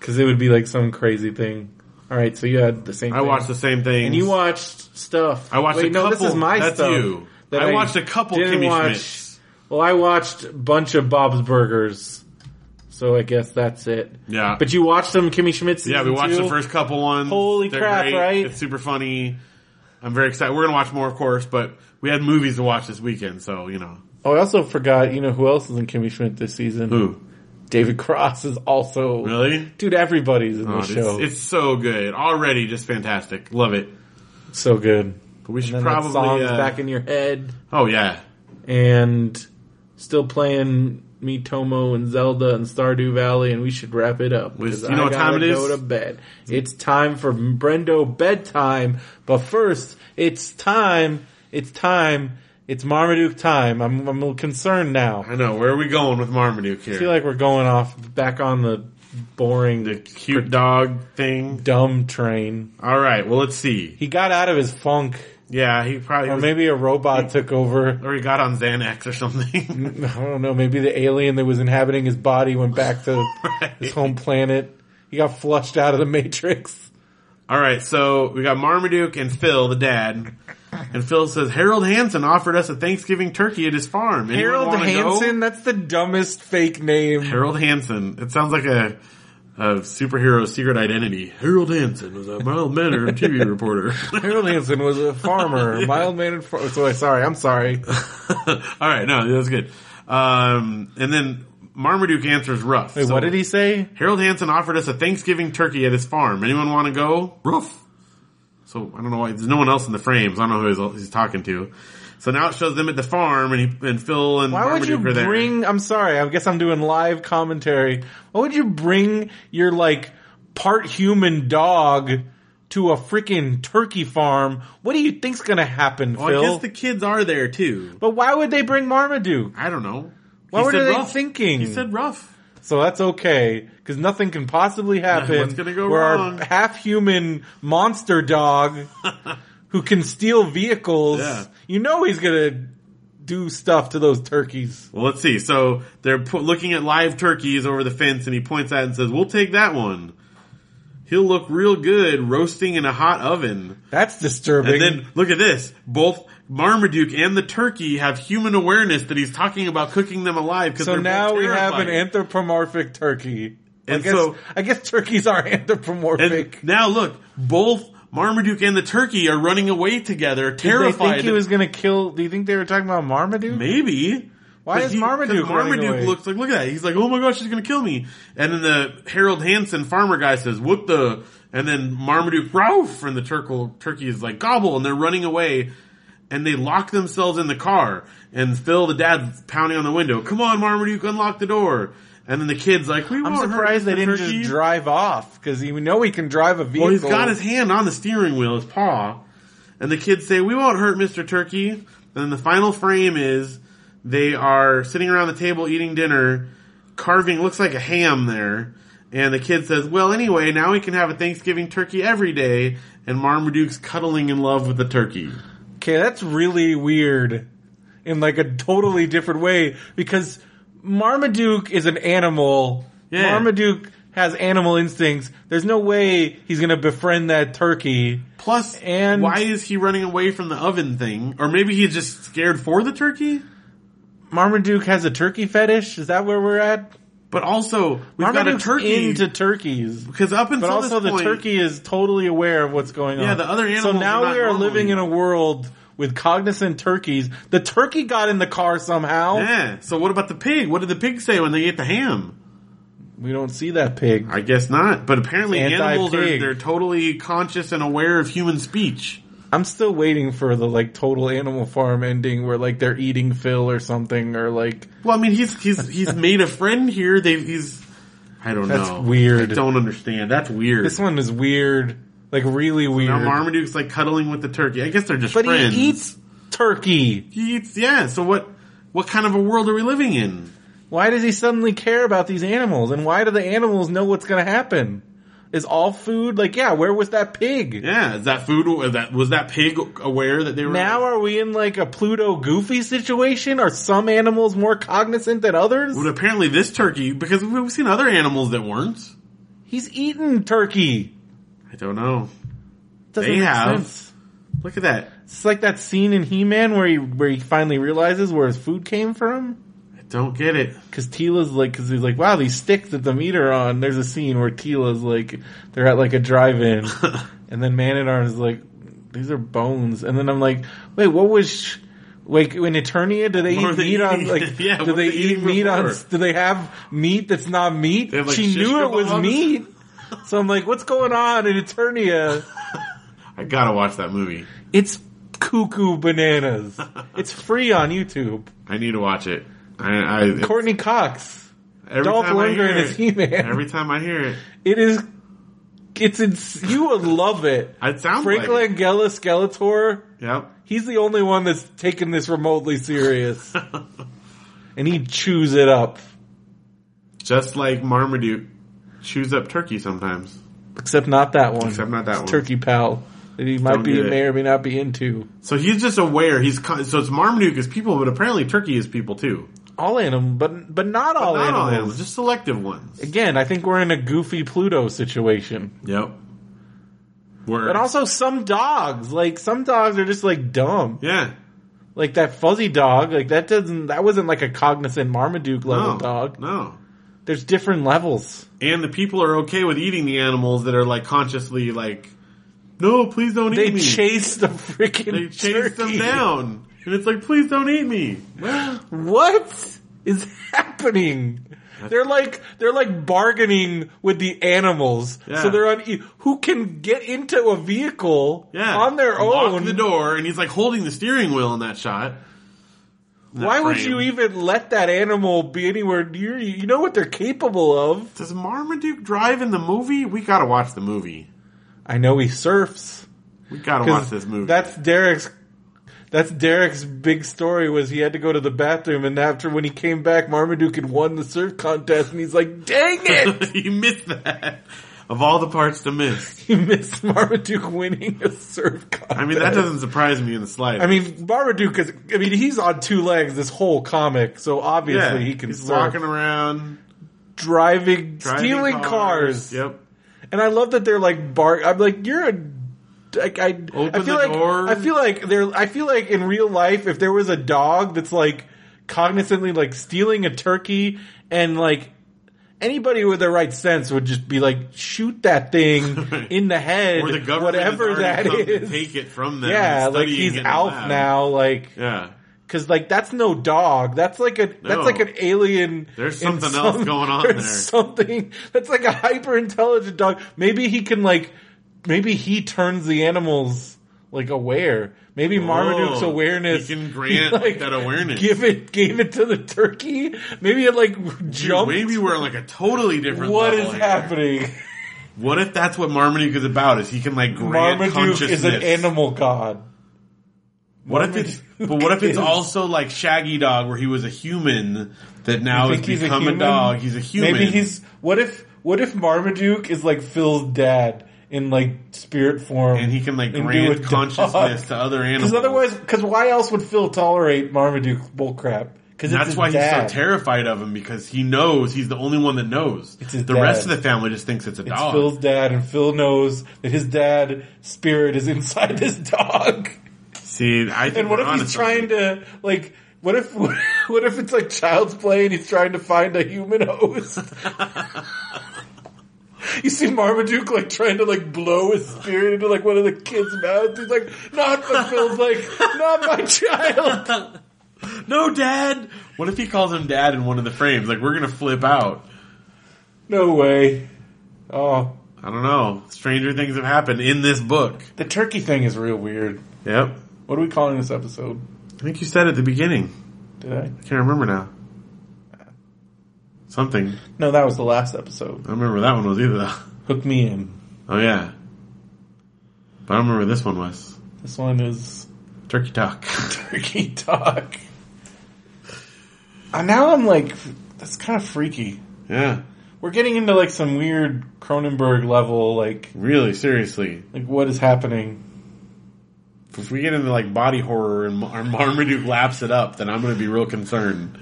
Speaker 2: Because it would be like some crazy thing. All right, so you had the same.
Speaker 3: I watched the same thing.
Speaker 2: And you watched stuff.
Speaker 3: I watched
Speaker 2: Wait,
Speaker 3: a
Speaker 2: no,
Speaker 3: couple.
Speaker 2: this is my
Speaker 3: that's
Speaker 2: stuff.
Speaker 3: you.
Speaker 2: that
Speaker 3: I watched a couple
Speaker 2: didn't
Speaker 3: Kimmy
Speaker 2: watch-
Speaker 3: Schmidts.
Speaker 2: Well, I watched a bunch of Bob's Burgers, so I guess that's it.
Speaker 3: Yeah.
Speaker 2: But you watched some Kimmy Schmidt season
Speaker 3: Yeah, we watched
Speaker 2: two?
Speaker 3: the first couple ones.
Speaker 2: Holy crap, right?
Speaker 3: It's super funny. I'm very excited. We're gonna watch more, of course, but we had movies to watch this weekend, so you know.
Speaker 2: Oh, I also forgot. You know who else is in Kimmy Schmidt this season?
Speaker 3: Who?
Speaker 2: David Cross is also.
Speaker 3: Really?
Speaker 2: Dude, everybody's in
Speaker 3: Oh,
Speaker 2: this
Speaker 3: it's,
Speaker 2: show.
Speaker 3: it's so good already. Just fantastic. Love it.
Speaker 2: It's so good.
Speaker 3: But we
Speaker 2: And
Speaker 3: should
Speaker 2: then
Speaker 3: probably.
Speaker 2: that song's
Speaker 3: uh,
Speaker 2: back in your head,
Speaker 3: oh yeah.
Speaker 2: and still playing Mitomo and Zelda and Stardew Valley, and we should wrap it up.
Speaker 3: With-
Speaker 2: 'cause
Speaker 3: you know
Speaker 2: I
Speaker 3: what time
Speaker 2: gotta
Speaker 3: it
Speaker 2: Go
Speaker 3: is?
Speaker 2: to bed. It's time for Brendo bedtime, but first, it's time. It's time. It's Marmaduke time. I'm, I'm a little concerned now.
Speaker 3: I know. Where are we going with Marmaduke here?
Speaker 2: I feel like we're going off back on the boring,
Speaker 3: the cute dog thing.
Speaker 2: dumb train.
Speaker 3: All right. Well, let's see.
Speaker 2: He got out of his funk,
Speaker 3: Yeah, he probably
Speaker 2: or
Speaker 3: was-
Speaker 2: maybe a robot took over.
Speaker 3: or he got on Xanax or something.
Speaker 2: I don't know. Maybe the alien that was inhabiting his body went back to his home planet. He got flushed out of the Matrix.
Speaker 3: All right, so we got Marmaduke and Phil, the dad. And Phil says Harold Hansen offered us a Thanksgiving turkey at his farm. Anyone wanna go?
Speaker 2: That's the dumbest fake name.
Speaker 3: Harold Hansen. It sounds like a, a superhero secret identity. Harold Hansen was a mild mannered TV reporter.
Speaker 2: Harold Hansen was a farmer, mild mannered. Far- so sorry, I'm sorry.
Speaker 3: All right, no, that's good. Um, and then Marmaduke answers rough.
Speaker 2: Wait,
Speaker 3: So,
Speaker 2: what did he say?
Speaker 3: Harold Hansen offered us a Thanksgiving turkey at his farm. Anyone want to go? Roof. So I don't know why there's no one else in the frames. I don't know who he's, he's talking to. So now it shows them at the farm, and he, and Phil and
Speaker 2: Why would you
Speaker 3: Marmaduke are there.
Speaker 2: bring? I'm sorry. I guess I'm doing live commentary. Why would you bring your like part human dog to a freaking turkey farm? What do you think's gonna happen,
Speaker 3: well, I
Speaker 2: Phil?
Speaker 3: guess the kids are there too.
Speaker 2: but why would they bring Marmaduke?
Speaker 3: I don't know.
Speaker 2: Why
Speaker 3: He
Speaker 2: were
Speaker 3: said
Speaker 2: they
Speaker 3: rough.
Speaker 2: thinking?
Speaker 3: He said rough.
Speaker 2: so that's okay because nothing can possibly happen.
Speaker 3: What's gonna go
Speaker 2: where
Speaker 3: wrong?
Speaker 2: our half-human monster dog who can steal vehicles,
Speaker 3: Yeah.
Speaker 2: you know he's gonna do stuff to those turkeys.
Speaker 3: Well, let's see. So they're pu- looking at live turkeys over the fence, and he points at it and says, "We'll take that one. He'll look real good roasting in a hot oven."
Speaker 2: That's disturbing.
Speaker 3: And then look at this. Both Marmaduke and the turkey have human awareness that he's talking about cooking them alive. 'cause
Speaker 2: So
Speaker 3: they're
Speaker 2: now
Speaker 3: both
Speaker 2: we have an
Speaker 3: terrified.
Speaker 2: anthropomorphic turkey. I
Speaker 3: And
Speaker 2: guess,
Speaker 3: so-
Speaker 2: I guess turkeys are
Speaker 3: And
Speaker 2: anthropomorphic.
Speaker 3: now look, both Marmaduke and the turkey are running away together,
Speaker 2: Did they
Speaker 3: terrified.
Speaker 2: think he
Speaker 3: that-
Speaker 2: was going to kill? Do you think they were talking about Marmaduke?
Speaker 3: maybe.
Speaker 2: Why
Speaker 3: But
Speaker 2: is
Speaker 3: he- 'cause
Speaker 2: Marmaduke running
Speaker 3: Marmaduke
Speaker 2: away?
Speaker 3: looks like look at that. He's like, oh my gosh, she's gonna kill me. And then the Harold Hansen farmer guy says, what the? And then Marmaduke Ralph and the turkle turkey is like gobble, and they're running away. And they lock themselves in the car. And Phil, the dad, pounding on the window. Come on, Marmaduke, unlock the door. And then the kid's like, we
Speaker 2: I'm
Speaker 3: won't hurt
Speaker 2: surprised they
Speaker 3: the
Speaker 2: didn't
Speaker 3: turkey.
Speaker 2: just drive off because you know he can drive a vehicle.
Speaker 3: Well, he's got his hand on the steering wheel, his paw, and the kids say, "We won't hurt Mr. Turkey." And then the final frame is they are sitting around the table eating dinner, carving looks like a ham there, and the kid says, "Well, anyway, now we can have a Thanksgiving turkey every day." And Marmaduke's cuddling in love with the turkey.
Speaker 2: Okay, that's really weird in like a totally different way because Marmaduke is an animal.
Speaker 3: Yeah.
Speaker 2: Marmaduke has animal instincts. There's no way he's going to befriend that turkey.
Speaker 3: Plus,
Speaker 2: And-
Speaker 3: why is he running away from the oven thing? Or maybe he's just scared for the turkey.
Speaker 2: Marmaduke has a turkey fetish. Is that where we're at?
Speaker 3: But also, we've
Speaker 2: Marmaduke's
Speaker 3: got a turkey
Speaker 2: into turkeys,
Speaker 3: because up until
Speaker 2: but also
Speaker 3: this
Speaker 2: the
Speaker 3: point,
Speaker 2: turkey is totally aware of what's going on.
Speaker 3: Yeah, the other
Speaker 2: So
Speaker 3: animals are
Speaker 2: now
Speaker 3: not
Speaker 2: we are
Speaker 3: normally-
Speaker 2: living in a world with cognizant turkeys. The turkey got in the car somehow.
Speaker 3: Yeah. So what about the pig? What did the pig say when they ate the ham?
Speaker 2: We don't see that pig.
Speaker 3: I guess not. But apparently
Speaker 2: It's
Speaker 3: animals are
Speaker 2: anti-pig.
Speaker 3: they're totally conscious and aware of human speech.
Speaker 2: I'm still waiting for the like total Animal Farm ending where like they're eating Phil or something or like
Speaker 3: Well, I mean, he's he's he's made a friend here. They he's I don't
Speaker 2: That's
Speaker 3: know.
Speaker 2: weird.
Speaker 3: I don't understand. That's weird.
Speaker 2: this one is weird, like really weird.
Speaker 3: now Marmaduke's like cuddling with the turkey. I guess they're just
Speaker 2: but
Speaker 3: friends.
Speaker 2: he eats turkey.
Speaker 3: He eats. Yeah. So what? What kind of a world are we living in?
Speaker 2: Why does he suddenly care about these animals? And why do the animals know what's going to happen? Is all food like yeah? Where was that pig?
Speaker 3: Yeah. Is that food? Was that was that pig aware that they were
Speaker 2: Now are we in like a Pluto Goofy situation? Are some animals more cognizant than others?
Speaker 3: But apparently this turkey, because we've seen other animals that weren't.
Speaker 2: He's eaten turkey.
Speaker 3: I don't know.
Speaker 2: Doesn't
Speaker 3: They
Speaker 2: make
Speaker 3: have.
Speaker 2: sense.
Speaker 3: Look at that.
Speaker 2: It's like that scene in He-Man where he where he finally realizes where his food came from.
Speaker 3: I don't get it.
Speaker 2: Because Tila's like, because he's like, wow, these sticks that the meat are on. There's a scene where Tila's like, they're at like a drive-in, and then Man at Arms is like, these are bones. And then I'm like, wait, what was? Sh- like in Eternia, do they
Speaker 3: What were
Speaker 2: eat
Speaker 3: they
Speaker 2: meat on
Speaker 3: eating?
Speaker 2: like?
Speaker 3: Yeah, what
Speaker 2: do
Speaker 3: were
Speaker 2: they,
Speaker 3: they
Speaker 2: eat
Speaker 3: eating
Speaker 2: meat on?
Speaker 3: before?
Speaker 2: Do they have meat that's not meat?
Speaker 3: They have, like,
Speaker 2: she
Speaker 3: shish
Speaker 2: knew it was
Speaker 3: kebabs?
Speaker 2: meat, so I'm like, what's going on in Eternia?
Speaker 3: I gotta watch that movie.
Speaker 2: It's cuckoo bananas. it's free on YouTube.
Speaker 3: I need to watch it. I, I it-
Speaker 2: Courtney Cox,
Speaker 3: every
Speaker 2: Dolph
Speaker 3: time I hear
Speaker 2: Lundgren
Speaker 3: it-
Speaker 2: is He-Man.
Speaker 3: Every time I hear it,
Speaker 2: it is. It's ins- you would love it.
Speaker 3: it sounds
Speaker 2: Frank
Speaker 3: like. it.
Speaker 2: Langella Skeletor.
Speaker 3: Yep.
Speaker 2: He's the only one that's taken this remotely serious, and he chews it up.
Speaker 3: Just like Marmaduke chews up turkey sometimes.
Speaker 2: Except not that one.
Speaker 3: Except not that
Speaker 2: It's
Speaker 3: one.
Speaker 2: Turkey Pal that he might
Speaker 3: Don't
Speaker 2: be
Speaker 3: get it.
Speaker 2: may or may not be into.
Speaker 3: So he's just aware. He's con- so it's Marmaduke is people, but apparently turkey is people too.
Speaker 2: All animals, but but not all
Speaker 3: Not all
Speaker 2: animals.
Speaker 3: animals, just selective ones.
Speaker 2: Again, I think we're in a goofy Pluto situation.
Speaker 3: Yep. Word.
Speaker 2: But also some dogs, like some dogs are just like dumb.
Speaker 3: yeah.
Speaker 2: Like that fuzzy dog, like that doesn't that wasn't like a cognizant Marmaduke level
Speaker 3: No.
Speaker 2: dog.
Speaker 3: No.
Speaker 2: There's different levels.
Speaker 3: and the people are okay with eating the animals that are like consciously like, no, please don't
Speaker 2: They
Speaker 3: eat me.
Speaker 2: chase the freaking
Speaker 3: they chase them
Speaker 2: turkey.
Speaker 3: down, and it's like, please don't eat me. Well,
Speaker 2: What is happening? They're like they're like bargaining with the animals.
Speaker 3: Yeah.
Speaker 2: So they're on e- who can get into a vehicle
Speaker 3: yeah,
Speaker 2: on their
Speaker 3: Lock
Speaker 2: own.
Speaker 3: the door, and he's like holding the steering wheel in that shot. In that
Speaker 2: Why would
Speaker 3: frame.
Speaker 2: you even let that animal be anywhere near you? You know what they're capable of.
Speaker 3: Does Marmaduke drive in the movie? We gotta watch the movie.
Speaker 2: I know he surfs.
Speaker 3: We gotta
Speaker 2: 'Cause
Speaker 3: watch this movie.
Speaker 2: That's Derek's. That's Derek's big story was he had to go to the bathroom, and after when he came back, Marmaduke had won the surf contest, and he's like, "Dang it,
Speaker 3: you missed that. Of all the parts to miss,
Speaker 2: he missed Marmaduke winning a surf contest."
Speaker 3: I mean that doesn't surprise me in the slightest.
Speaker 2: I mean, Marmaduke is. I mean, he's on two legs this whole comic, so
Speaker 3: yeah,
Speaker 2: obviously he can
Speaker 3: he's
Speaker 2: surf,
Speaker 3: walking around,
Speaker 2: driving,
Speaker 3: driving
Speaker 2: stealing cars.
Speaker 3: Yep.
Speaker 2: And I love that they're like bark. I'm like, you're a. Like I, I
Speaker 3: Open
Speaker 2: feel
Speaker 3: the
Speaker 2: like
Speaker 3: door.
Speaker 2: I feel like there. I feel like in real life, if there was a dog that's like cognizantly like stealing a turkey, and like anybody with the right sense would just be like, shoot that thing in the head,
Speaker 3: or the government
Speaker 2: whatever
Speaker 3: has
Speaker 2: that
Speaker 3: already come to
Speaker 2: is.
Speaker 3: take it from them.
Speaker 2: yeah,
Speaker 3: and
Speaker 2: like
Speaker 3: studying
Speaker 2: he's
Speaker 3: it in the
Speaker 2: Alf
Speaker 3: lab.
Speaker 2: now, like
Speaker 3: Yeah,
Speaker 2: because like that's no dog. That's like a that's
Speaker 3: No.
Speaker 2: like an alien.
Speaker 3: There's
Speaker 2: in
Speaker 3: something else going on
Speaker 2: there's
Speaker 3: there.
Speaker 2: Something that's like a hyper intelligent dog. Maybe he can like maybe he turns the animals like aware. Maybe Marmaduke's awareness
Speaker 3: He can grant
Speaker 2: like,
Speaker 3: that awareness.
Speaker 2: Give it gave it to the turkey. Maybe it like
Speaker 3: Dude,
Speaker 2: jumped.
Speaker 3: maybe we're on like a totally different.
Speaker 2: what
Speaker 3: level
Speaker 2: is
Speaker 3: here.
Speaker 2: happening?
Speaker 3: What if that's what Marmaduke is about? Is he can like grant
Speaker 2: Marmaduke
Speaker 3: consciousness?
Speaker 2: is an animal god.
Speaker 3: What if it's? But what if it's
Speaker 2: is-
Speaker 3: also like Shaggy Dog, where he was a human that now
Speaker 2: You
Speaker 3: has
Speaker 2: think he's a
Speaker 3: become a,
Speaker 2: human?
Speaker 3: dog? He's a human.
Speaker 2: Maybe he's what if what if Marmaduke is like Phil's dad in like spirit form,
Speaker 3: and he can like
Speaker 2: and do a
Speaker 3: grant
Speaker 2: dog?
Speaker 3: consciousness to other animals.
Speaker 2: Because otherwise, because why else would Phil tolerate Marmaduke's bullcrap? Because
Speaker 3: That's why
Speaker 2: dad.
Speaker 3: he's so terrified of him because he knows he's the only one that knows.
Speaker 2: his
Speaker 3: the rest
Speaker 2: dad.
Speaker 3: of the family just thinks it's a
Speaker 2: It's
Speaker 3: dog.
Speaker 2: Phil's dad, and Phil knows that his dad spirit is inside this dog.
Speaker 3: See, I think
Speaker 2: And what
Speaker 3: we're
Speaker 2: if he's
Speaker 3: onto something.
Speaker 2: trying to like? What if what if it's like child's play and he's trying to find a human host? You see Marmaduke like trying to like blow his spirit into like one of the kids' mouths. He's like, not fulfilled, like, not my child.
Speaker 3: No, Dad. What if he calls him Dad in one of the frames? Like we're gonna flip out.
Speaker 2: No way. Oh.
Speaker 3: I don't know. Stranger things have happened in this book.
Speaker 2: The turkey thing is real weird.
Speaker 3: Yep.
Speaker 2: What are we calling this episode?
Speaker 3: I think you said at the beginning.
Speaker 2: Did I?
Speaker 3: I can't remember now. Something.
Speaker 2: No, that was the last episode.
Speaker 3: I don't remember what that one was either. though.
Speaker 2: Hook me in.
Speaker 3: Oh yeah. But I don't remember what this one was.
Speaker 2: This one is
Speaker 3: Turkey talk.
Speaker 2: turkey talk. Uh, now I'm like, that's kind of freaky.
Speaker 3: yeah.
Speaker 2: We're getting into like some weird Cronenberg level, like
Speaker 3: Really, seriously.
Speaker 2: like what is happening?
Speaker 3: If we get into like body horror and our Marmaduke laps it up, then I'm gonna be real concerned.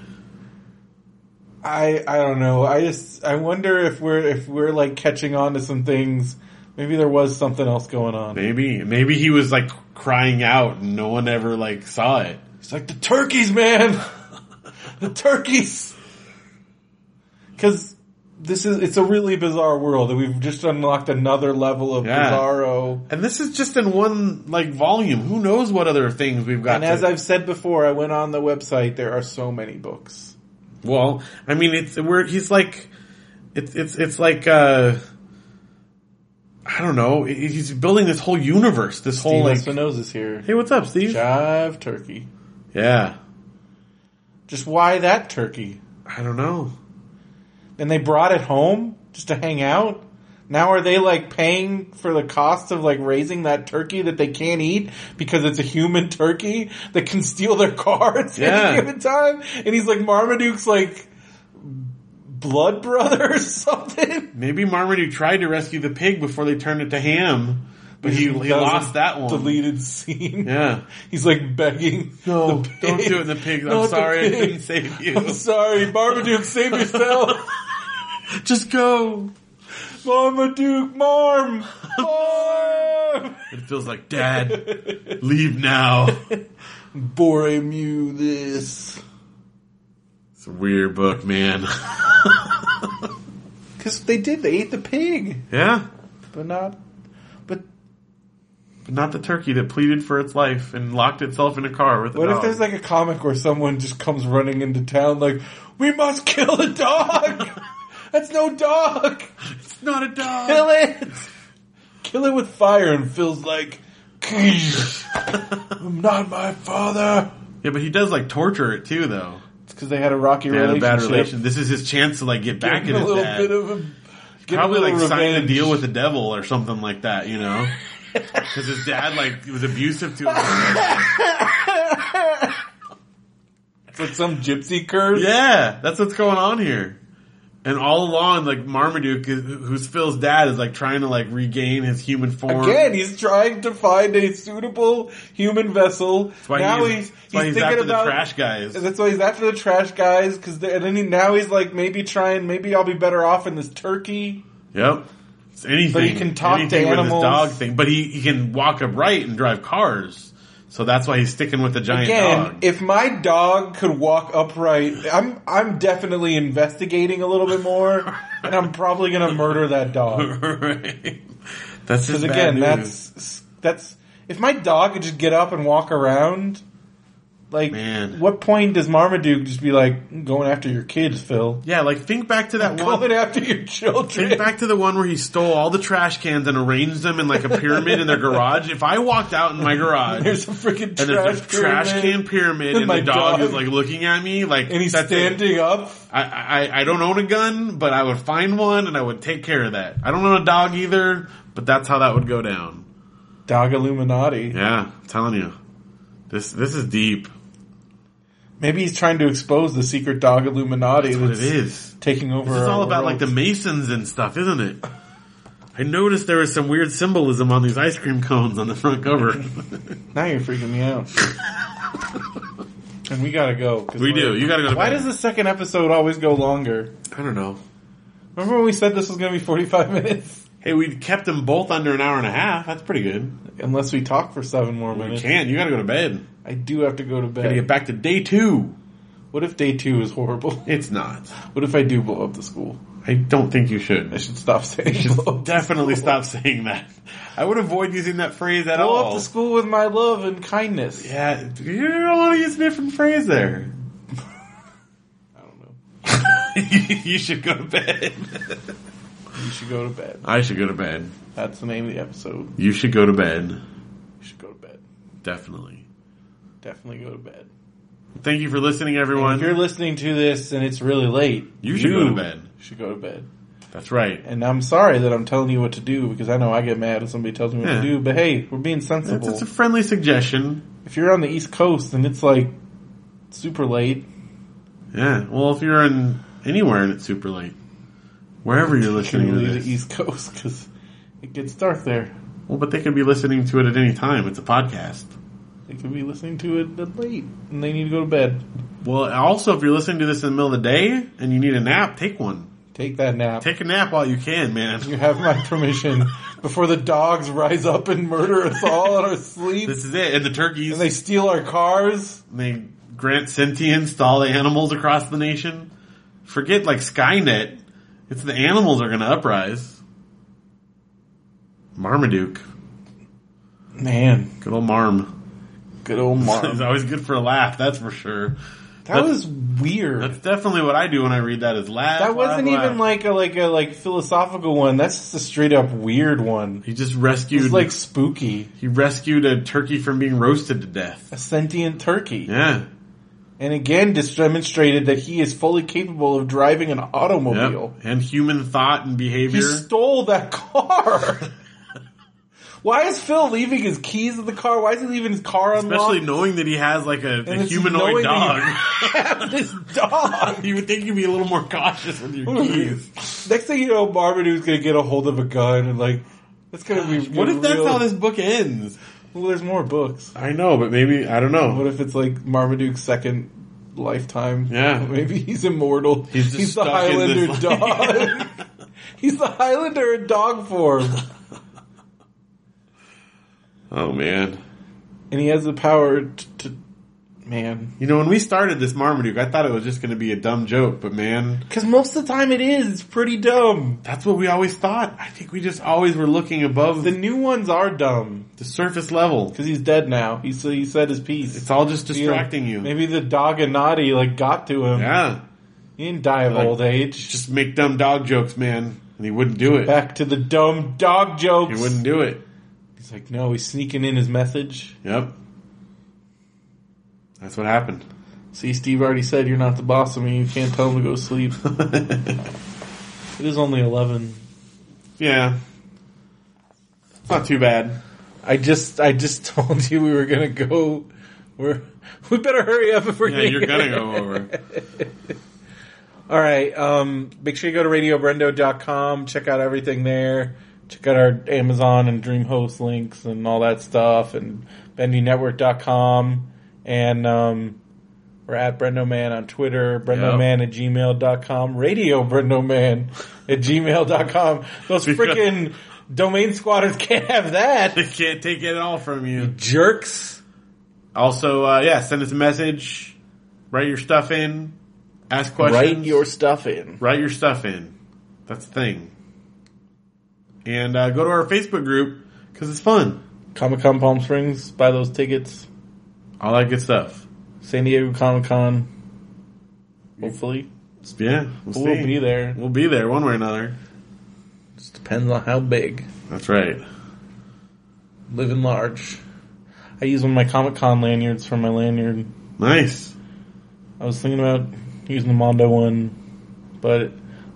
Speaker 2: I I don't know. I just I wonder if we're if we're like catching on to some things. Maybe there was something else going on.
Speaker 3: Maybe, maybe he was like crying out and no one ever like saw it.
Speaker 2: It's like the turkeys, man. the turkeys. Because this is it's a really bizarre world, and we've just unlocked another level of
Speaker 3: Yeah.
Speaker 2: bizarro.
Speaker 3: And this is just in one like volume. Who knows what other things we've got?
Speaker 2: And as
Speaker 3: to-
Speaker 2: I've said before, I went on the website. There are so many books.
Speaker 3: well, I mean, it's we're he's like, it's it's it's like uh, I don't know. He- He's building this whole universe. This whole
Speaker 2: Dean
Speaker 3: like,
Speaker 2: Espinosa's here.
Speaker 3: hey, what's up, Steve?
Speaker 2: Jive turkey.
Speaker 3: Yeah,
Speaker 2: Just why that turkey?
Speaker 3: I don't know.
Speaker 2: And they brought it home just to hang out. Now are they like paying for the cost of like raising that turkey that they can't eat because it's a human turkey that can steal their cards
Speaker 3: Yeah.
Speaker 2: at any given time? And he's like Marmaduke's like blood brother or something.
Speaker 3: Maybe Marmaduke tried to rescue the pig before they turned it to ham, but he, he
Speaker 2: That was
Speaker 3: lost
Speaker 2: a
Speaker 3: that one.
Speaker 2: deleted scene.
Speaker 3: Yeah.
Speaker 2: He's like begging.
Speaker 3: No,
Speaker 2: the
Speaker 3: don't
Speaker 2: pig.
Speaker 3: do it in the pig. I'm
Speaker 2: Not the
Speaker 3: sorry, I
Speaker 2: pig.
Speaker 3: couldn't save you.
Speaker 2: I'm sorry, Marmaduke, save yourself.
Speaker 3: Just go.
Speaker 2: Marmaduke, Marm, Marm.
Speaker 3: It feels like dad. leave now.
Speaker 2: Bore mu this.
Speaker 3: It's a weird book, man.
Speaker 2: Because they did, they ate the pig,
Speaker 3: yeah,
Speaker 2: but not. But
Speaker 3: but not the turkey that pleaded for its life and locked itself in a car with a
Speaker 2: what if
Speaker 3: dog.
Speaker 2: there's like a comic where someone just comes running into town like, we must kill the dog. That's no dog.
Speaker 3: it's not a dog.
Speaker 2: Kill it. Kill it with fire. And Phil's like, I'm not my father.
Speaker 3: Yeah, but he does like torture it too, though.
Speaker 2: It's because they had a rocky
Speaker 3: They had a
Speaker 2: relationship.
Speaker 3: bad relation. This is his chance to like get back
Speaker 2: Give him
Speaker 3: at
Speaker 2: a
Speaker 3: his
Speaker 2: little
Speaker 3: dad.
Speaker 2: bit of a give him a
Speaker 3: Probably like
Speaker 2: little
Speaker 3: sign a
Speaker 2: revenge.
Speaker 3: deal with the devil or something like that, you know? Because his dad like was abusive to him.
Speaker 2: It's like some gypsy curse.
Speaker 3: Yeah, that's what's going on here. And all along, like Marmaduke, is- who's Phil's dad, is like trying to like regain his human form.
Speaker 2: Again, he's trying to find a suitable human vessel.
Speaker 3: That's why
Speaker 2: now he's,
Speaker 3: he's, that's why
Speaker 2: he's
Speaker 3: he's
Speaker 2: thinking
Speaker 3: after
Speaker 2: about
Speaker 3: the trash guys.
Speaker 2: That's why he's after the trash guys. Because and then he, now he's like maybe trying. Maybe I'll be better off in this turkey.
Speaker 3: Yep. It's anything.
Speaker 2: But he can talk to
Speaker 3: anything with
Speaker 2: animals.
Speaker 3: his dog thing. But he, he can walk upright and drive cars. So that's why he's sticking with the giant
Speaker 2: Again,
Speaker 3: dog.
Speaker 2: if my dog could walk upright, I'm I'm definitely investigating a little bit more, and I'm probably gonna murder that dog.
Speaker 3: right. That's
Speaker 2: Because
Speaker 3: just bad
Speaker 2: again,
Speaker 3: news.
Speaker 2: that's that's if my dog could just get up and walk around, like,
Speaker 3: Man.
Speaker 2: what point does Marmaduke just be like "I'm going after your kids, Phil?
Speaker 3: Yeah, like think back to that one.
Speaker 2: Going after your children?
Speaker 3: Think back to the one where he stole all the trash cans and arranged them in like a pyramid in their garage. If I walked out in my garage
Speaker 2: There's a freaking trash,
Speaker 3: and there's a trash
Speaker 2: pyramid,
Speaker 3: can pyramid and,
Speaker 2: my
Speaker 3: the dog,
Speaker 2: dog-
Speaker 3: is like looking at me like
Speaker 2: and he's
Speaker 3: that's it.
Speaker 2: standing up.
Speaker 3: I, I I don't own a gun, but I would find one and I would take care of that. I don't own a dog either, but that's how that would go down.
Speaker 2: Dog Illuminati.
Speaker 3: Yeah, I'm telling you, this this is deep.
Speaker 2: Maybe he's trying to expose the secret dog Illuminati
Speaker 3: But
Speaker 2: that's,
Speaker 3: it is.
Speaker 2: taking over.
Speaker 3: This is
Speaker 2: our
Speaker 3: all about like
Speaker 2: world.
Speaker 3: the Masons and stuff, isn't it? I noticed there was some weird symbolism on these ice cream cones on the front cover.
Speaker 2: Now you're freaking me out. and we gotta go. 'cause
Speaker 3: we
Speaker 2: we're-
Speaker 3: do. You gotta go to
Speaker 2: Why
Speaker 3: bed.
Speaker 2: does the second episode always go longer?
Speaker 3: I don't know.
Speaker 2: Remember when we said this was going to be 45 minutes?
Speaker 3: Hey, we kept them both under an hour and a half. That's pretty good.
Speaker 2: Unless we talk for seven more
Speaker 3: You
Speaker 2: minutes.
Speaker 3: can. You gotta go to bed.
Speaker 2: I do have to go to bed.
Speaker 3: Gotta get back to day two.
Speaker 2: What if day two is horrible?
Speaker 3: It's not.
Speaker 2: What if I do blow up the school?
Speaker 3: I I don't think you should.
Speaker 2: I should stop saying blow,
Speaker 3: Definitely stop saying that. I would avoid using that phrase at
Speaker 2: blow up
Speaker 3: all.
Speaker 2: the school with my love and kindness.
Speaker 3: Oh. yeah, you're a lot of using a different phrase there.
Speaker 2: I don't know.
Speaker 3: you should go to bed.
Speaker 2: You should go to bed.
Speaker 3: I should go to bed.
Speaker 2: That's the name of the episode.
Speaker 3: You should go to bed.
Speaker 2: You should go to bed.
Speaker 3: Definitely.
Speaker 2: Definitely go to bed.
Speaker 3: Thank you for listening,
Speaker 2: If you're
Speaker 3: everyone.
Speaker 2: listening to this and it's really late,
Speaker 3: You should go to bed.
Speaker 2: should go to bed.
Speaker 3: That's right.
Speaker 2: And I'm sorry that I'm telling you what to do because I know I get mad if somebody tells me what
Speaker 3: Yeah.
Speaker 2: to do. But hey, we're being sensible.
Speaker 3: It's, it's a friendly suggestion.
Speaker 2: if you're on the East Coast and it's like super late,
Speaker 3: Yeah. Well, if you're in anywhere and it's super late, wherever you're listening
Speaker 2: you
Speaker 3: to
Speaker 2: leave the
Speaker 3: this.
Speaker 2: East Coast because it gets dark there.
Speaker 3: Well, but they could be listening to it at any time. It's a podcast.
Speaker 2: They could be listening to it at late and they need to go to bed.
Speaker 3: Well, also, if you're listening to this in the middle of the day and you need a nap, take one.
Speaker 2: Take that nap.
Speaker 3: Take a nap while you can, man.
Speaker 2: you have my permission before the dogs rise up and murder us all in our sleep
Speaker 3: This is it. And the turkeys,
Speaker 2: and they steal our cars.
Speaker 3: they grant sentience to all the animals across the nation. Forget like Skynet. It's the animals are going to uprise. Marmaduke.
Speaker 2: Man,
Speaker 3: Good old Marm.
Speaker 2: good old
Speaker 3: It's
Speaker 2: Marm.
Speaker 3: always good for a laugh, that's for sure.
Speaker 2: That was weird.
Speaker 3: That's definitely what I do when I read that is laugh.
Speaker 2: That wasn't
Speaker 3: laugh,
Speaker 2: even
Speaker 3: laugh.
Speaker 2: like a like a like philosophical one. That's just a straight up weird one.
Speaker 3: He just
Speaker 2: It
Speaker 3: rescued
Speaker 2: was like spooky.
Speaker 3: he rescued a turkey from being roasted to death.
Speaker 2: A sentient turkey.
Speaker 3: Yeah.
Speaker 2: And again just demonstrated that he is fully capable of driving an
Speaker 3: Yep.
Speaker 2: automobile.
Speaker 3: And human thought and
Speaker 2: He
Speaker 3: behavior.
Speaker 2: stole that car. Why is Phil leaving his keys in the car? Why is he leaving his car
Speaker 3: Especially
Speaker 2: unlocked?
Speaker 3: knowing that he has like a, a
Speaker 2: it's
Speaker 3: humanoid
Speaker 2: knowing
Speaker 3: dog.
Speaker 2: this dog.
Speaker 3: you would think you'd be a little more cautious with your keys.
Speaker 2: Next thing you know, Barbaduke's gonna get a hold of a gun and like that's gonna be.
Speaker 3: What if that's
Speaker 2: real-
Speaker 3: how this book ends?
Speaker 2: Well, there's more books.
Speaker 3: I know, but maybe I don't know.
Speaker 2: What if it's like Marmaduke's second lifetime?
Speaker 3: Yeah.
Speaker 2: Maybe he's immortal.
Speaker 3: He's just
Speaker 2: the
Speaker 3: stuck in
Speaker 2: Highlander
Speaker 3: this
Speaker 2: dog. he's the Highlander in dog form.
Speaker 3: Oh man.
Speaker 2: and he has the power t- to. Man.
Speaker 3: You know, when we started this Marmaduke, I thought it was just going to be a dumb joke, but man,
Speaker 2: Because most of the time it is. It's pretty dumb.
Speaker 3: that's what we always thought. I think we just always were looking above
Speaker 2: The
Speaker 3: the,
Speaker 2: new ones are dumb.
Speaker 3: surface level.
Speaker 2: Because he's dead now. He, so he said his piece.
Speaker 3: It's all just distracting you.
Speaker 2: Maybe the dog and naughty like got to him.
Speaker 3: Yeah,
Speaker 2: He didn't die of
Speaker 3: Like-
Speaker 2: old age.
Speaker 3: just make dumb dog jokes, man, and he wouldn't do it.
Speaker 2: Back to the dumb dog
Speaker 3: He
Speaker 2: jokes.
Speaker 3: wouldn't do it.
Speaker 2: He's like, no, he's sneaking in his message.
Speaker 3: Yep. That's what happened.
Speaker 2: See, Steve already said you're not the boss of me. You can't tell him to go to sleep. it is only 11.
Speaker 3: Yeah. It's not too bad.
Speaker 5: I just, I just told you we were gonna go. We're, we better hurry up if we're
Speaker 3: Yeah, you're gonna go over.
Speaker 5: All right. Um, make sure you go to radiobrendo.com. Check out everything there. Check out our Amazon and DreamHost links and all that stuff and bendynetwork.com. And, um, we're at Brendoman on Twitter, Brendoman at gmail.com, radio Brendoman at gmail.com. Those freaking domain squatters can't have that.
Speaker 3: They can't take it all from you.
Speaker 5: Jerks.
Speaker 3: Also, uh, yeah, send us a message. Write your stuff in. Ask questions.
Speaker 2: Write your stuff in.
Speaker 3: Write your stuff in. That's the thing. And uh, go to our Facebook group because it's fun.
Speaker 2: Comic Con Palm Springs, buy those tickets.
Speaker 3: All that good stuff.
Speaker 2: San Diego Comic Con. Hopefully.
Speaker 3: Yeah, we'll,
Speaker 2: We'll
Speaker 3: see.
Speaker 2: be there.
Speaker 3: We'll be there one way or another.
Speaker 2: Just depends on how big.
Speaker 3: That's right.
Speaker 2: Living large. I use one of my Comic Con lanyards for my lanyard.
Speaker 3: Nice.
Speaker 2: I was thinking about using the Mondo one, but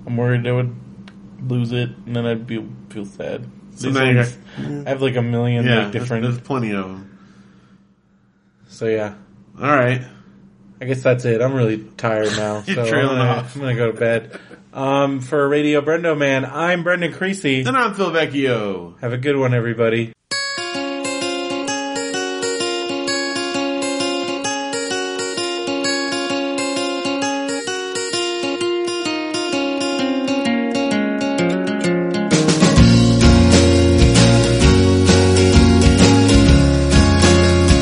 Speaker 2: I'm worried I would lose it and then I'd be feel sad.
Speaker 3: So
Speaker 2: These
Speaker 3: now you
Speaker 2: ones-
Speaker 3: got-
Speaker 2: I have like a million
Speaker 3: Yeah,
Speaker 2: like
Speaker 3: there's,
Speaker 2: different.
Speaker 3: there's plenty of them.
Speaker 2: So yeah,
Speaker 3: All right.
Speaker 2: I guess that's it. I'm really tired now.
Speaker 3: You're
Speaker 2: so
Speaker 3: trailing
Speaker 2: I'm gonna,
Speaker 3: off.
Speaker 2: I'm gonna go to bed. Um, for Radio Brendo Man, I'm Brendan Creasy.
Speaker 3: Then I'm Phil Vecchio.
Speaker 2: Have a good one, everybody.
Speaker 6: I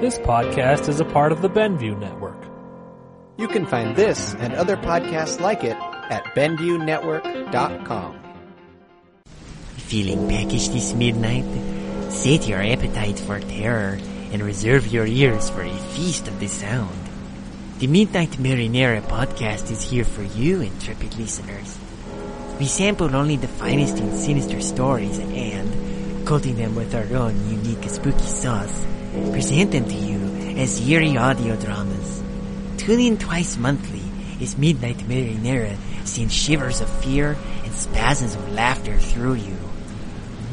Speaker 6: This podcast is a part of the Benview Network.
Speaker 7: You can find this and other podcasts like it at BendUNetwork.com.
Speaker 8: Feeling peckish this midnight? Sate your appetite for terror and reserve your ears for a feast of the sound. The Midnight Marinera podcast is here for you, intrepid listeners. We sample only the finest and sinister stories and, coating them with our own unique spooky sauce, present them to you as eerie audio dramas. Tune in twice monthly as Midnight Marinera sends shivers of fear and spasms of laughter through you.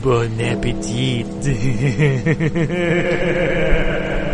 Speaker 8: Bon appetit!